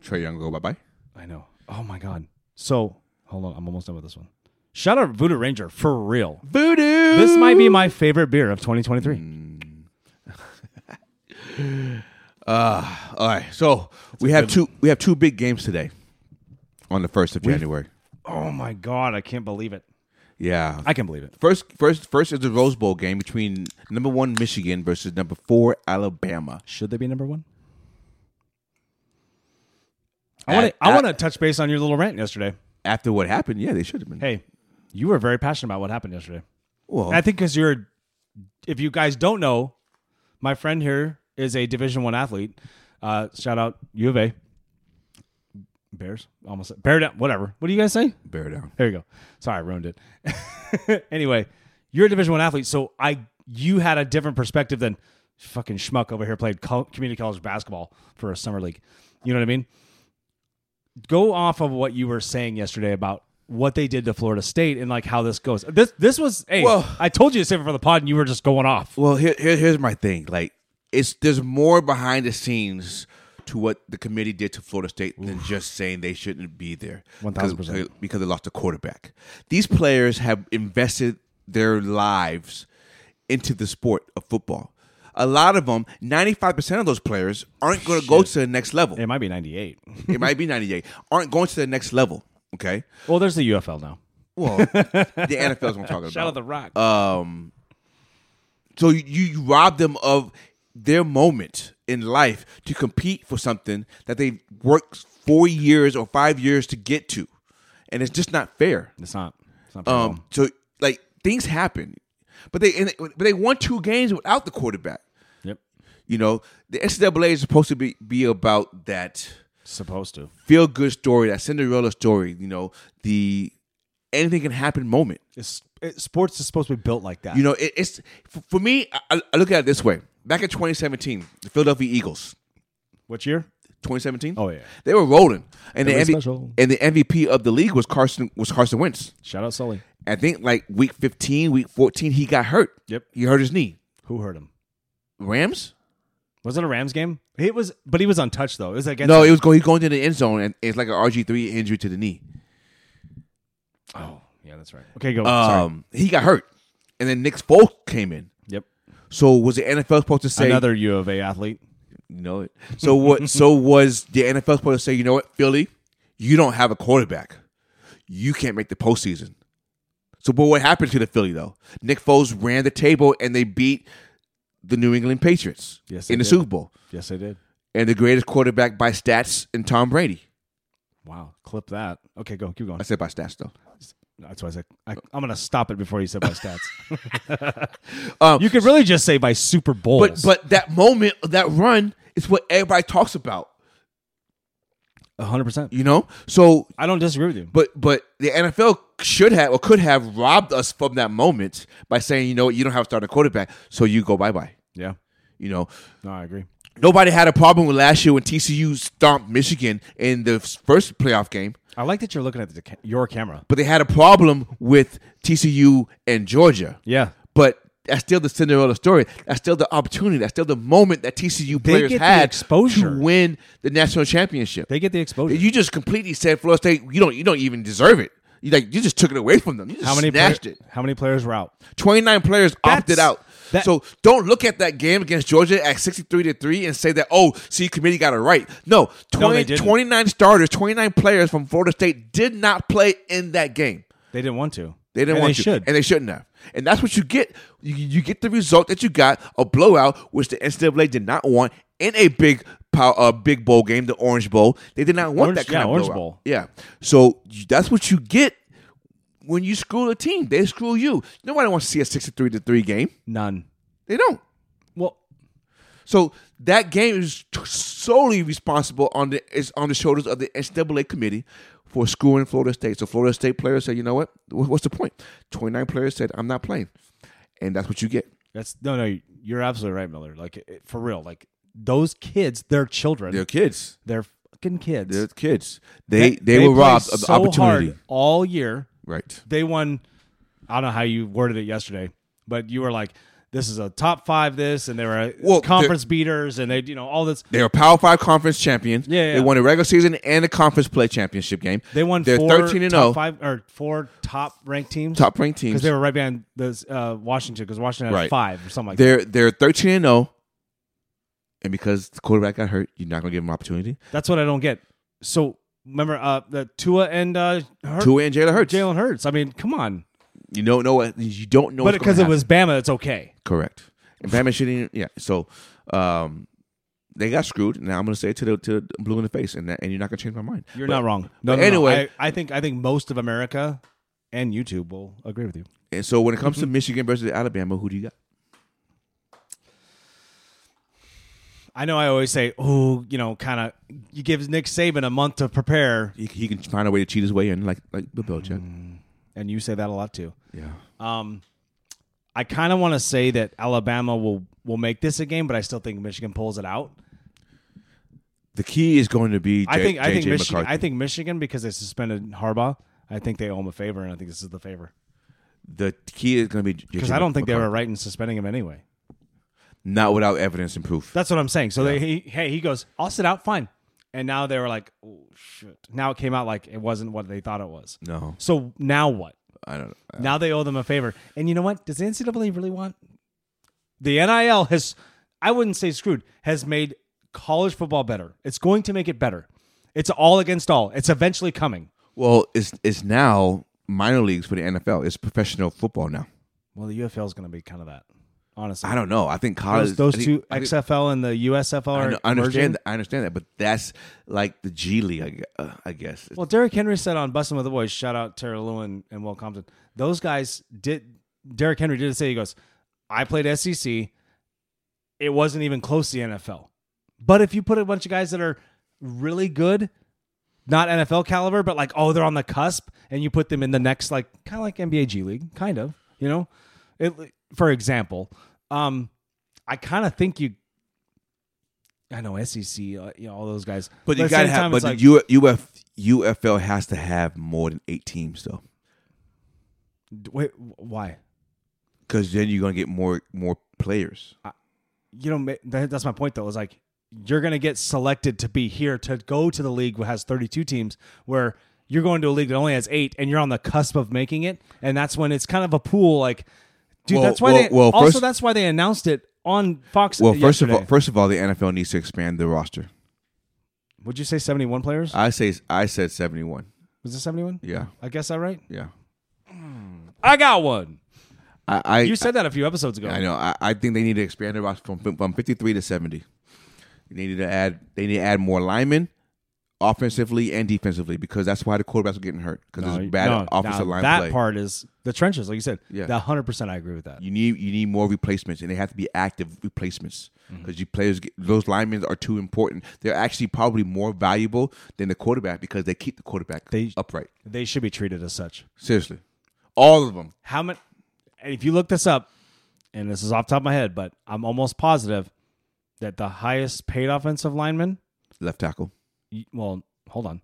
Speaker 2: Trey Young. Go bye bye.
Speaker 1: I know. Oh my god. So hold on, I'm almost done with this one. Shout out Voodoo Ranger for real.
Speaker 2: Voodoo.
Speaker 1: This might be my favorite beer of 2023.
Speaker 2: Hmm. All right. So we have two. We have two big games today. On the first of January.
Speaker 1: Oh my god, I can't believe it.
Speaker 2: Yeah.
Speaker 1: I can believe it.
Speaker 2: First, first, first is the Rose Bowl game between number one Michigan versus number four Alabama.
Speaker 1: Should they be number one? I
Speaker 2: At-
Speaker 1: want to. I
Speaker 2: at-
Speaker 1: want to touch base on your little rant yesterday.
Speaker 2: After what happened, yeah, they should have been.
Speaker 1: Hey, you were very passionate about what happened yesterday.
Speaker 2: well,
Speaker 1: I think because you're, if you guys don't know, my friend here is a Division One athlete. Uh, shout out U of A. Bears, almost bear down. Whatever. What do you guys say?
Speaker 2: bear down.
Speaker 1: There you go. Sorry, I ruined it. anyway, you're a Division One athlete, so I you had a different perspective than fucking schmuck over here played co- community college basketball for a summer league. You know what I mean? Go off of what you were saying yesterday about what they did to Florida State and like how this goes. This this was hey,
Speaker 2: Well-
Speaker 1: I told you to save it for the pod, and you were just going off.
Speaker 2: Well, here, here, here's my thing. Like, it's there's more behind the scenes to what the committee did to Florida State than just saying they shouldn't be there.
Speaker 1: 1000%.
Speaker 2: Because- Because they lost a quarterback. These players have invested their lives into the sport of football. A lot of them, 95% of those players, aren't going to go to the next level.
Speaker 1: It might be 98.
Speaker 2: it might be 98, aren't going to the next level. Okay.
Speaker 1: Well, there's the UFL now.
Speaker 2: Well, the NFL is what I'm talking
Speaker 1: Shout
Speaker 2: about.
Speaker 1: out the Rock.
Speaker 2: So you, you rob them of their moment in life to compete for something that they worked four years or five years to get to, and it's just not fair.
Speaker 1: it's not. It's not.
Speaker 2: Um, so like things happen, but they and, but they won two games without the quarterback.
Speaker 1: yep.
Speaker 2: You know, the NCAA is supposed to be be about that
Speaker 1: Supposed to.
Speaker 2: feel good story, that Cinderella story. You know, the anything can happen moment.
Speaker 1: It's, it, sports is supposed to be built like that.
Speaker 2: You know, it, it's for, for me. I, I look at it this way: back in 2017, the Philadelphia Eagles,
Speaker 1: what year?
Speaker 2: 2017.
Speaker 1: Oh, yeah.
Speaker 2: they were rolling, and
Speaker 1: They
Speaker 2: the
Speaker 1: were
Speaker 2: MV
Speaker 1: special.
Speaker 2: and the MVP of the league was Carson was Carson Wentz.
Speaker 1: Shout out Sully.
Speaker 2: I think like week 15, week 14, he got hurt.
Speaker 1: Yep.
Speaker 2: he hurt his knee.
Speaker 1: Who hurt him?
Speaker 2: Rams?
Speaker 1: Was it a Rams game? It was, but he was untouched though. It was against.
Speaker 2: No, it was going. He going to the end zone, and it's like an RG three injury to the knee.
Speaker 1: Oh, yeah, that's right. Uh, Okay, go. Sorry.
Speaker 2: Um, he got hurt, and then Nick Foles came in.
Speaker 1: Yep.
Speaker 2: So was the NFL supposed to say
Speaker 1: Another U of A athlete.
Speaker 2: You know it. So what? so was the NFL supposed to say? You know what, Philly, you don't have a quarterback. You can't make the postseason. So, but what happened to the Philly though? Nick Foles ran the table and they beat the New England Patriots
Speaker 1: Yes, they
Speaker 2: in the
Speaker 1: did.
Speaker 2: Super Bowl.
Speaker 1: Yes, they did.
Speaker 2: And the greatest quarterback by stats in Tom Brady.
Speaker 1: Wow, clip that. Okay, go. Keep going.
Speaker 2: I said by stats though.
Speaker 1: That's why I said I, I'm gonna stop it before you said by stats.
Speaker 2: Um,
Speaker 1: you could really just say by Super Bowls.
Speaker 2: But but that moment, that run is what everybody talks about.
Speaker 1: 100. percent
Speaker 2: You know. So
Speaker 1: I don't disagree with you.
Speaker 2: But but the NFL should have or could have robbed us from that moment by saying, you know what, you don't have to start a quarterback, so you go bye bye.
Speaker 1: Yeah.
Speaker 2: You know,
Speaker 1: No, I agree.
Speaker 2: nobody had a problem with last year when TCU stomped Michigan in the first playoff game,
Speaker 1: I like that you're looking at the, ca- your camera.
Speaker 2: but they had a problem with TCU and Georgia.
Speaker 1: Yeah.
Speaker 2: But that's still the Cinderella story. That's still the opportunity. That's still the moment that TCU
Speaker 1: They
Speaker 2: players
Speaker 1: get the
Speaker 2: had
Speaker 1: exposure.
Speaker 2: to win the national championship.
Speaker 1: They get the exposure.
Speaker 2: You just completely said Florida State. You don't. You don't even deserve it. You like you just took it away from them. You just
Speaker 1: how many
Speaker 2: snatched
Speaker 1: player-
Speaker 2: it?
Speaker 1: How many players were out?
Speaker 2: 29 players opted
Speaker 1: That's-
Speaker 2: out.
Speaker 1: that-
Speaker 2: so don't look at that game against Georgia at 63 to 3 and say that, oh, see, committee got it right. No, 20,
Speaker 1: they didn't.
Speaker 2: 29 starters, 29 players from Florida State did not play in that game.
Speaker 1: They didn't want to.
Speaker 2: They didn't
Speaker 1: And
Speaker 2: want
Speaker 1: They
Speaker 2: to.
Speaker 1: should.
Speaker 2: And they shouldn't have. And that's what you get. You, you get the result that you got a blowout, which the NCAA did not want in a big pow- uh, big bowl game, the Orange Bowl. They did not want
Speaker 1: Orange-
Speaker 2: that kind
Speaker 1: yeah,
Speaker 2: of
Speaker 1: Orange
Speaker 2: blowout.
Speaker 1: Bowl.
Speaker 2: Yeah. So you- that's what you get when you screw a team. They screw you. Nobody wants to see a 63 to 3 game.
Speaker 1: None.
Speaker 2: They don't.
Speaker 1: Well,
Speaker 2: So that game is t- solely responsible on the is on the shoulders of the NCAA committee for screwing Florida State. So Florida State players said, you know what? Wh- What's the point? Twenty nine players said, I'm not playing, and that's what you get.
Speaker 1: That's no, no. You're absolutely right, Miller. Like it, for real. Like those kids, they're children.
Speaker 2: kids.
Speaker 1: They're fucking kids.
Speaker 2: They're kids. They they, were
Speaker 1: played
Speaker 2: robbed of the
Speaker 1: so
Speaker 2: opportunity.
Speaker 1: hard all year.
Speaker 2: Right.
Speaker 1: They won. I don't know how you worded it yesterday, but you were like, "This is a top five. This," and they were uh,
Speaker 2: Well,
Speaker 1: conference beaters, and they, you know, all this.
Speaker 2: They were Power Five conference champions.
Speaker 1: Yeah, yeah.
Speaker 2: They won a regular season and a conference play championship game.
Speaker 1: They won.
Speaker 2: They're
Speaker 1: four
Speaker 2: thirteen and
Speaker 1: top
Speaker 2: zero,
Speaker 1: Five or four top ranked teams.
Speaker 2: top ranked teams.
Speaker 1: because they were right behind those uh, Washington because Washington had
Speaker 2: Right.
Speaker 1: five or something like that.
Speaker 2: They're they're thirteen and zero, and because the quarterback got hurt, you're not going to give him opportunity.
Speaker 1: That's what I don't get. So remember uh, the Tua and uh, Hur-
Speaker 2: Tua and Jalen Hurts.
Speaker 1: Jalen Hurts. I mean, come on.
Speaker 2: You don't know what you don't know.
Speaker 1: But
Speaker 2: what's
Speaker 1: because
Speaker 2: gonna
Speaker 1: it was Bama, it's okay.
Speaker 2: happen. correct, and Batman shouldn't. even- Yeah, so um, they got screwed. Now I'm going to say it to the to the blue in the face, and that, and you're not going to change my mind.
Speaker 1: You're
Speaker 2: But-
Speaker 1: not wrong. No,
Speaker 2: but
Speaker 1: no, no.
Speaker 2: anyway-
Speaker 1: I, I think I think most of America and YouTube will agree with you.
Speaker 2: And so when it comes
Speaker 1: Mm-hmm.
Speaker 2: to Michigan versus Alabama, who do you got?
Speaker 1: I know I always say, oh, you know, kind of, you give Nick Saban a month to prepare,
Speaker 2: He, he can find a way to cheat his way in, like like Bill
Speaker 1: Mm,
Speaker 2: Belichick.
Speaker 1: and you say that a lot too.
Speaker 2: Yeah.
Speaker 1: Um, I kind of want to say that Alabama will will make this a game, but I still think Michigan pulls it out.
Speaker 2: The key is going to be J-
Speaker 1: I think I think
Speaker 2: JJ
Speaker 1: Michigan.
Speaker 2: McCarthy.
Speaker 1: I think Michigan because they suspended Harbaugh. I think they owe him a favor, and I think this is the favor
Speaker 2: the key is going to be
Speaker 1: because I don't think they were right in suspending him anyway.
Speaker 2: not without evidence and proof.
Speaker 1: That's what I'm saying. So they, he, hey, he goes, I'll sit out, fine. And now they were like, oh shit. Now it came out like it wasn't what they thought it was.
Speaker 2: no,
Speaker 1: So now what?
Speaker 2: I don't. know.
Speaker 1: Now they owe them a favor. And you know what? Does the NCAA really want the NIL has I wouldn't say screwed, has made college football better. It's going to make it better. It's all against all. It's eventually coming.
Speaker 2: Well, it's it's now minor leagues for the NFL. It's professional football now.
Speaker 1: Well, the UFL is going to be kind of that. Honestly.
Speaker 2: I don't know. I think college.
Speaker 1: those those
Speaker 2: I think-
Speaker 1: two
Speaker 2: I think-
Speaker 1: XFL and the USFL
Speaker 2: I
Speaker 1: are
Speaker 2: know- I understand.
Speaker 1: merging.
Speaker 2: That, I understand that, but that's like the G League, I, gue- uh, I guess.
Speaker 1: Well, Derrick Henry said on Bustin' with the Boys, shout out Terry Lewin and Will Compton. Those guys did. Derrick Henry did say he goes, I played SEC. It wasn't even close to the NFL. But if you put a bunch of guys that are really good, not NFL caliber, but like oh they're on the cusp, and you put them in the next like kind of like NBA G League, kind of you know, it, for example, um, I kind of think you. I know SEC, uh, you know all those guys,
Speaker 2: but you
Speaker 1: at the
Speaker 2: got to
Speaker 1: same
Speaker 2: have.
Speaker 1: time,
Speaker 2: But
Speaker 1: it's like-
Speaker 2: the U, UF, UFL has to have more than eight teams though,
Speaker 1: wait, why?
Speaker 2: because then you're gonna get more more players.
Speaker 1: you know ma- that, that's my point though is like you're going to get selected to be here to go to the league that has 32 teams where you're going to a league that only has eight and you're on the cusp of making it and that's when it's kind of a pool like dude
Speaker 2: Well-
Speaker 1: that's why
Speaker 2: well-
Speaker 1: they
Speaker 2: well,
Speaker 1: also
Speaker 2: first-
Speaker 1: that's why they announced it on fox
Speaker 2: Well, first of all,
Speaker 1: yesterday.
Speaker 2: first of all, the NFL needs to expand the roster.
Speaker 1: would you say 71 players
Speaker 2: I say I said seventy one.
Speaker 1: was it 71
Speaker 2: Uh, Yeah,
Speaker 1: i guess i right
Speaker 2: yeah.
Speaker 1: i got one
Speaker 2: I, I
Speaker 1: you said that a few episodes ago
Speaker 2: I know. I, I think they need to expand the roster from from fifty three to seventy. They need to add. They need to add more linemen, offensively and defensively, because that's why the quarterbacks are getting hurt because
Speaker 1: No,
Speaker 2: it's bad
Speaker 1: no,
Speaker 2: offensive
Speaker 1: no,
Speaker 2: line
Speaker 1: that
Speaker 2: play.
Speaker 1: part is the trenches like you said
Speaker 2: Yeah.
Speaker 1: yeah 100% i agree with that
Speaker 2: You need you need more replacements, and they have to be active replacements because you players get, those linemen are too important. They're actually probably more valuable than the quarterback because they keep the quarterback
Speaker 1: They-
Speaker 2: upright.
Speaker 1: they should be treated as such
Speaker 2: Seriously, all of them.
Speaker 1: how many and if you look this up and this is off the top of my head but i'm almost positive that the highest paid offensive linemen
Speaker 2: Left tackle,
Speaker 1: y- well hold on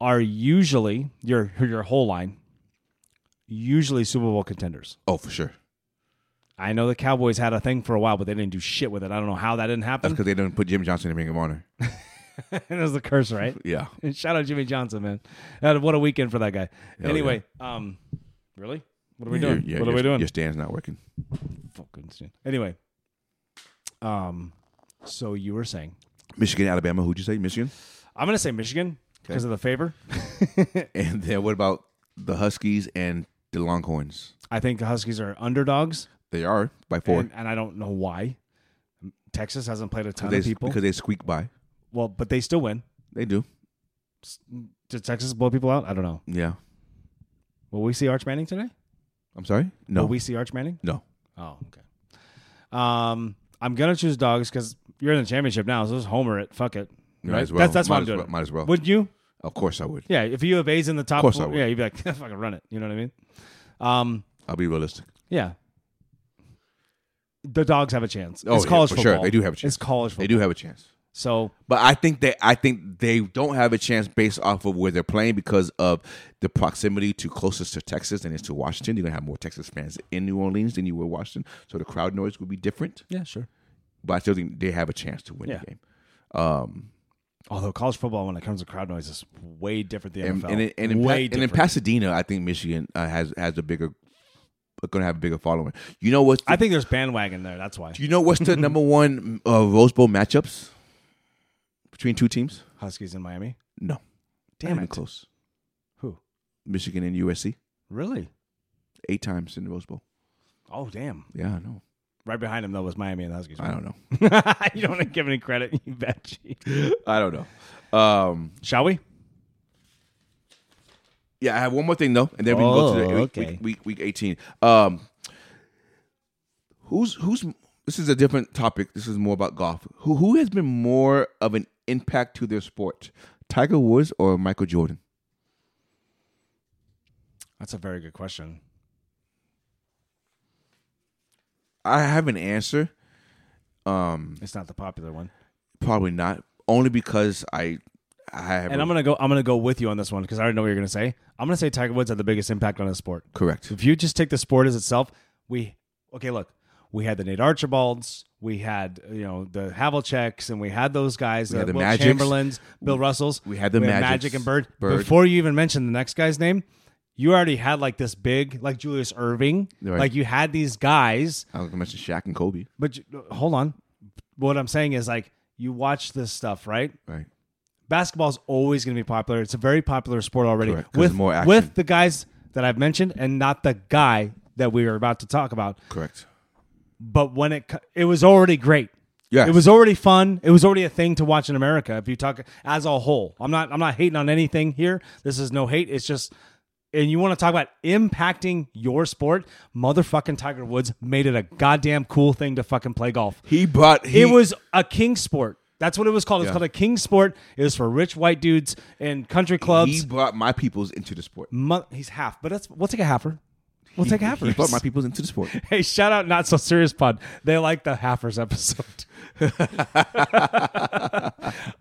Speaker 1: are usually your your whole line usually super bowl contenders
Speaker 2: oh for sure.
Speaker 1: i know the cowboys had a thing for a while but they didn't do shit with it i don't know how that didn't
Speaker 2: That's
Speaker 1: happen
Speaker 2: because they didn't put Jim Johnson in the Ring of Honor.
Speaker 1: it was the curse right
Speaker 2: Yeah.
Speaker 1: and shout out jimmy johnson man That- what a weekend for that guy
Speaker 2: Hell
Speaker 1: anyway um really what are we
Speaker 2: Your-
Speaker 1: doing
Speaker 2: your-
Speaker 1: what are we
Speaker 2: your-
Speaker 1: doing
Speaker 2: Your stand's not working.
Speaker 1: fucking shit. Anyway, um, so you were saying
Speaker 2: Michigan, Alabama. Who'd you say? Michigan.
Speaker 1: I'm gonna say Michigan because of the favor.
Speaker 2: And then what about the Huskies and the Longhorns?
Speaker 1: I think the Huskies are underdogs,
Speaker 2: They are by four.
Speaker 1: and, and I don't know why. Texas hasn't played a ton
Speaker 2: They-
Speaker 1: of people.
Speaker 2: because they squeak by.
Speaker 1: well, but they still win.
Speaker 2: They do.
Speaker 1: Did Texas blow people out? I don't know.
Speaker 2: Yeah.
Speaker 1: Will we see Arch Manning today?
Speaker 2: I'm sorry. No.
Speaker 1: Will we see Arch Manning?
Speaker 2: no.
Speaker 1: Oh, okay. Um, I'm gonna choose dogs because you're in the championship now, so just homer it. Fuck it.
Speaker 2: Might
Speaker 1: Right?
Speaker 2: as well.
Speaker 1: That's that's what
Speaker 2: Might
Speaker 1: I'm
Speaker 2: as
Speaker 1: doing.
Speaker 2: well- might as well.
Speaker 1: Would you?
Speaker 2: Of course I would.
Speaker 1: Yeah, if you have A's in the top,
Speaker 2: course I would.
Speaker 1: yeah, you'd be like, fucking run it. You know what I mean? Um,
Speaker 2: I'll be realistic.
Speaker 1: yeah. The dogs have a chance.
Speaker 2: Oh,
Speaker 1: it's
Speaker 2: yeah,
Speaker 1: college
Speaker 2: for sure.
Speaker 1: football.
Speaker 2: Oh, They do have a chance.
Speaker 1: It's college football.
Speaker 2: They do have a chance.
Speaker 1: So
Speaker 2: But I think they I think they don't have a chance based off of where they're playing because of the proximity to closest to Texas and it's to Washington. You're gonna have more Texas fans in New Orleans than you will Washington, so the crowd noise will be different.
Speaker 1: yeah, sure.
Speaker 2: But I still think they have a chance to win
Speaker 1: Yeah.
Speaker 2: the game.
Speaker 1: Although college football, when it comes to crowd noise, is way different than
Speaker 2: And
Speaker 1: NFL.
Speaker 2: and, in- and, in, Pa-
Speaker 1: way
Speaker 2: and in
Speaker 1: different.
Speaker 2: Pasadena, I think Michigan uh, has has a bigger going to have a bigger following. You know what's the,
Speaker 1: I think there's bandwagon there. That's why
Speaker 2: you know what's the number one uh, Rose Bowl matchups between two teams?
Speaker 1: Huskies in Miami.
Speaker 2: No,
Speaker 1: Damn
Speaker 2: Not even
Speaker 1: it.
Speaker 2: close.
Speaker 1: Who?
Speaker 2: Michigan and USC
Speaker 1: Really?
Speaker 2: eight times in the Rose Bowl.
Speaker 1: Oh damn!
Speaker 2: Yeah, I know.
Speaker 1: Right behind him though was Miami and the Huskies.
Speaker 2: I don't know. Uh,
Speaker 1: you don't want to give any credit, you betchy.
Speaker 2: I don't know. Um,
Speaker 1: Shall we?
Speaker 2: yeah, I have one more thing though, and then we can go to the
Speaker 1: Oh,
Speaker 2: week,
Speaker 1: okay.
Speaker 2: week, week, week eighteen. Um, who's who's this is a different topic. This is more about golf. Who who has been more of an impact to their sport, Tiger Woods or Michael Jordan?
Speaker 1: That's a very good question.
Speaker 2: I have an answer. Um,
Speaker 1: It's not the popular one,
Speaker 2: probably not. Only because I I have
Speaker 1: and I'm gonna go. I'm gonna go with you on this one because I already know what you're gonna say. I'm gonna say Tiger Woods had the biggest impact on his sport.
Speaker 2: correct.
Speaker 1: If you just take the sport as itself, we okay. Look, we had the Nate Archibalds, we had you know the Havliceks, and we had those guys, we
Speaker 2: had the
Speaker 1: Will
Speaker 2: Magics.
Speaker 1: Chamberlains, Bill Russells.
Speaker 2: we had the Magics.
Speaker 1: Magic and Bird.
Speaker 2: Bird.
Speaker 1: Before you even mentioned the next guy's name, you already had like this big, like Julius Irving,
Speaker 2: Right.
Speaker 1: like you had these guys.
Speaker 2: I was gonna mention Shaq and Kobe.
Speaker 1: But you, hold on, what I'm saying is like you watch this stuff, right?
Speaker 2: Right.
Speaker 1: basketball is always going to be popular. It's a very popular sport already
Speaker 2: Correct, 'cause
Speaker 1: with
Speaker 2: more action.
Speaker 1: with the guys that I've mentioned and not the guy that we were about to talk about.
Speaker 2: Correct.
Speaker 1: But when it co- it was already great.
Speaker 2: Yes.
Speaker 1: It was already fun. It was already a thing to watch in America. If you talk as a whole, I'm not I'm not hating on anything here. This is no hate. It's just and you want to talk about impacting your sport? Motherfucking Tiger Woods made it a goddamn cool thing to fucking play golf
Speaker 2: He brought he,
Speaker 1: it was a king sport. That's what it was called. It's
Speaker 2: Yeah.
Speaker 1: called a king sport. It was for rich white dudes and country
Speaker 2: he
Speaker 1: clubs.
Speaker 2: brought my peoples into the sport.
Speaker 1: Mo- he's half, but that's we'll take a halfer. We'll
Speaker 2: he,
Speaker 1: take
Speaker 2: he brought
Speaker 1: halfers.
Speaker 2: my peoples into the sport.
Speaker 1: hey, shout out not so serious pod. They like the halfers episode.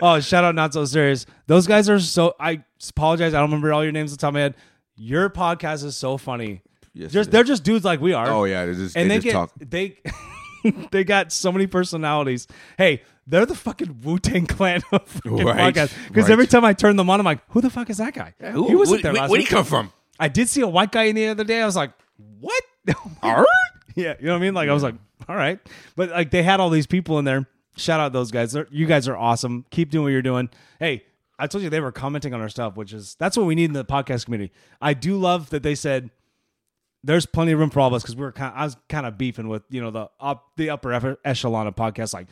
Speaker 1: oh, shout out not so serious. Those guys are so. I apologize. I don't remember all your names off the top of my head. Your podcast is so funny.
Speaker 2: Yes, it
Speaker 1: just
Speaker 2: is.
Speaker 1: they're just dudes like we are.
Speaker 2: Oh yeah, they just,
Speaker 1: and
Speaker 2: they
Speaker 1: they, get
Speaker 2: just talk.
Speaker 1: they they got so many personalities. Hey, they're the fucking Wu Tang Clan of fucking
Speaker 2: Right,
Speaker 1: podcast. Because
Speaker 2: right.
Speaker 1: every time I turn them on, I'm like, who the fuck is that guy? he wasn't there last
Speaker 2: where'd
Speaker 1: week.
Speaker 2: he come from?
Speaker 1: I did see a white guy in the other day. I was like, what?
Speaker 2: Art?
Speaker 1: yeah, you know what I mean. Like I was like, all right, but like they had all these people in there. Shout out those guys. They're, you guys are awesome. Keep doing what you're doing. Hey. I told you they were commenting on our stuff, which is that's what we need in the podcast community. I do love that they said there's plenty of room for all of us because we were kind I was kind of beefing with you know the up the upper eff- echelon of podcasts like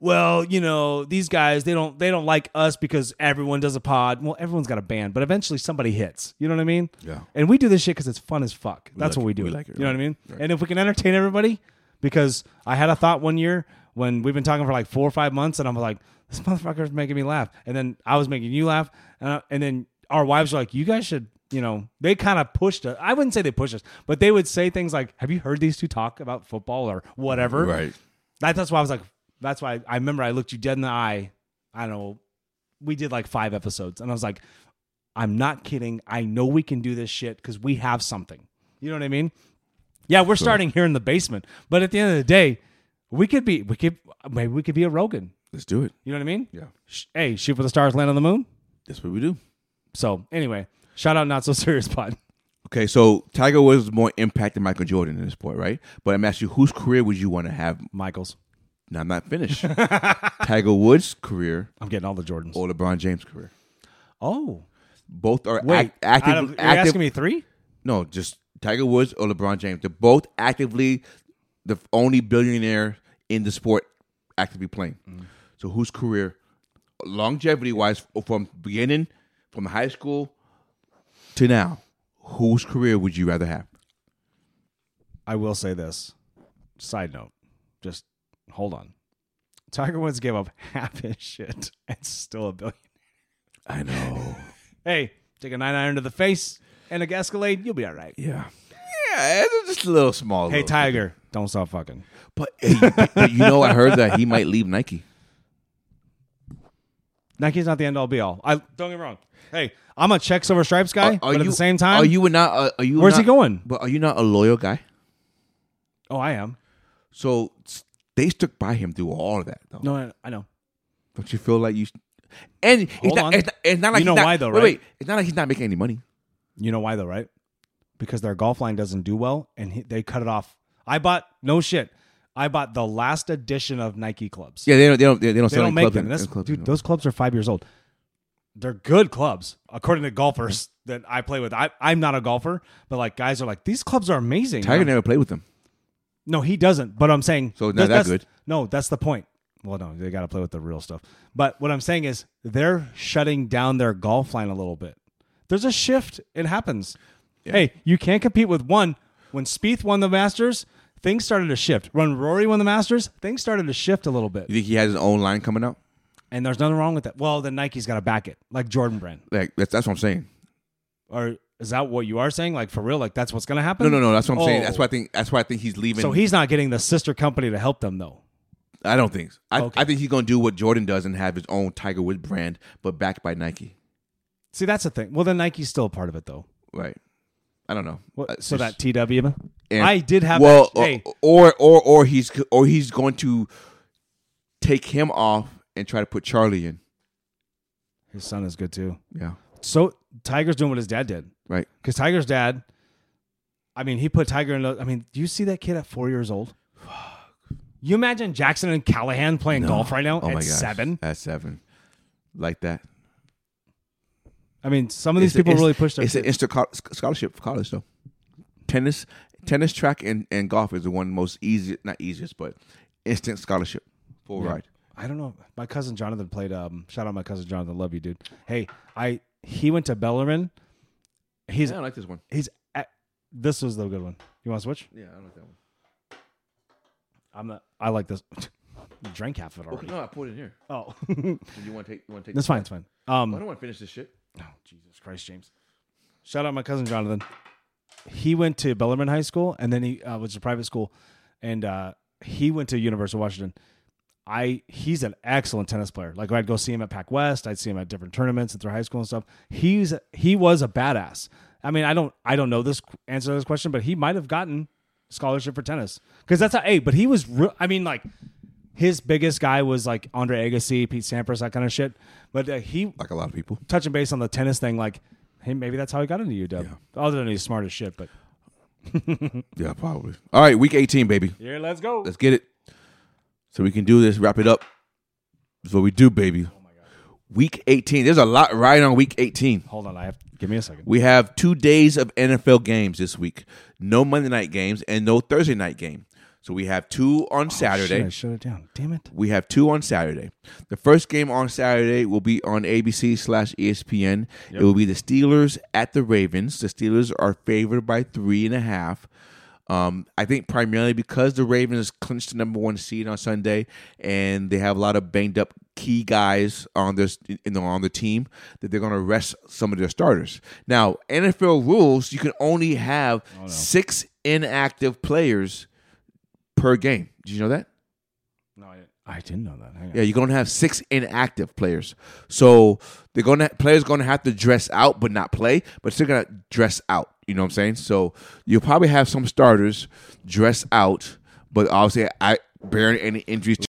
Speaker 1: well you know these guys they don't they don't like us because everyone does a pod well everyone's got a band but eventually somebody hits you know what I mean
Speaker 2: Yeah.
Speaker 1: and we do this shit because it's fun as fuck that's
Speaker 2: like
Speaker 1: what we
Speaker 2: it.
Speaker 1: do
Speaker 2: We like it,
Speaker 1: you know what I
Speaker 2: right.
Speaker 1: mean and if we can entertain everybody because I had a thought one year when we've been talking for like four or five months and I'm like this motherfucker's making me laugh and then I was making you laugh and, I- and then our wives were like you guys should you know, they kind of pushed us. I wouldn't say they pushed us, but they would say things like, Have you heard these two talk about football or whatever?
Speaker 2: Right.
Speaker 1: That, that's why I was like, That's why I remember I looked you dead in the eye. I don't know. We did like five episodes, and I was like, I'm not kidding. I know we can do this shit because we have something. You know what I mean? Yeah, we're starting here in the basement, but at the end of the day, we could be, we could, maybe we could be a Rogan.
Speaker 2: Let's do it.
Speaker 1: You know what I mean?
Speaker 2: Yeah.
Speaker 1: Sh- Hey, shoot for the stars, land on the moon.
Speaker 2: That's what we do.
Speaker 1: So, anyway, shout out Not So Serious Pod.
Speaker 2: Okay, so Tiger Woods was more impact than Michael Jordan in this sport, right? But I'm asking you, whose career would you want to have?
Speaker 1: Michaels.
Speaker 2: Now, I'm not finished. Tiger Woods' career
Speaker 1: I'm getting all the Jordans.
Speaker 2: or LeBron James' career?
Speaker 1: Oh,
Speaker 2: Both are
Speaker 1: wait,
Speaker 2: act, active.
Speaker 1: out of- you're
Speaker 2: active
Speaker 1: asking me three?
Speaker 2: no, just Tiger Woods or LeBron James. They're both actively the only billionaire in the sport actively playing. So whose career, longevity wise, from beginning, from high school to now, whose career would you rather have?
Speaker 1: I will say this. Side note, just hold on. Tiger Woods gave up half his shit and still a billion.
Speaker 2: I know.
Speaker 1: Hey, take a nine iron to the face and a Escalade, you'll be all right.
Speaker 2: Yeah. Yeah, it's just a little small.
Speaker 1: Hey,
Speaker 2: little-
Speaker 1: Tiger, don't stop fucking.
Speaker 2: But, hey, but you know, I heard that he might leave Nike.
Speaker 1: Nike's not the end all be all. I don't get me wrong. Hey, I'm a checks over stripes guy, but at the same time,
Speaker 2: are you not? Uh, are you?
Speaker 1: Where's he
Speaker 2: not-
Speaker 1: going?
Speaker 2: But are you not a loyal guy?
Speaker 1: oh, I am.
Speaker 2: So s- they stuck by him through all of that. Though.
Speaker 1: No, I, I know.
Speaker 2: Don't you feel like you? And it's
Speaker 1: Hold
Speaker 2: not,
Speaker 1: on.
Speaker 2: It's, not, it's not like
Speaker 1: You know
Speaker 2: he's not,
Speaker 1: why, though,
Speaker 2: wait,
Speaker 1: right?
Speaker 2: Wait, it's not like he's not making any money.
Speaker 1: You know why though, right? Because their golf line doesn't do well, and he, they cut it off. I bought no shit. I bought the last edition of Nike clubs.
Speaker 2: Yeah, they don't. They don't. They don't,
Speaker 1: they don't make them. That's,
Speaker 2: clubs
Speaker 1: dude,
Speaker 2: anymore.
Speaker 1: those clubs are five years old. They're good clubs, according to golfers that I play with. I, I'm not a golfer, but like guys are like, these clubs are amazing.
Speaker 2: Tiger never played with them.
Speaker 1: No, he doesn't. But I'm saying
Speaker 2: So not
Speaker 1: th-
Speaker 2: that
Speaker 1: that's-
Speaker 2: good.
Speaker 1: No, that's the point. Well, no, they got to play with the real stuff. But what I'm saying is they're shutting down their golf line a little bit. There's a shift. It happens. Hey, you can't compete with one. When Spieth won the Masters, things started to shift. When Rory won the Masters, things started to shift a little bit.
Speaker 2: You think he has his own line coming out?
Speaker 1: And there's nothing wrong with that. Well, then Nike's got to back it, like Jordan Brand.
Speaker 2: Like that's that's what I'm saying.
Speaker 1: Or is that what you are saying? Like for real? Like that's what's going to happen?
Speaker 2: No, no, no. That's what I'm saying.
Speaker 1: Oh.
Speaker 2: That's why I think. That's why I think he's leaving.
Speaker 1: So he's not getting the sister company to help them, though.
Speaker 2: I don't think. So. I,
Speaker 1: Okay.
Speaker 2: I think he's gonna do what Jordan does and have his own Tiger Woods brand, but backed by Nike.
Speaker 1: See, that's the thing. Well, then Nike's still a part of it, though.
Speaker 2: Right. I don't know.
Speaker 1: What,
Speaker 2: Uh,
Speaker 1: so that
Speaker 2: just-
Speaker 1: TW,
Speaker 2: and-
Speaker 1: I did have.
Speaker 2: well, uh,
Speaker 1: that, hey,
Speaker 2: or, or or or he's or he's going to take him off and try to put Charlie in.
Speaker 1: his son is good too.
Speaker 2: Yeah.
Speaker 1: So Tiger's doing what his dad did
Speaker 2: Right.
Speaker 1: because Tiger's dad. I mean, he put Tiger in. the- I mean, do you see that kid at four years old? You imagine Jackson and Callahan playing golf right now
Speaker 2: Oh
Speaker 1: at
Speaker 2: my gosh.
Speaker 1: seven.
Speaker 2: At seven. Like that.
Speaker 1: I mean, some of these
Speaker 2: It's a-
Speaker 1: people
Speaker 2: it's-
Speaker 1: really push their.
Speaker 2: It's an instant col- sc- scholarship for college though. Tennis, tennis, track, and, and golf is the one most easy, not easiest, but instant scholarship full ride.
Speaker 1: I don't know. My cousin Jonathan played. Um, shout out my cousin Jonathan. Love you, dude. Hey, I he went to Bellarmine. He's
Speaker 2: I don't like this one.
Speaker 1: he's. At, this was the good one. You want to switch?
Speaker 2: Yeah, I don't like that one.
Speaker 1: I'm not. I like this. Drank half of it already.
Speaker 2: No, I put it in here.
Speaker 1: Oh,
Speaker 2: You want to take? You want to take?
Speaker 1: that's fine. It's fine. Um,
Speaker 2: want to finish this shit.
Speaker 1: oh, Jesus Christ, James. Shout out my cousin Jonathan. He went to Bellarmine High School, and then he uh, was a private school, and uh, he went to University of Washington. I he's an excellent tennis player. Like I'd go see him at Pac West, I'd see him at different tournaments at their high school and stuff. He's he was a badass. I mean, I don't I don't know this answer to this question, but he might have gotten scholarship for tennis because that's how. Hey, but he was. Re- I mean, like his biggest guy was like Andre Agassi, Pete Sampras, that kind of shit. But uh, he
Speaker 2: Like a lot of people.
Speaker 1: touching base on the tennis thing, like, hey, maybe that's how he got into UW. Other than he's smart as shit, but
Speaker 2: Yeah, probably. All right, week eighteen, baby.
Speaker 1: yeah, let's go.
Speaker 2: Let's get it. So we can do this. Wrap it up. That's what we do, baby. Week eighteen. There's a lot riding on week eighteen.
Speaker 1: Hold on, I have give me a second.
Speaker 2: We have two days of NFL games this week. No Monday night games and no Thursday night game. So we have two on Saturday.
Speaker 1: Oh, Shit, I shut it down. Damn it.
Speaker 2: We have two on Saturday. The first game on Saturday will be on ABC slash E ESPN. It will be the Steelers at the Ravens. The Steelers are favored by three and a half. Um, I think primarily because the Ravens clinched the number one seed on Sunday, and they have a lot of banged up key guys on this you know, on the team that they're going to rest some of their starters. Now, NFL rules: you can only have six inactive players per game. Did you know that?
Speaker 1: No, I didn't. I didn't know that. Hang on.
Speaker 2: Yeah, you're gonna have six inactive players. So they're gonna players gonna have to dress out but not play, but still gonna dress out. You know what I'm saying? So you'll probably have some starters dress out, but obviously I bearing any injuries. to-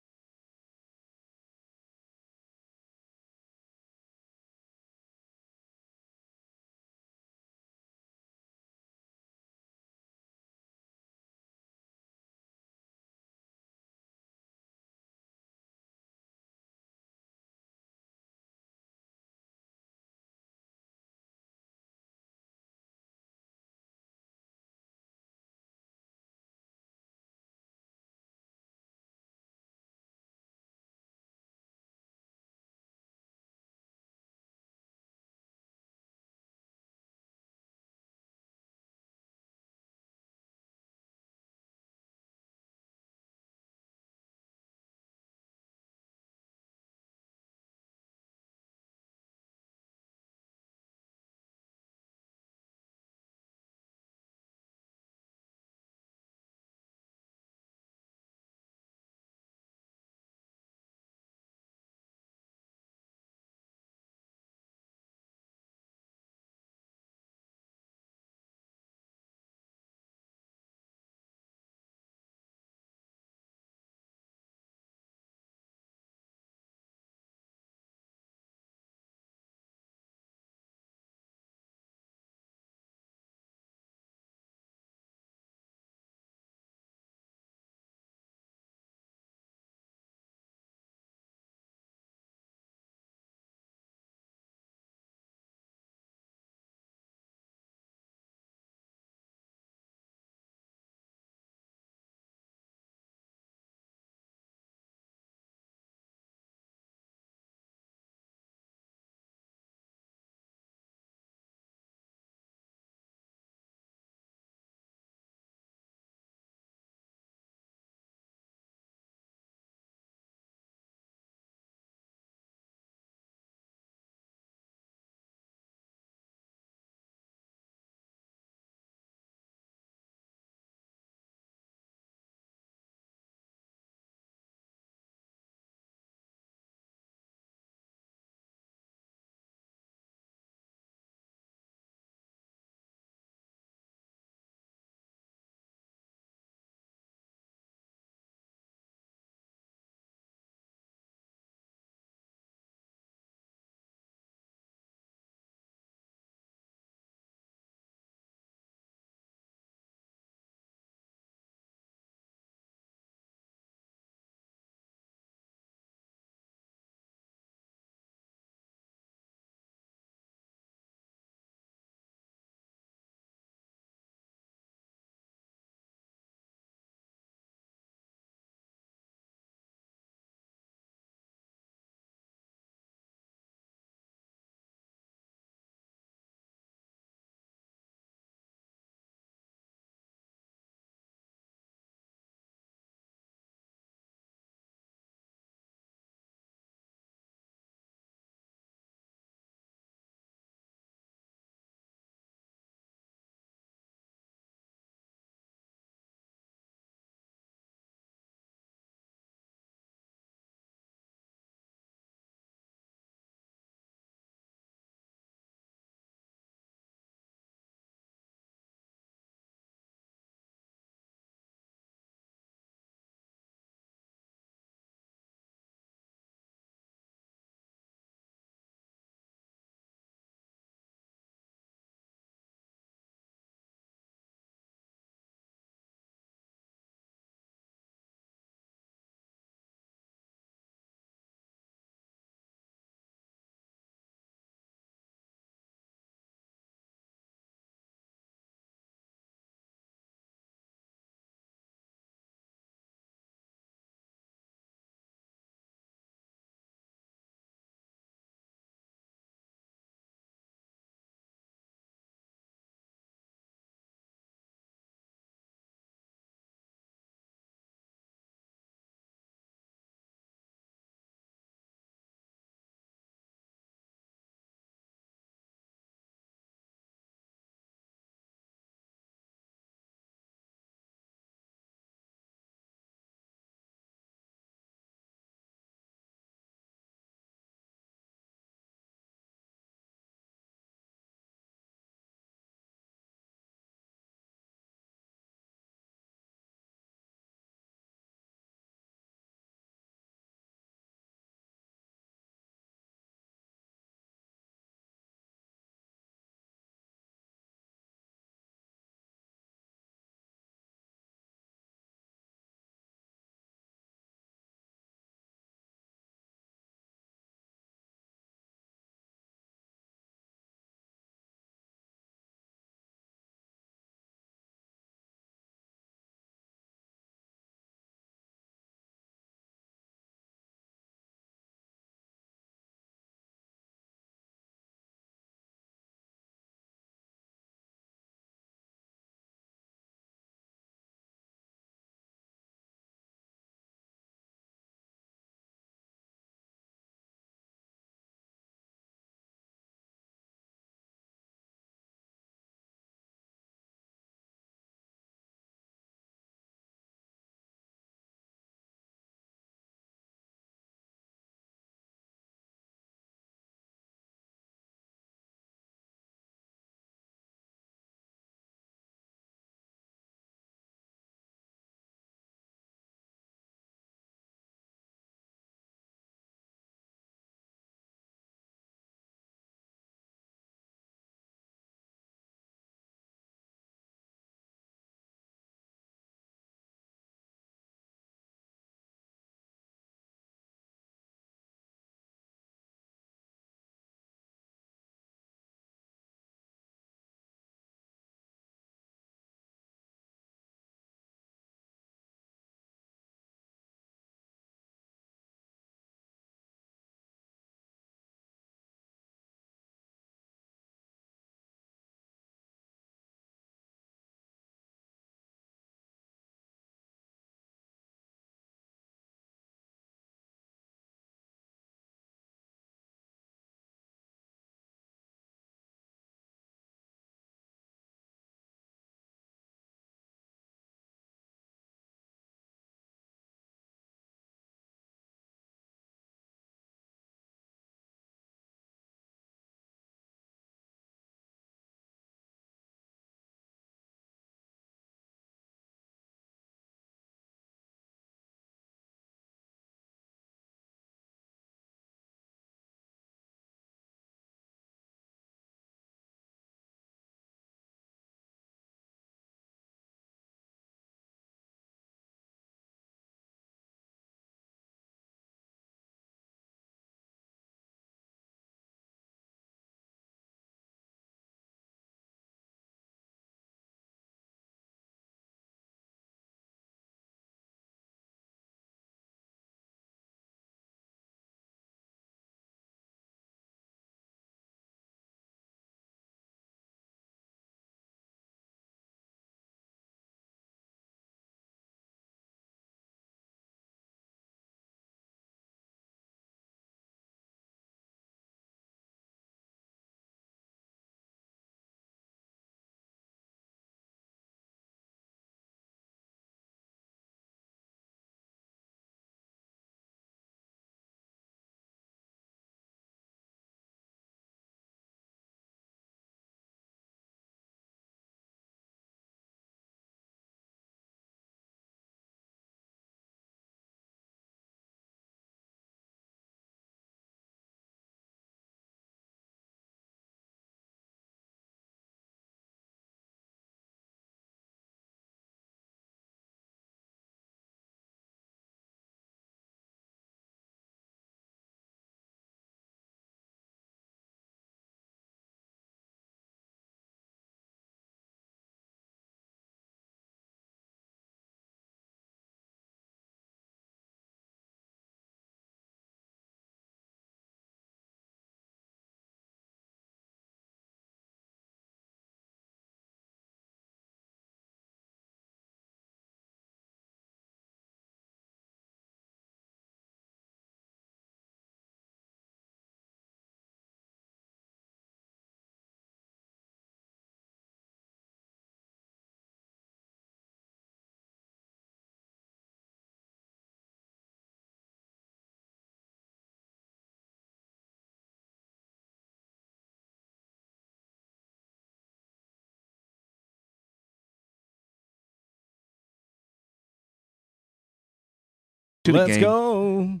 Speaker 2: to the
Speaker 1: Let's
Speaker 2: game,
Speaker 1: go.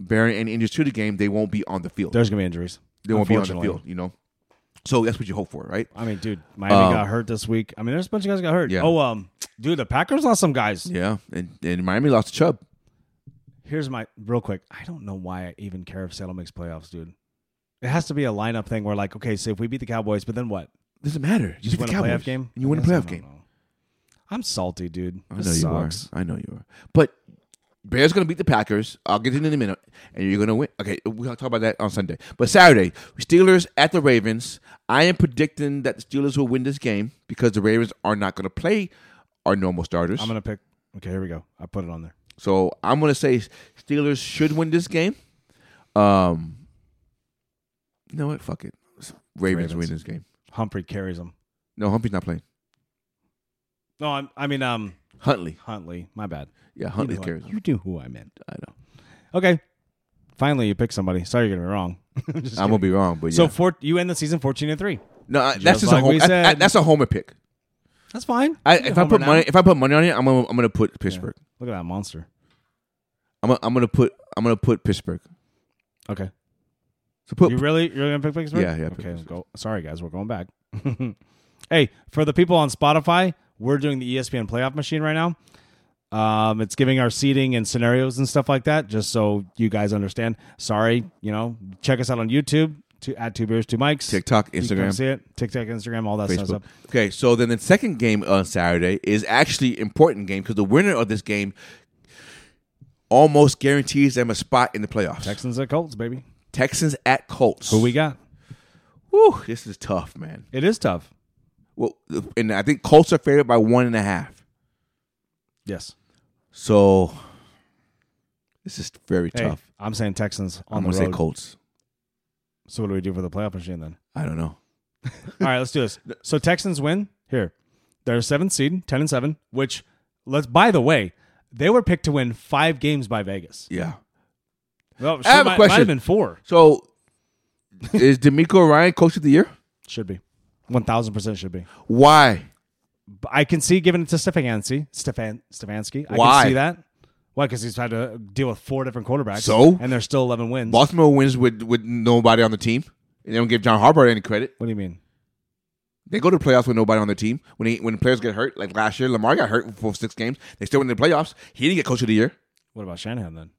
Speaker 2: bearing any injuries to the game, they won't be on the field.
Speaker 1: There's gonna be injuries.
Speaker 2: they won't be on the
Speaker 1: Unfortunately.
Speaker 2: field, you know? So that's what you hope for, right?
Speaker 1: I mean, dude, Miami
Speaker 2: Um,
Speaker 1: got hurt this week. I mean, there's a bunch of guys got hurt.
Speaker 2: Yeah.
Speaker 1: Oh, um, dude, the Packers lost some guys.
Speaker 2: Yeah. And, and Miami lost to Chubb.
Speaker 1: Here's my real quick. I don't know why I even care if Seattle makes playoffs, dude. It has to be a lineup thing where like, okay, so if we beat the Cowboys, but then what?
Speaker 2: Doesn't matter. You
Speaker 1: Just
Speaker 2: beat
Speaker 1: win
Speaker 2: the
Speaker 1: a
Speaker 2: Cowboys,
Speaker 1: playoff game.
Speaker 2: And you win a
Speaker 1: I guess I
Speaker 2: playoff
Speaker 1: don't
Speaker 2: game.
Speaker 1: know. I'm salty, dude.
Speaker 2: I know
Speaker 1: This
Speaker 2: you are.
Speaker 1: sucks.
Speaker 2: I know you are. But Bears gonna beat the Packers. I'll get it in a minute, and you're gonna win. Okay, we'll talk about that on Sunday. But Saturday, Steelers at the Ravens. I am predicting that the Steelers will win this game because the Ravens are not gonna play our normal starters.
Speaker 1: I'm gonna pick. Okay, here we go. I put it on there.
Speaker 2: so I'm gonna say Steelers should win this game. Um, you know what? Fuck it.
Speaker 1: Ravens.
Speaker 2: Ravens, win this game.
Speaker 1: Humphrey carries him.
Speaker 2: No, Humphrey's not playing.
Speaker 1: No, I'm, I mean, um,
Speaker 2: Huntley.
Speaker 1: Huntley. My bad.
Speaker 2: Yeah,
Speaker 1: You
Speaker 2: Huntley
Speaker 1: knew I-
Speaker 2: carries.
Speaker 1: You knew who I meant.
Speaker 2: I know.
Speaker 1: Okay. Finally, you picked somebody. Sorry, you're gonna be wrong. I'm just
Speaker 2: I'm
Speaker 1: kidding.
Speaker 2: gonna be wrong, but
Speaker 1: So
Speaker 2: yeah.
Speaker 1: four, you end the season 14 and three.
Speaker 2: no, I- that's just
Speaker 1: like
Speaker 2: a home.
Speaker 1: we
Speaker 2: I- I-
Speaker 1: said.
Speaker 2: that's a homer pick.
Speaker 1: That's fine.
Speaker 2: I,
Speaker 1: You're
Speaker 2: if I
Speaker 1: Homer
Speaker 2: put
Speaker 1: now.
Speaker 2: money, if I put money on it, I'm gonna, I'm gonna put Pittsburgh.
Speaker 1: look at that monster.
Speaker 2: I'm gonna, I'm gonna put I'm gonna put Pittsburgh.
Speaker 1: Okay,
Speaker 2: So put
Speaker 1: you really you're gonna pick Pittsburgh?
Speaker 2: Yeah, yeah, pick
Speaker 1: Okay, go. Sorry guys, we're going back. hey, for the people on Spotify, we're doing the E ESPN playoff machine right now. Um, it's giving our seating and scenarios and stuff like that, just so you guys understand. Sorry, you know, check us out on YouTube to at two beers, two mics,
Speaker 2: TikTok,
Speaker 1: You can come
Speaker 2: Instagram,
Speaker 1: see it, TikTok, Instagram, all that
Speaker 2: Facebook.
Speaker 1: stuff.
Speaker 2: Okay, so then the second game on Saturday is actually important game because the winner of this game almost guarantees them a spot in the playoffs.
Speaker 1: Texans at Colts, baby.
Speaker 2: Texans at Colts.
Speaker 1: Who we got?
Speaker 2: Whew, this is tough, man.
Speaker 1: It is tough.
Speaker 2: Well, and I think Colts are favored by one and a half.
Speaker 1: Yes.
Speaker 2: So this is very
Speaker 1: Hey,
Speaker 2: tough.
Speaker 1: I'm saying Texans on
Speaker 2: I'm
Speaker 1: the
Speaker 2: gonna
Speaker 1: road.
Speaker 2: say Colts.
Speaker 1: So what do we do for the playoff machine then?
Speaker 2: I don't know.
Speaker 1: All right, let's do this. So Texans win here. They're seventh seed, ten and seven. Which let's. By the way, they were picked to win five games by Vegas.
Speaker 2: Yeah.
Speaker 1: Well,
Speaker 2: I have a
Speaker 1: might, Might
Speaker 2: question.
Speaker 1: have been four.
Speaker 2: So is D'Amico Ryan coach of the year?
Speaker 1: Should be one thousand percent. Should be.
Speaker 2: Why?
Speaker 1: But I can see giving it to Stefanski. Stefan Stefanski. I
Speaker 2: Why?
Speaker 1: can see that. Why? Because he's had to deal with four different quarterbacks.
Speaker 2: So?
Speaker 1: and they're still eleven wins.
Speaker 2: Baltimore wins with with nobody on the team. And they don't give John Harbaugh any credit.
Speaker 1: what do you mean?
Speaker 2: They go to the playoffs with nobody on the team. When he, when players get hurt, like last year, Lamar got hurt for six games. They still went to the playoffs. He didn't get coach of the year.
Speaker 1: What about Shanahan then?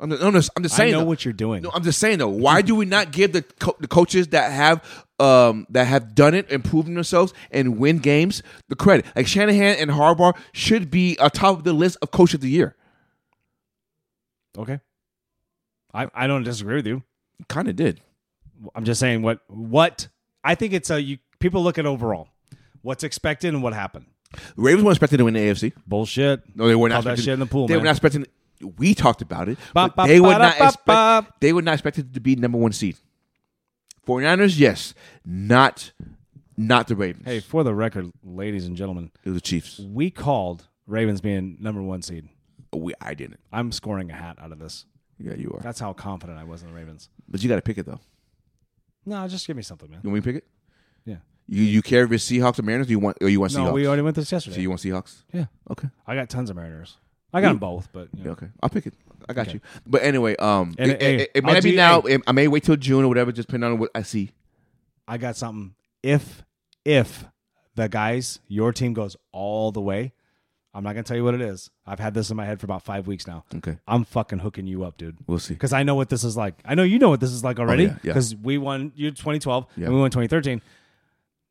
Speaker 2: I'm just, I'm just, I'm just saying.
Speaker 1: I know
Speaker 2: though.
Speaker 1: what you're doing.
Speaker 2: No, I'm just saying though. Why do we not give the co- the coaches that have um that have done it and proven themselves and win games the credit? Like Shanahan and Harbaugh should be atop of the list of coach of the year.
Speaker 1: okay. I, I don't disagree with you.
Speaker 2: Kind of did.
Speaker 1: I'm just saying what what I think it's a you people look at overall what's expected and what happened.
Speaker 2: The Ravens weren't expected to win the AFC.
Speaker 1: Bullshit.
Speaker 2: No, they were not
Speaker 1: Call that
Speaker 2: expected-
Speaker 1: shit in the pool,
Speaker 2: They were
Speaker 1: man.
Speaker 2: not expecting. We talked about it.
Speaker 1: Ba,
Speaker 2: but
Speaker 1: ba,
Speaker 2: they
Speaker 1: ba,
Speaker 2: were
Speaker 1: da,
Speaker 2: not
Speaker 1: ba,
Speaker 2: expect,
Speaker 1: ba.
Speaker 2: They were not expected to be number one seed. 49ers, yes, not not the Ravens.
Speaker 1: Hey, for the record, ladies and gentlemen,
Speaker 2: it was the Chiefs.
Speaker 1: we called Ravens being number one seed.
Speaker 2: We, I didn't.
Speaker 1: I'm scoring a hat out of this.
Speaker 2: Yeah, you are.
Speaker 1: That's how confident I was in the Ravens.
Speaker 2: But you got to pick it though.
Speaker 1: No, just give me something, man.
Speaker 2: You want me to pick it?
Speaker 1: Yeah.
Speaker 2: You you care if it's Seahawks or Mariners? Or you want or you want
Speaker 1: No,
Speaker 2: Seahawks?
Speaker 1: we already went this
Speaker 2: so
Speaker 1: yesterday.
Speaker 2: you want Seahawks?
Speaker 1: Yeah.
Speaker 2: Okay.
Speaker 1: I got tons of Mariners. I got them both, but you know.
Speaker 2: Yeah, okay. I'll pick it. I got you. But anyway, um,
Speaker 1: And,
Speaker 2: it,
Speaker 1: hey,
Speaker 2: it, it, may
Speaker 1: I'll
Speaker 2: not be
Speaker 1: do-
Speaker 2: now. It- I may wait till June or whatever, just depending on what I see.
Speaker 1: I got something. If if the guys, your team goes all the way, I'm not gonna tell you what it is. I've had this in my head for about five weeks now.
Speaker 2: Okay.
Speaker 1: I'm fucking hooking you up, dude.
Speaker 2: We'll see.
Speaker 1: Because I know what this is like. I know you know what this is like already.
Speaker 2: Oh, yeah, yeah.
Speaker 1: Because we won you 2012
Speaker 2: Yeah.
Speaker 1: and we won 2013.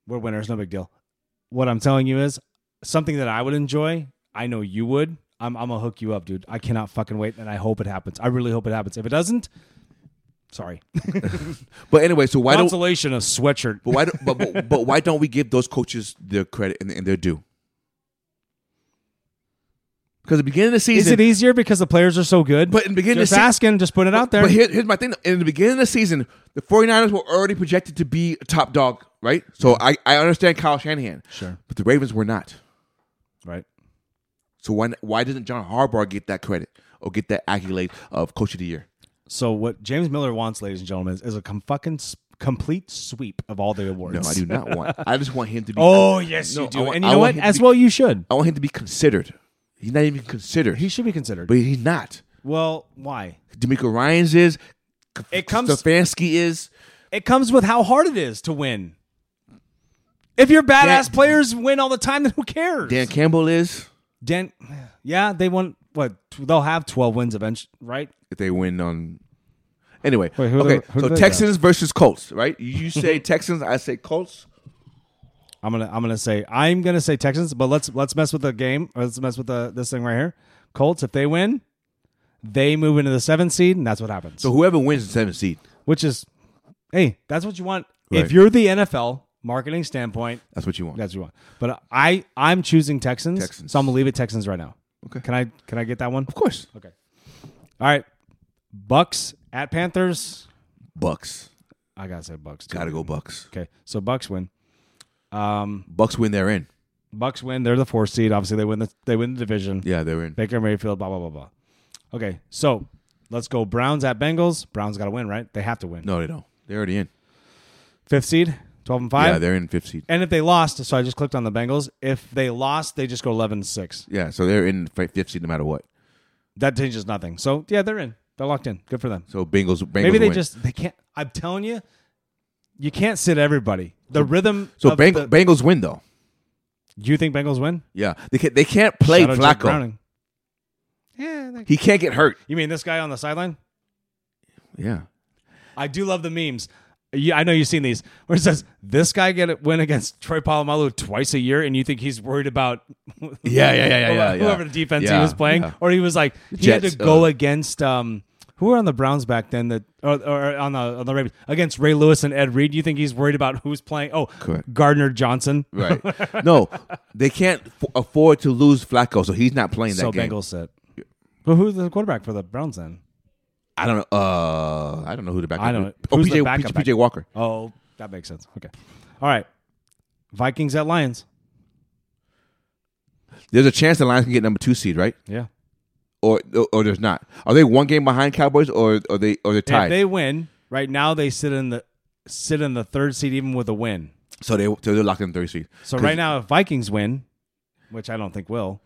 Speaker 1: We're winners, no big deal. What I'm telling you is something that I would enjoy. I know you would. I'm, I'm gonna hook you up, dude. I cannot fucking wait, and I hope it happens. I really hope it happens. If it doesn't, sorry.
Speaker 2: But anyway, so why don't
Speaker 1: Consolation of sweatshirt.
Speaker 2: But why, do, but, but, but why don't we give those coaches their credit and, and their due? Because at the beginning of the
Speaker 1: Is
Speaker 2: season,
Speaker 1: it easier because the players are so good?
Speaker 2: But in the beginning of
Speaker 1: just
Speaker 2: the se-
Speaker 1: asking, just putting it out there.
Speaker 2: but here, here's my thing. In the beginning of the season, the 49ers were already projected to be a top dog, right? So I, I understand Kyle Shanahan.
Speaker 1: Sure.
Speaker 2: But the Ravens were not.
Speaker 1: right.
Speaker 2: So why, why doesn't John Harbaugh get that credit or get that accolade of Coach of the Year?
Speaker 1: So what James Miller wants, ladies and gentlemen, is a com- fucking s- complete sweep of all the awards.
Speaker 2: No, I do not want. I just want him to be.
Speaker 1: Oh yes,
Speaker 2: No,
Speaker 1: you
Speaker 2: I
Speaker 1: do.
Speaker 2: want-
Speaker 1: and
Speaker 2: I
Speaker 1: you know
Speaker 2: want
Speaker 1: what?
Speaker 2: him to
Speaker 1: As
Speaker 2: be-
Speaker 1: well, you should.
Speaker 2: I want him to be considered. He's not even considered.
Speaker 1: He should be considered.
Speaker 2: but he's not.
Speaker 1: Well, why?
Speaker 2: D'Amico Ryan's is.
Speaker 1: It comes-
Speaker 2: Stefanski is.
Speaker 1: It comes with how hard it is to win. If your badass
Speaker 2: Dan-
Speaker 1: players win all the time, then who cares?
Speaker 2: Dan Campbell is.
Speaker 1: Dan- yeah, they won. What? tw- They'll have twelve wins eventually, right?
Speaker 2: If they win on. Anyway,
Speaker 1: Wait, who
Speaker 2: okay.
Speaker 1: the- who
Speaker 2: so
Speaker 1: they got?
Speaker 2: Texans versus Colts, right? You say Texans, I say Colts.
Speaker 1: I'm gonna I'm gonna say I'm gonna say Texans, but let's let's mess with the game. Or let's mess with the this thing right here. Colts, if they win, they move into the seventh seed, and that's what happens.
Speaker 2: So whoever wins the seventh seed,
Speaker 1: Which is, hey, that's what you want.
Speaker 2: Right.
Speaker 1: If you're the NFL marketing standpoint,
Speaker 2: that's what you want.
Speaker 1: that's what you want. But I I'm choosing Texans,
Speaker 2: Texans.
Speaker 1: so I'm gonna leave it Texans right now.
Speaker 2: Okay.
Speaker 1: Can I can I get that one?
Speaker 2: Of course,
Speaker 1: All right, Bucks at Panthers.
Speaker 2: Bucks.
Speaker 1: I gotta say Bucks. Too.
Speaker 2: Gotta go Bucks.
Speaker 1: Okay, so Bucks win. Um,
Speaker 2: Bucks win. They're in.
Speaker 1: Bucks win. They're the fourth seed. Obviously, they win the they win the division.
Speaker 2: Yeah, they're in.
Speaker 1: Baker Mayfield, blah blah blah blah. Okay, so let's go Browns at Bengals. Browns got to win, right? They have to win.
Speaker 2: No, they don't. They're already in.
Speaker 1: Fifth seed, twelve and five.
Speaker 2: yeah, they're in fifth seed.
Speaker 1: and if they lost, so I just clicked on the Bengals. If they lost, they just go 11-6.
Speaker 2: Yeah, so they're in fi- fifth seed no matter what.
Speaker 1: That changes nothing. So yeah, they're in. They're locked in. Good for them.
Speaker 2: So Bengals. Bengals
Speaker 1: Maybe they
Speaker 2: win.
Speaker 1: just they can't. I'm telling you, you can't sit everybody. The rhythm.
Speaker 2: So
Speaker 1: of
Speaker 2: Beng-
Speaker 1: the-
Speaker 2: Bengals win though.
Speaker 1: you think Bengals win?
Speaker 2: Yeah, they can't, they can't play
Speaker 1: Shout out Jake
Speaker 2: Flacco.
Speaker 1: Browning. Yeah. They,
Speaker 2: He can't get hurt.
Speaker 1: you mean this guy on the sideline?
Speaker 2: Yeah.
Speaker 1: I do love the memes. Yeah, I know you've seen these where it says this guy get it win against Troy Polamalu twice a year, and you think he's worried about
Speaker 2: Yeah, yeah, yeah, yeah, yeah, yeah.
Speaker 1: whoever the defense he
Speaker 2: Yeah,
Speaker 1: was playing,
Speaker 2: yeah.
Speaker 1: or he was like he had
Speaker 2: Jets,
Speaker 1: to go
Speaker 2: uh,
Speaker 1: against um who were on the Browns back then that or, or on the on the Ravens against Ray Lewis and Ed Reed. You think he's worried about who's playing? Oh,
Speaker 2: Correct.
Speaker 1: Gardner Johnson.
Speaker 2: Right. no, they can't f- afford to lose Flacco, so he's not playing that
Speaker 1: So
Speaker 2: game.
Speaker 1: Bengals set. But who's the quarterback for the Browns then?
Speaker 2: I don't know. Uh, I don't know who the backup.
Speaker 1: I don't know.
Speaker 2: is. Oh,
Speaker 1: Who's
Speaker 2: PJ,
Speaker 1: the backup
Speaker 2: PJ,
Speaker 1: backup?
Speaker 2: Walker.
Speaker 1: Oh, that makes sense. Okay, all right. Vikings at Lions.
Speaker 2: There's a chance the Lions can get number two seed, right?
Speaker 1: Yeah.
Speaker 2: Or or there's not. Are they one game behind Cowboys, or are they or they're
Speaker 1: If
Speaker 2: tied?
Speaker 1: they win, right now they sit in the sit in the third seat even with a win.
Speaker 2: so they so they're locked in third seed.
Speaker 1: So
Speaker 2: 'Cause-
Speaker 1: right now, if Vikings win, which I don't think will,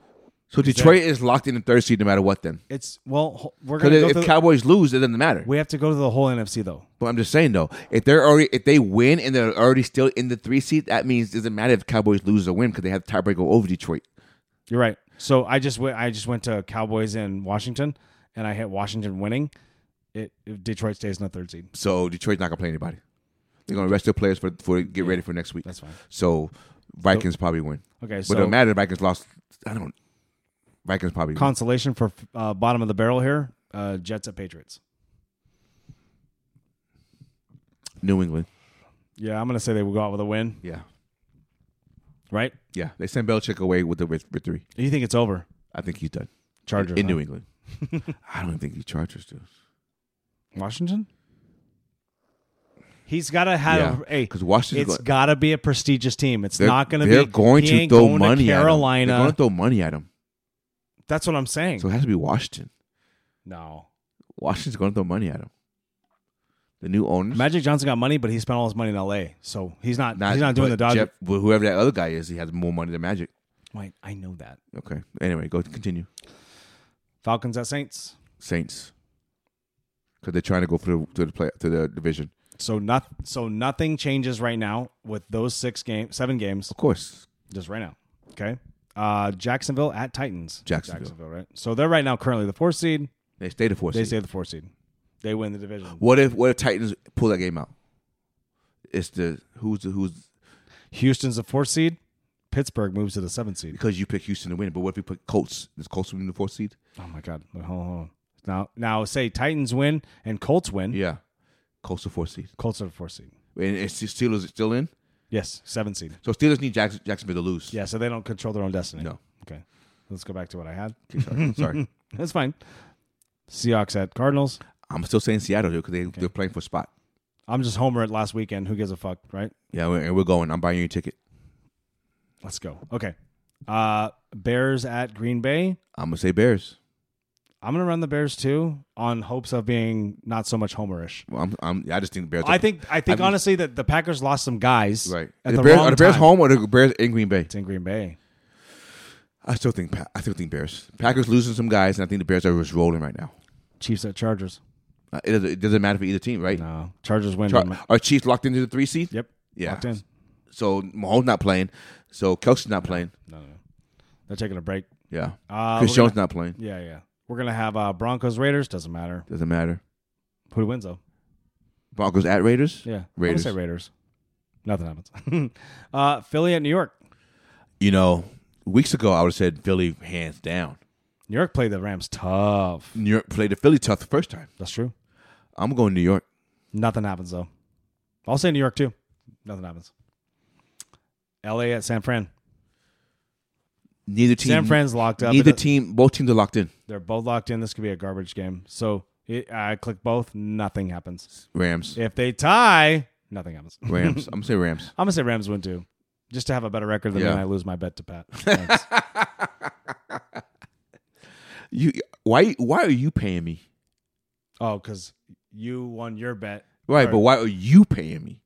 Speaker 2: so Detroit is locked in the third seed no matter what. Then
Speaker 1: it's well ho- we're gonna go
Speaker 2: because
Speaker 1: through.
Speaker 2: if Cowboys lose, it doesn't matter.
Speaker 1: we have to go to the whole NFC though.
Speaker 2: But I'm just saying though, if they're already if they win and they're already still in the three seed, that means it doesn't matter if Cowboys lose or win because they have tiebreaker over Detroit.
Speaker 1: You're right. So I just went. I just went to Cowboys in Washington, and I hit Washington winning. It, if Detroit stays in the third seed.
Speaker 2: So Detroit's not gonna play anybody. They're gonna rest their players for for get ready for next week.
Speaker 1: That's fine.
Speaker 2: So Vikings probably win,
Speaker 1: Okay,
Speaker 2: but it
Speaker 1: so
Speaker 2: don't matter. The Vikings lost. I don't. Vikings probably. win.
Speaker 1: consolation for uh, bottom of the barrel here: uh, Jets at Patriots.
Speaker 2: New England.
Speaker 1: Yeah, I'm gonna say they will go out with a win,
Speaker 2: Yeah,
Speaker 1: right?
Speaker 2: yeah. They send Belichick away with the with, with three.
Speaker 1: You think it's over?
Speaker 2: I think he's done
Speaker 1: Chargers
Speaker 2: in
Speaker 1: huh?
Speaker 2: New England. I don't think the Chargers do
Speaker 1: Washington. He's got to have
Speaker 2: Yeah,
Speaker 1: a hey,
Speaker 2: 'cause Washington's
Speaker 1: It's
Speaker 2: go-
Speaker 1: got to be a prestigious team. It's
Speaker 2: They're-
Speaker 1: not going to be.
Speaker 2: They're going
Speaker 1: he
Speaker 2: to
Speaker 1: ain't
Speaker 2: throw
Speaker 1: going
Speaker 2: money. at 'em.
Speaker 1: Carolina.
Speaker 2: They're going to throw money at him.
Speaker 1: That's what I'm saying.
Speaker 2: So it has to be Washington.
Speaker 1: no,
Speaker 2: Washington's going to throw money at him. The new owners.
Speaker 1: Magic Johnson got money, but he spent all his money in L.A. So he's not. he's not doing
Speaker 2: but
Speaker 1: the Dodgers.
Speaker 2: Jeff- well, whoever that other guy is, he has more money than Magic.
Speaker 1: Wait, I know that.
Speaker 2: Okay. Anyway, go continue.
Speaker 1: Falcons at Saints.
Speaker 2: Saints. Because they're trying to go through to the play to the division.
Speaker 1: So not. So nothing changes right now with those six games, seven games,
Speaker 2: Of course.
Speaker 1: just right now. Okay. Uh, Jacksonville at Titans.
Speaker 2: Jacksonville.
Speaker 1: right? So they're right now currently the fourth seed.
Speaker 2: They stay the fourth
Speaker 1: They
Speaker 2: seed.
Speaker 1: stay the fourth seed. They win the division.
Speaker 2: what if what if Titans pull that game out? It's the who's the who's
Speaker 1: Houston's the fourth seed. Pittsburgh moves to the seventh seed.
Speaker 2: because you pick Houston to win, but what if you put Colts? Does Colts win the fourth seed?
Speaker 1: Oh my God! Wait, Hold on, hold on. Now, now say Titans win and Colts win.
Speaker 2: Yeah. Colts the fourth seed.
Speaker 1: Colts are the fourth seed.
Speaker 2: And it's Steelers is still in.
Speaker 1: Yes, seventh seed.
Speaker 2: So Steelers need Jackson, Jacksonville to lose.
Speaker 1: Yeah, so they don't control their own destiny.
Speaker 2: No.
Speaker 1: Okay, let's go back to what I had.
Speaker 2: Okay, sorry. sorry.
Speaker 1: That's fine. Seahawks at Cardinals.
Speaker 2: I'm still saying Seattle though because they they're playing for spot.
Speaker 1: I'm just homer at last weekend. Who gives a fuck, right?
Speaker 2: Yeah, we're, and we're going. I'm buying you a ticket.
Speaker 1: Let's go. Okay. Uh Bears at Green Bay.
Speaker 2: I'm gonna say Bears.
Speaker 1: I'm gonna run the Bears too on hopes of being not so much homerish.
Speaker 2: Well, I'm, I'm, I just think the Bears.
Speaker 1: I think I think
Speaker 2: mean-
Speaker 1: honestly that the Packers lost some guys.
Speaker 2: right.
Speaker 1: At
Speaker 2: the
Speaker 1: the,
Speaker 2: Bears,
Speaker 1: wrong
Speaker 2: are the Bears
Speaker 1: time.
Speaker 2: home or the Bears in Green Bay?
Speaker 1: It's in Green Bay.
Speaker 2: I still think Pa- I still think Bears. Packers losing some guys, and I think the Bears are just rolling right now.
Speaker 1: Chiefs at Chargers.
Speaker 2: Uh, It doesn't, it doesn't matter for either team, right?
Speaker 1: No, Chargers win.
Speaker 2: Are, are Chiefs locked into the three seed?
Speaker 1: yep.
Speaker 2: Yeah.
Speaker 1: Locked in.
Speaker 2: So Mahomes not playing. So Kelsey's not playing.
Speaker 1: No, no. They're taking a break.
Speaker 2: Yeah.
Speaker 1: Uh,
Speaker 2: Chris
Speaker 1: we're gonna-
Speaker 2: Jones not playing.
Speaker 1: Yeah, yeah. We're gonna have uh, Broncos Raiders. Doesn't matter
Speaker 2: Doesn't matter.
Speaker 1: who wins though.
Speaker 2: Broncos at Raiders.
Speaker 1: Yeah,
Speaker 2: Raiders.
Speaker 1: I say Raiders. Nothing happens. uh, Philly at New York.
Speaker 2: You know, weeks ago I would have said Philly hands down.
Speaker 1: New York played the Rams tough.
Speaker 2: New York played the Philly tough the first time.
Speaker 1: That's true.
Speaker 2: I'm going New York.
Speaker 1: Nothing happens though. I'll say New York too. Nothing happens. L.A. at San Fran.
Speaker 2: Neither team.
Speaker 1: San Fran's locked up.
Speaker 2: Neither
Speaker 1: It-
Speaker 2: team. Both teams are locked in.
Speaker 1: They're both locked in. This could be a garbage game. So it, I click both. Nothing happens.
Speaker 2: Rams.
Speaker 1: If they tie, nothing happens. I'm
Speaker 2: Rams. I'm gonna say Rams.
Speaker 1: gonna say Rams win too, just to have a better record than
Speaker 2: Yeah.
Speaker 1: when I lose my bet to Pat. Thanks.
Speaker 2: You. Why? Why are you paying me?
Speaker 1: oh, because you won your bet.
Speaker 2: Right, but why are you paying me?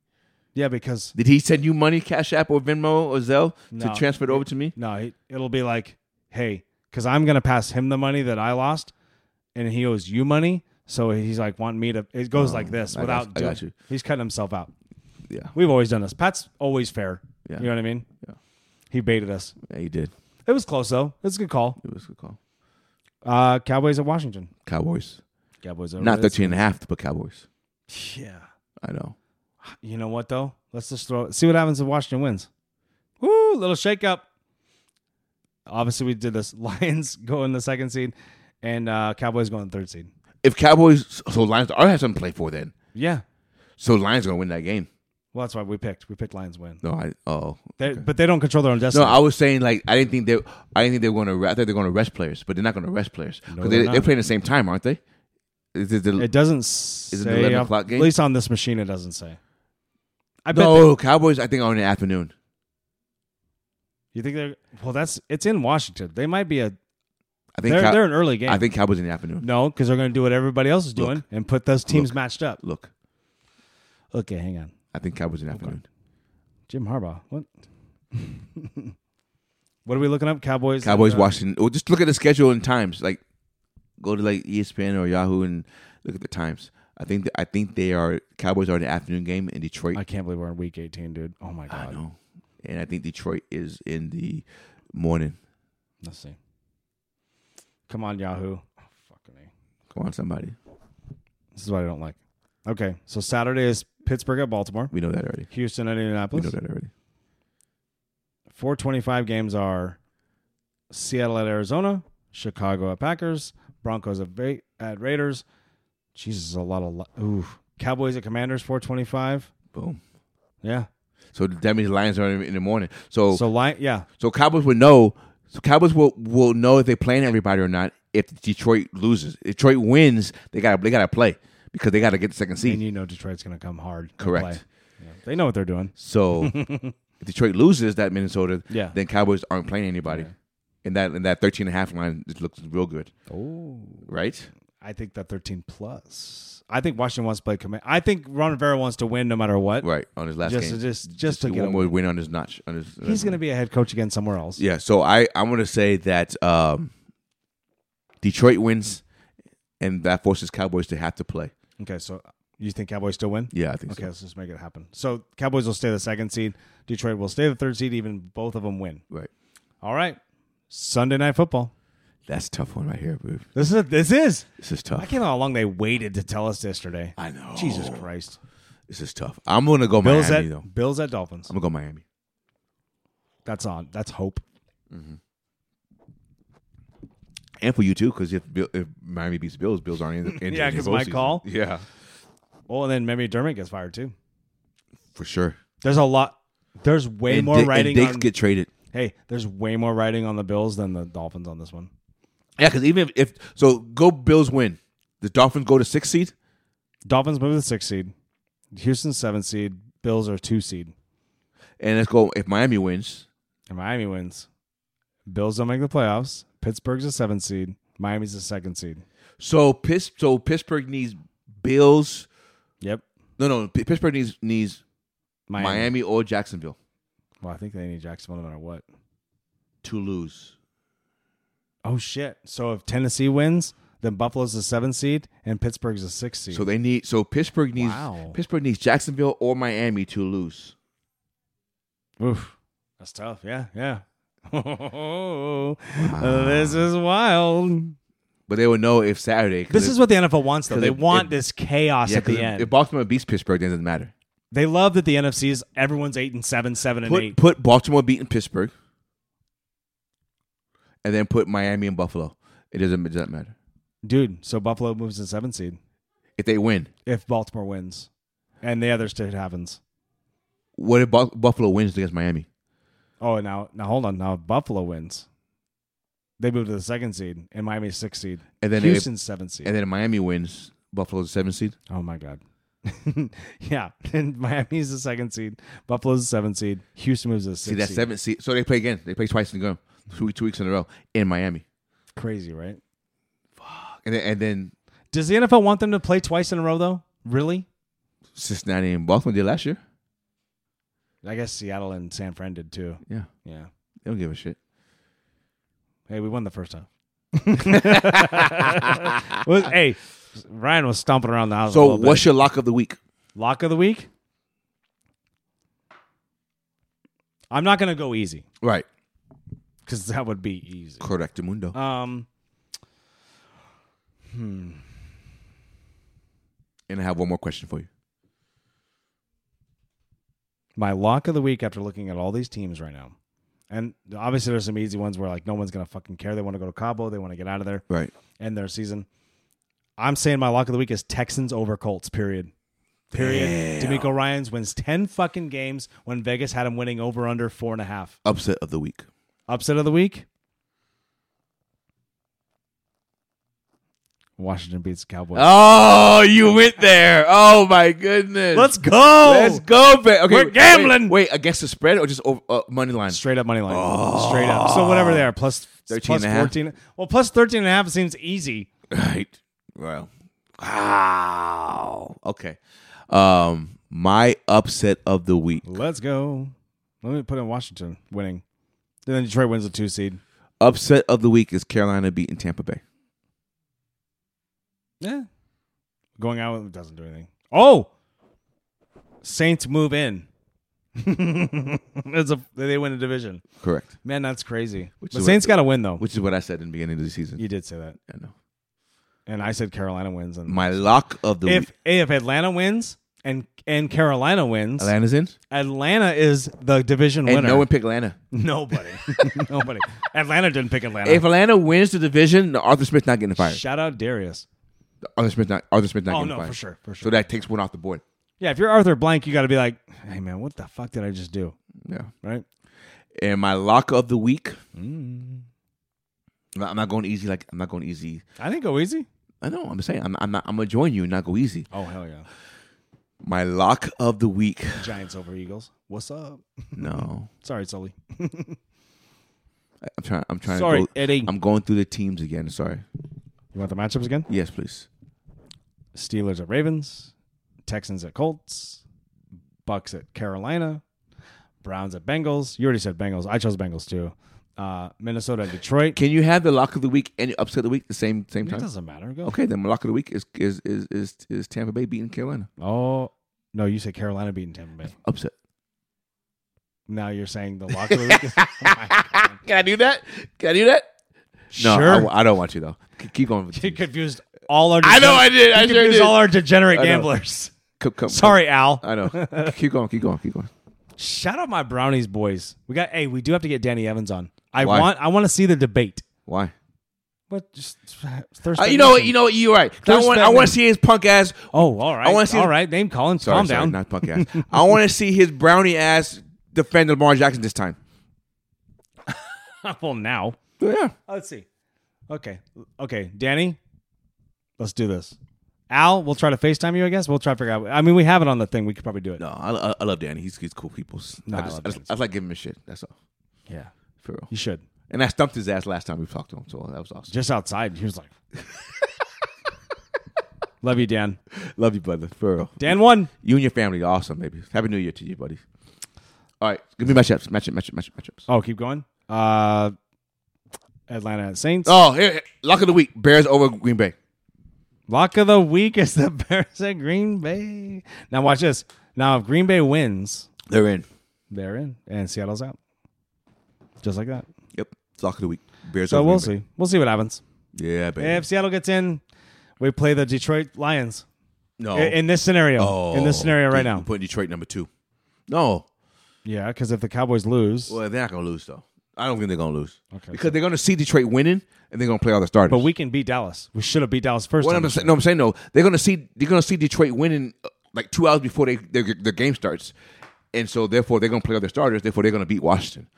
Speaker 1: Yeah, because
Speaker 2: Did he send you money, Cash App, or Venmo, or Zelle
Speaker 1: No.
Speaker 2: to transfer it over to me?
Speaker 1: no, it- it'll be like, hey, because I'm gonna pass him the money that I lost, and he owes you money. So he's like wanting me to. It goes like this
Speaker 2: Oh, I got-
Speaker 1: without.
Speaker 2: I
Speaker 1: doing-
Speaker 2: got you.
Speaker 1: He's cutting himself out.
Speaker 2: Yeah.
Speaker 1: We've always done this. Pat's always fair.
Speaker 2: Yeah.
Speaker 1: You know what I mean?
Speaker 2: Yeah.
Speaker 1: He baited us.
Speaker 2: Yeah, he did.
Speaker 1: It was close though. It's a good call.
Speaker 2: It was a good call.
Speaker 1: Uh, Cowboys at Washington.
Speaker 2: Cowboys.
Speaker 1: Cowboys at
Speaker 2: Not 13 and a half, but Cowboys.
Speaker 1: Yeah.
Speaker 2: I know.
Speaker 1: You know what though? Let's just throw see what happens if Washington wins. Woo, little shakeup. Obviously, we did this. Lions go in the second seed, and uh, Cowboys go in the third seed.
Speaker 2: If Cowboys, so Lions are have something to play for then.
Speaker 1: Yeah.
Speaker 2: So Lions gonna win that game.
Speaker 1: Well, that's why we picked. We picked Lions win.
Speaker 2: No, I oh
Speaker 1: They, But they don't control their own
Speaker 2: no,
Speaker 1: destiny.
Speaker 2: I was saying like I didn't think they I didn't think they were gonna I thought they're gonna rest players, but they're not gonna rest players
Speaker 1: they're
Speaker 2: because they,
Speaker 1: not.
Speaker 2: they're playing the same time, aren't they? Is it the,
Speaker 1: it doesn't
Speaker 2: it an
Speaker 1: say.
Speaker 2: 11
Speaker 1: off-
Speaker 2: o'clock game?
Speaker 1: At least on this machine, it doesn't say. I bet. they-
Speaker 2: no, Cowboys I think are in the afternoon.
Speaker 1: you think they're well? That's it's in Washington. They might be a.
Speaker 2: I think
Speaker 1: They're,
Speaker 2: Cow-
Speaker 1: they're an early game.
Speaker 2: I think Cowboys in the afternoon.
Speaker 1: No, because they're going to do what everybody else is doing
Speaker 2: Look.
Speaker 1: and put those teams matched up.
Speaker 2: Look,
Speaker 1: Okay, hang on.
Speaker 2: I think Cowboys in the afternoon.
Speaker 1: Jim Harbaugh. What? what are we looking up? Cowboys.
Speaker 2: Cowboys
Speaker 1: uh,
Speaker 2: Washington. Well, just look at the schedule and times. Like go to like E ESPN or Yahoo and look at the times. I think I think they are Cowboys are in the afternoon game in Detroit.
Speaker 1: I can't believe we're in week 18, dude. Oh my
Speaker 2: I
Speaker 1: god.
Speaker 2: know. And I think Detroit is in the morning.
Speaker 1: Let's see. Come on, Yahoo. Oh, fucking A.
Speaker 2: Come on, somebody.
Speaker 1: This is what I don't like. Okay, so Saturday is Pittsburgh at Baltimore,
Speaker 2: We know that already.
Speaker 1: Houston at
Speaker 2: We
Speaker 1: Indianapolis.
Speaker 2: know that already.
Speaker 1: 425 games are Seattle at Arizona, Chicago at Packers, Broncos at, Ba- at Raiders. Jesus, a lot of li- ooh. Cowboys at Commanders 425.
Speaker 2: Boom.
Speaker 1: Yeah.
Speaker 2: So that means the Lions are in in the morning. So so,
Speaker 1: So line yeah,
Speaker 2: Cowboys would know. So Cowboys will will know if they're playing everybody or not. If Detroit loses, If Detroit wins. They got to they got to play because they got to get the second
Speaker 1: and
Speaker 2: seed.
Speaker 1: you know Detroit's going to come hard. and
Speaker 2: Correct.
Speaker 1: play. Yeah. They know what they're doing.
Speaker 2: So if Detroit loses that Minnesota,
Speaker 1: Yeah.
Speaker 2: then Cowboys aren't playing anybody. And that and that 13 and a half line just looks real good,
Speaker 1: Oh,
Speaker 2: right?
Speaker 1: I think that 13 plus. I think Washington wants to play command. I think Ron Rivera wants to win no matter what.
Speaker 2: Right on his last
Speaker 1: Just,
Speaker 2: game.
Speaker 1: just just to
Speaker 2: he
Speaker 1: get
Speaker 2: won-
Speaker 1: him.
Speaker 2: would win on his notch. On his,
Speaker 1: He's going to be a head coach again somewhere else.
Speaker 2: Yeah, so I I'm gonna say that um, Detroit wins, and that forces Cowboys to have to play.
Speaker 1: Okay, so you think Cowboys still win?
Speaker 2: Yeah, I think
Speaker 1: Okay, let's just make it happen. So Cowboys will stay the second seed. Detroit will stay the third seed. Even both of them win.
Speaker 2: so. Right,
Speaker 1: All right. Sunday night football.
Speaker 2: that's a tough one right here, dude.
Speaker 1: This is this is.
Speaker 2: This is
Speaker 1: I
Speaker 2: tough.
Speaker 1: can't know how long they waited to tell us yesterday.
Speaker 2: I know.
Speaker 1: Jesus Christ.
Speaker 2: this is tough. I'm gonna go
Speaker 1: Bills
Speaker 2: Oh. Miami
Speaker 1: at
Speaker 2: though.
Speaker 1: Bills at Dolphins.
Speaker 2: I'm gonna go Miami.
Speaker 1: That's on. That's hope.
Speaker 2: And for you too, because if, Bill- if Miami beats Bills, Bills aren't in. in
Speaker 1: Yeah,
Speaker 2: in the
Speaker 1: 'cause my
Speaker 2: postseason.
Speaker 1: call.
Speaker 2: Yeah,
Speaker 1: Oh, and then maybe Dermott gets fired too.
Speaker 2: for sure.
Speaker 1: There's a lot. There's way
Speaker 2: and
Speaker 1: more
Speaker 2: Dick-
Speaker 1: writing.
Speaker 2: and Diggs
Speaker 1: on,
Speaker 2: get traded.
Speaker 1: hey, there's way more writing on the Bills than the Dolphins on this one.
Speaker 2: Yeah, because even if, if so, go Bills win. The Dolphins go to sixth seed.
Speaker 1: Dolphins move to the sixth seed. Houston's seventh seed. Bills are two seed.
Speaker 2: And let's go if Miami wins.
Speaker 1: and Miami wins. Bills don't make the playoffs. Pittsburgh's a seven seed. Miami's a second seed.
Speaker 2: So Pitts, so Pittsburgh needs Bills.
Speaker 1: Yep.
Speaker 2: No, no. P- Pittsburgh needs needs
Speaker 1: Miami.
Speaker 2: Miami, or Jacksonville
Speaker 1: Well, I think they need Jacksonville no matter what.
Speaker 2: to lose.
Speaker 1: Oh shit! So if Tennessee wins, Then Buffalo's the seventh seed and Pittsburgh's the sixth seed.
Speaker 2: So they need. So Pittsburgh needs.
Speaker 1: Wow.
Speaker 2: Pittsburgh needs Jacksonville or Miami to lose.
Speaker 1: Oof. That's tough. Yeah, yeah. This is wild.
Speaker 2: But they would know if Saturday. 'cause
Speaker 1: This
Speaker 2: if-
Speaker 1: is what the NFL wants, though.
Speaker 2: 'cause
Speaker 1: They
Speaker 2: if-
Speaker 1: want
Speaker 2: if-
Speaker 1: this chaos
Speaker 2: yeah,
Speaker 1: at
Speaker 2: 'cause
Speaker 1: the
Speaker 2: if-
Speaker 1: end.
Speaker 2: If Baltimore beats Pittsburgh, then it doesn't matter.
Speaker 1: they love that the NFC is everyone's eight and seven, seven and
Speaker 2: Put
Speaker 1: eight.
Speaker 2: put Baltimore beating Pittsburgh, and then put Miami and Buffalo. It doesn't it doesn't matter
Speaker 1: Dude, so Buffalo moves to seven seed
Speaker 2: if they win.
Speaker 1: if Baltimore wins, and the other still happens.
Speaker 2: What if Bu- Buffalo wins against Miami?
Speaker 1: Oh, and now now hold on. Now if Buffalo wins, they move to the second seed, and Miami's sixth seed,
Speaker 2: And then if-
Speaker 1: Houston's seventh seed.
Speaker 2: and then if Miami wins. Buffalo's the seventh seed.
Speaker 1: oh my god. yeah, and Miami's the second seed, Buffalo's the seventh seed, Houston moves to the sixth
Speaker 2: See that
Speaker 1: seed.
Speaker 2: seventh seed. So they play again. They play twice in a row, two, two weeks in a row in Miami,
Speaker 1: Crazy, right?
Speaker 2: and then, and then
Speaker 1: Does the NFL want them to play twice in a row though? Really?
Speaker 2: Cincinnati and Baltimore did last year.
Speaker 1: I guess Seattle and San Fran did too.
Speaker 2: Yeah,
Speaker 1: Yeah.
Speaker 2: they don't give a shit.
Speaker 1: Hey, we won the first time. Was- hey, Ryan was stomping around the house. a
Speaker 2: So
Speaker 1: little bit.
Speaker 2: what's your lock of the week?
Speaker 1: lock of the week? I'm not gonna go easy
Speaker 2: Right,
Speaker 1: because that would be easy.
Speaker 2: correct, Mundo.
Speaker 1: Um,
Speaker 2: and I have one more question for you.
Speaker 1: my lock of the week after looking at all these teams right now, and obviously there's some easy ones where like no one's gonna fucking care. They want to go to Cabo. They want to get out of there.
Speaker 2: Right,
Speaker 1: end their season. I'm saying my lock of the week is Texans over Colts. Period. Period. D'Amico Ryan's wins ten fucking games when Vegas had him winning over under four and a half.
Speaker 2: upset of the week.
Speaker 1: Upset of the week. Washington beats the Cowboys.
Speaker 2: Oh, you went there. Oh my goodness.
Speaker 1: Let's go.
Speaker 2: let's go. Ba- okay,
Speaker 1: We're
Speaker 2: wait,
Speaker 1: gambling.
Speaker 2: Wait, against the spread or just over, uh, money line?
Speaker 1: Straight up money line. Straight up. So whatever they are, plus
Speaker 2: 13
Speaker 1: plus
Speaker 2: and a half?
Speaker 1: 14. Well, plus 13 and a half seems easy.
Speaker 2: Right. Well. Wow. Okay. Um, my upset of the week.
Speaker 1: Let's go. Let me put in Washington winning. And then Detroit wins the two seed.
Speaker 2: Upset of the week is Carolina beating Tampa Bay.
Speaker 1: Yeah. Going out with him doesn't do anything. Oh, Saints move in. it's a they win a division.
Speaker 2: Correct.
Speaker 1: Man, that's crazy.
Speaker 2: Which
Speaker 1: but
Speaker 2: is
Speaker 1: Saints got to win though.
Speaker 2: Which is what I said in the beginning of the season.
Speaker 1: you did say that,
Speaker 2: I know.
Speaker 1: and I said Carolina wins. And
Speaker 2: My lock of the
Speaker 1: if
Speaker 2: week.
Speaker 1: if Atlanta wins and and Carolina wins, Atlanta,
Speaker 2: Atlanta's in.
Speaker 1: is the division
Speaker 2: And
Speaker 1: winner.
Speaker 2: no one picked Atlanta.
Speaker 1: Nobody, nobody. Atlanta didn't pick Atlanta.
Speaker 2: If Atlanta wins the division, no, Arthur Smith's not getting fired.
Speaker 1: Shout out Darius.
Speaker 2: Arthur Smith not Arthur Smith not
Speaker 1: Oh
Speaker 2: getting
Speaker 1: no,
Speaker 2: fired.
Speaker 1: for sure, for
Speaker 2: So
Speaker 1: sure.
Speaker 2: that takes one off the board.
Speaker 1: yeah, if you're Arthur Blank, you got to be like, hey man, what the fuck did I just do?
Speaker 2: Yeah.
Speaker 1: Right?
Speaker 2: And my lock of the week.
Speaker 1: Mm.
Speaker 2: I'm not- I'm not going easy. Like I'm not going easy.
Speaker 1: I didn't go easy.
Speaker 2: I know. I'm saying I'm. I'm not. I'm gonna join you and not go easy.
Speaker 1: Oh hell yeah.
Speaker 2: My lock of the week.
Speaker 1: Giants over Eagles. What's up?
Speaker 2: No,
Speaker 1: Sorry, Sully.
Speaker 2: I- I'm trying. I'm trying.
Speaker 1: Sorry,
Speaker 2: to go,
Speaker 1: Eddie.
Speaker 2: I'm going through the teams again. Sorry.
Speaker 1: You want the matchups again?
Speaker 2: Yes, please.
Speaker 1: Steelers at Ravens, Texans at Colts, Bucks at Carolina, Browns at Bengals. You already said Bengals. I chose Bengals too. Uh, Minnesota at Detroit.
Speaker 2: Can you have the lock of the week and upset of the week the same same
Speaker 1: It
Speaker 2: time?
Speaker 1: doesn't matter. Go.
Speaker 2: Okay, then my lock of the week is is is is, is Tampa Bay beating Carolina.
Speaker 1: Oh no, you said Carolina beating Tampa Bay.
Speaker 2: Upset.
Speaker 1: Now you're saying the lock of the week. Is, oh my God.
Speaker 2: Ah, Can I do that? Can I do that? No,
Speaker 1: sure.
Speaker 2: I, I don't want you though. Keep- Keep going. With the
Speaker 1: you
Speaker 2: teams.
Speaker 1: confused all our.
Speaker 2: I know I did.
Speaker 1: you
Speaker 2: I sure
Speaker 1: confused
Speaker 2: did.
Speaker 1: all our degenerate
Speaker 2: I know. Uh,
Speaker 1: gamblers.
Speaker 2: Come- come-
Speaker 1: Sorry, Al.
Speaker 2: I know. keep going. Keep going. Keep going.
Speaker 1: Shout out my brownies boys. We got hey, we do have to get Danny Evans on. I
Speaker 2: Why?
Speaker 1: want I want to see the debate.
Speaker 2: Why?
Speaker 1: What just Thursday?
Speaker 2: Uh, you know what? You know what? You're right. 'Cause I
Speaker 1: Chris
Speaker 2: want. I
Speaker 1: Bettman.
Speaker 2: want to see his punk ass.
Speaker 1: Oh, all right.
Speaker 2: I wanna see-
Speaker 1: all right. Name Collins.
Speaker 2: Sorry,
Speaker 1: calm
Speaker 2: sorry,
Speaker 1: down.
Speaker 2: Not punk ass. I want to see his brownie ass defend Lamar Jackson this time.
Speaker 1: well, now uh,
Speaker 2: Yeah.
Speaker 1: let's see. Okay, okay, Danny, let's do this. Al, we'll try to Facetime you. I guess we'll try to figure out. I mean, we have it on the thing. We could probably do it.
Speaker 2: No, I, I, I love Danny. He's he's cool people.
Speaker 1: No,
Speaker 2: I
Speaker 1: I
Speaker 2: just, I,
Speaker 1: love
Speaker 2: just,
Speaker 1: Danny.
Speaker 2: I just like giving him shit. That's all.
Speaker 1: Yeah,
Speaker 2: For real.
Speaker 1: you should.
Speaker 2: And I stumped his ass last time we talked to him, so that was awesome.
Speaker 1: Just outside, he was like, "Love you, Dan."
Speaker 2: Love you, brother. For real.
Speaker 1: Dan won.
Speaker 2: You and your family are awesome, baby. Happy New Year to you, buddy. All right, give me matchups. Matchup, matchup, matchup, matchups.
Speaker 1: Oh, keep going. Uh, Atlanta Saints.
Speaker 2: Oh, here, here. lock of the week: Bears over Green Bay.
Speaker 1: Lock of the week is the Bears at Green Bay. Now watch this. Now if Green Bay wins,
Speaker 2: They're in.
Speaker 1: they're in, and Seattle's out. Just like that.
Speaker 2: Yep, it's lock of the week. Bears.
Speaker 1: So
Speaker 2: over
Speaker 1: we'll
Speaker 2: Green
Speaker 1: see. We'll see what happens.
Speaker 2: Bay. Yeah, baby.
Speaker 1: If Seattle gets in, we play the Detroit Lions.
Speaker 2: no.
Speaker 1: I- In this scenario,
Speaker 2: Oh,
Speaker 1: in this scenario right
Speaker 2: dude,
Speaker 1: now,
Speaker 2: I'm putting Detroit number two. No,
Speaker 1: yeah, because if the Cowboys lose,
Speaker 2: well they're not gonna lose though. I don't think they're gonna lose
Speaker 1: Okay.
Speaker 2: because they're gonna see Detroit winning and they're gonna play all the starters.
Speaker 1: but we can beat Dallas. We should have beat Dallas first.
Speaker 2: What
Speaker 1: time.
Speaker 2: I'm saying, no, I'm saying no. They're gonna see they're gonna see Detroit winning uh, like two hours before they their, their game starts, and so therefore they're gonna play all their starters. Therefore they're gonna beat Washington.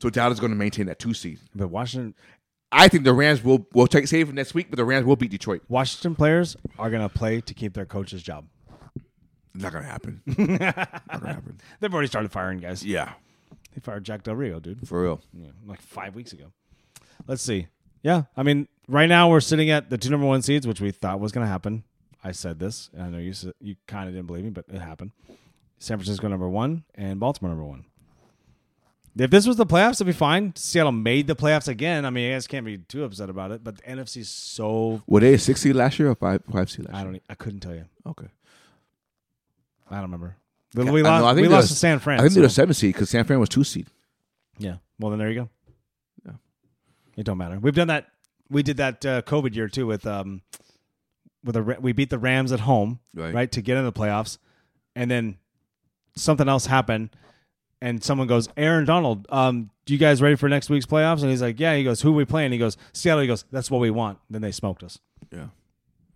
Speaker 2: So Dallas is gonna maintain that two seed.
Speaker 1: But Washington,
Speaker 2: I think the Rams will will take save for next week, but the Rams will beat Detroit.
Speaker 1: Washington players are gonna play to keep their coach's job.
Speaker 2: Not gonna happen. Not gonna happen.
Speaker 1: They've already started firing guys.
Speaker 2: Yeah,
Speaker 1: They fired Jack Del Rio, dude,
Speaker 2: for real.
Speaker 1: yeah, like five weeks ago. Let's see. Yeah, I mean, right now we're sitting at the two number one seeds, which we thought was gonna happen. I said this. and I know you s- you kind of didn't believe me, but it happened. San Francisco number one and Baltimore number one. If this was the playoffs, it'd be fine. Seattle made the playoffs again. I mean, I guys can't be too upset about it. But the NFC's so
Speaker 2: Were they a six seed last year or five five seed last
Speaker 1: I
Speaker 2: year?
Speaker 1: don't e, I couldn't tell you.
Speaker 2: Okay.
Speaker 1: I don't remember. We
Speaker 2: I know, I
Speaker 1: lost.
Speaker 2: think
Speaker 1: We
Speaker 2: they're
Speaker 1: lost
Speaker 2: a-
Speaker 1: to San Fran.
Speaker 2: I think
Speaker 1: so-
Speaker 2: they're a seven seed because San Fran was two seed.
Speaker 1: Yeah. Well, then there you go.
Speaker 2: Yeah.
Speaker 1: It don't matter. We've done that. We did that uh, COVID year too with um with the Ra- we beat the Rams at home
Speaker 2: Right.
Speaker 1: right to get in the playoffs, and then something else happened, and someone goes Aaron Donald, um, you guys ready for next week's playoffs? And he's like, yeah. He goes, who we playing? He goes, Seattle. He goes, that's what we want. Then they smoked us.
Speaker 2: Yeah.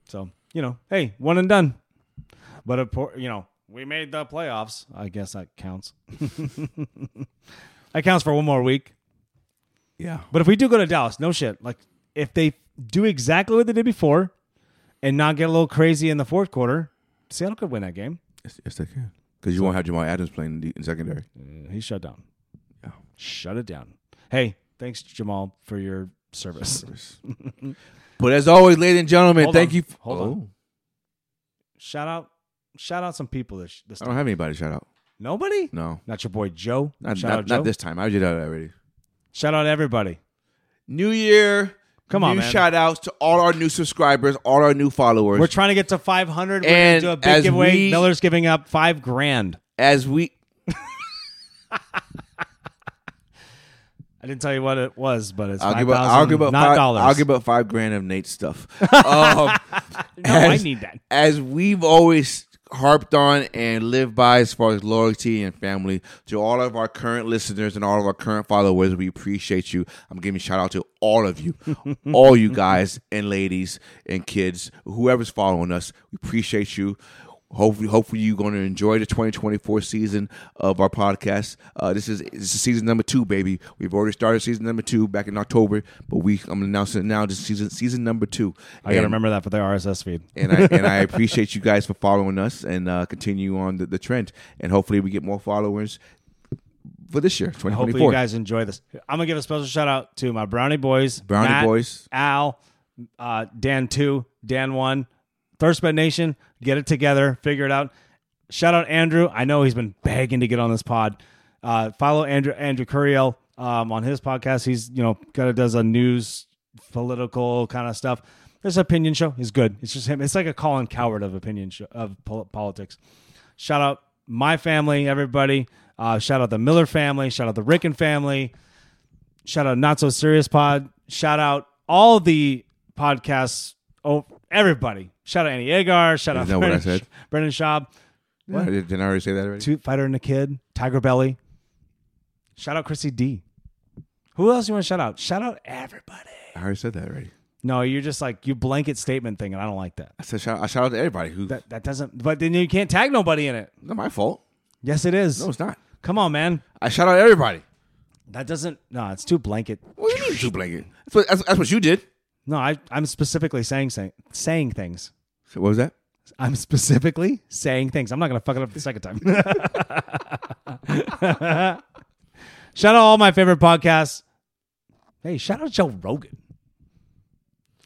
Speaker 1: So you know, hey, one and done. But of course, you know, we made the playoffs. I guess that counts. that counts for one more week.
Speaker 2: Yeah.
Speaker 1: But if we do go to Dallas, no shit. Like if they do exactly what they did before, and not get a little crazy in the fourth quarter, Seattle could win that game.
Speaker 2: Yes, yes they can. Because you won't have Jamal Adams playing in, the, in secondary.
Speaker 1: Uh, He's shut down.
Speaker 2: Yeah.
Speaker 1: Shut it down. Hey, thanks Jamal for your service.
Speaker 2: But as always, ladies and gentlemen,
Speaker 1: Hold
Speaker 2: thank
Speaker 1: on.
Speaker 2: you. f-
Speaker 1: Hold
Speaker 2: oh,
Speaker 1: on. Shout out, shout out some people this this
Speaker 2: I
Speaker 1: time.
Speaker 2: don't have anybody shout out.
Speaker 1: Nobody.
Speaker 2: Oh. No,
Speaker 1: Not your boy Joe.
Speaker 2: not
Speaker 1: shout
Speaker 2: not,
Speaker 1: out Joe.
Speaker 2: not this time. I did that already.
Speaker 1: Shout out everybody.
Speaker 2: New year.
Speaker 1: Come on,
Speaker 2: new
Speaker 1: man.
Speaker 2: shout outs to all our new subscribers, all our new followers.
Speaker 1: We're trying to get to 500. We're gonna
Speaker 2: And
Speaker 1: do a big
Speaker 2: as
Speaker 1: giveaway.
Speaker 2: we-
Speaker 1: Miller's giving up five grand.
Speaker 2: as we
Speaker 1: I didn't tell you what it was, but it's
Speaker 2: I'll
Speaker 1: five
Speaker 2: give up I'll give up
Speaker 1: not
Speaker 2: five,
Speaker 1: dollars.
Speaker 2: I'll give up five grand of Nate's stuff. um,
Speaker 1: No, I
Speaker 2: as-
Speaker 1: need that.
Speaker 2: as we've always harped on and lived by as far as loyalty and family to all of our current listeners and all of our current followers we appreciate you i'm giving a shout out to all of you all you guys and ladies and kids whoever's following us we appreciate you hopefully hopefully you're going to enjoy the 2024 season of our podcast uh, this is this is season number two baby we've already started season number two back in october but we i'm announcing it now this is season season number two
Speaker 1: I got to
Speaker 2: And-
Speaker 1: remember that for the RSS feed.
Speaker 2: and I and I appreciate you guys for following us and uh, continue on the, the trend. And hopefully, we get more followers for this year, twenty twenty
Speaker 1: Hopefully, you
Speaker 2: four.
Speaker 1: guys enjoy this. I'm gonna give a special shout out to my Brownie Boys,
Speaker 2: Brownie
Speaker 1: Matt,
Speaker 2: Boys.
Speaker 1: Al, uh, Dan Two, Dan One, Thirstbed Nation. Get it together, figure it out. Shout out Andrew. I know he's been begging to get on this pod. Uh, follow Andrew Andrew Curiel um, on his podcast. He's you know kind of does a news political kind of stuff. This opinion show is good. It's just him. It's like a Colin Coward of opinion show, of pol- politics. Shout out my family, everybody. Uh, shout out the Miller family. Shout out the Rickon family. Shout out Not So Serious Pod. Shout out all the podcasts. Oh, everybody. Shout out Annie Agar. Shout out
Speaker 2: Isn't that what I
Speaker 1: Brendan,
Speaker 2: said?
Speaker 1: Brendan Schaub.
Speaker 2: Did, did I already say that already?
Speaker 1: Toot Fighter and the Kid, Tiger Belly. Shout out Chrissy D. Who else you want to shout out? Shout out everybody.
Speaker 2: I already said that already.
Speaker 1: No, you're just like you blanket statement thing, and I don't like that.
Speaker 2: I said shout, I shout out to everybody who.
Speaker 1: That that doesn't. But then you can't tag nobody in it.
Speaker 2: not my fault.
Speaker 1: Yes, it is.
Speaker 2: No, it's not.
Speaker 1: Come on, man.
Speaker 2: I shout out everybody.
Speaker 1: That doesn't. No, it's too blanket.
Speaker 2: What do you mean, two blanket? That's what, that's, that's what you did.
Speaker 1: No, I I'm specifically saying saying saying things.
Speaker 2: So what was that?
Speaker 1: I'm specifically saying things. I'm not gonna fuck it up the second time. shout out all my favorite podcasts. Hey, shout out Joe Rogan.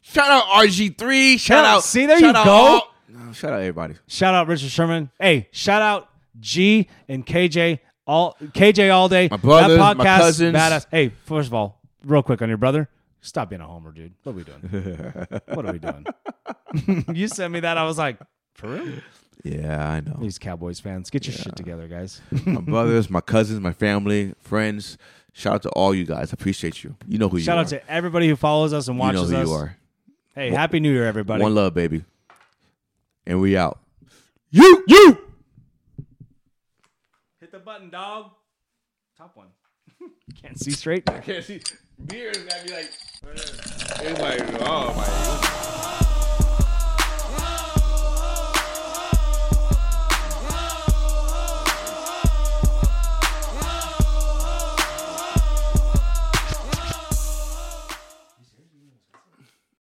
Speaker 2: Shout out RG three. Shout
Speaker 1: Yeah,
Speaker 2: out.
Speaker 1: see, there
Speaker 2: shout
Speaker 1: you
Speaker 2: out
Speaker 1: go.
Speaker 2: all- no, shout out everybody.
Speaker 1: Shout out Richard Sherman. Hey, shout out G and KJ all KJ all day. My
Speaker 2: brothers, my cousins.
Speaker 1: badass. Hey, first of all, real quick on your brother, Stop being a homer, dude. What are we doing? what are we doing? you sent me that. I was like, for real?
Speaker 2: Yeah, I know.
Speaker 1: These Cowboys fans, get your shit together, guys.
Speaker 2: my brothers, my cousins, my family, friends. Shout out to all you guys. I appreciate you. You know who you
Speaker 1: Shout
Speaker 2: are.
Speaker 1: out to everybody who follows us and
Speaker 2: you
Speaker 1: watches
Speaker 2: know who
Speaker 1: us.
Speaker 2: you are.
Speaker 1: Hey, happy New Year, everybody.
Speaker 2: One love, baby. And we out. You you.
Speaker 1: Hit the button, dog. Top one. Can't see straight.
Speaker 2: Can't see. Beer is gonna be like. It's like oh my.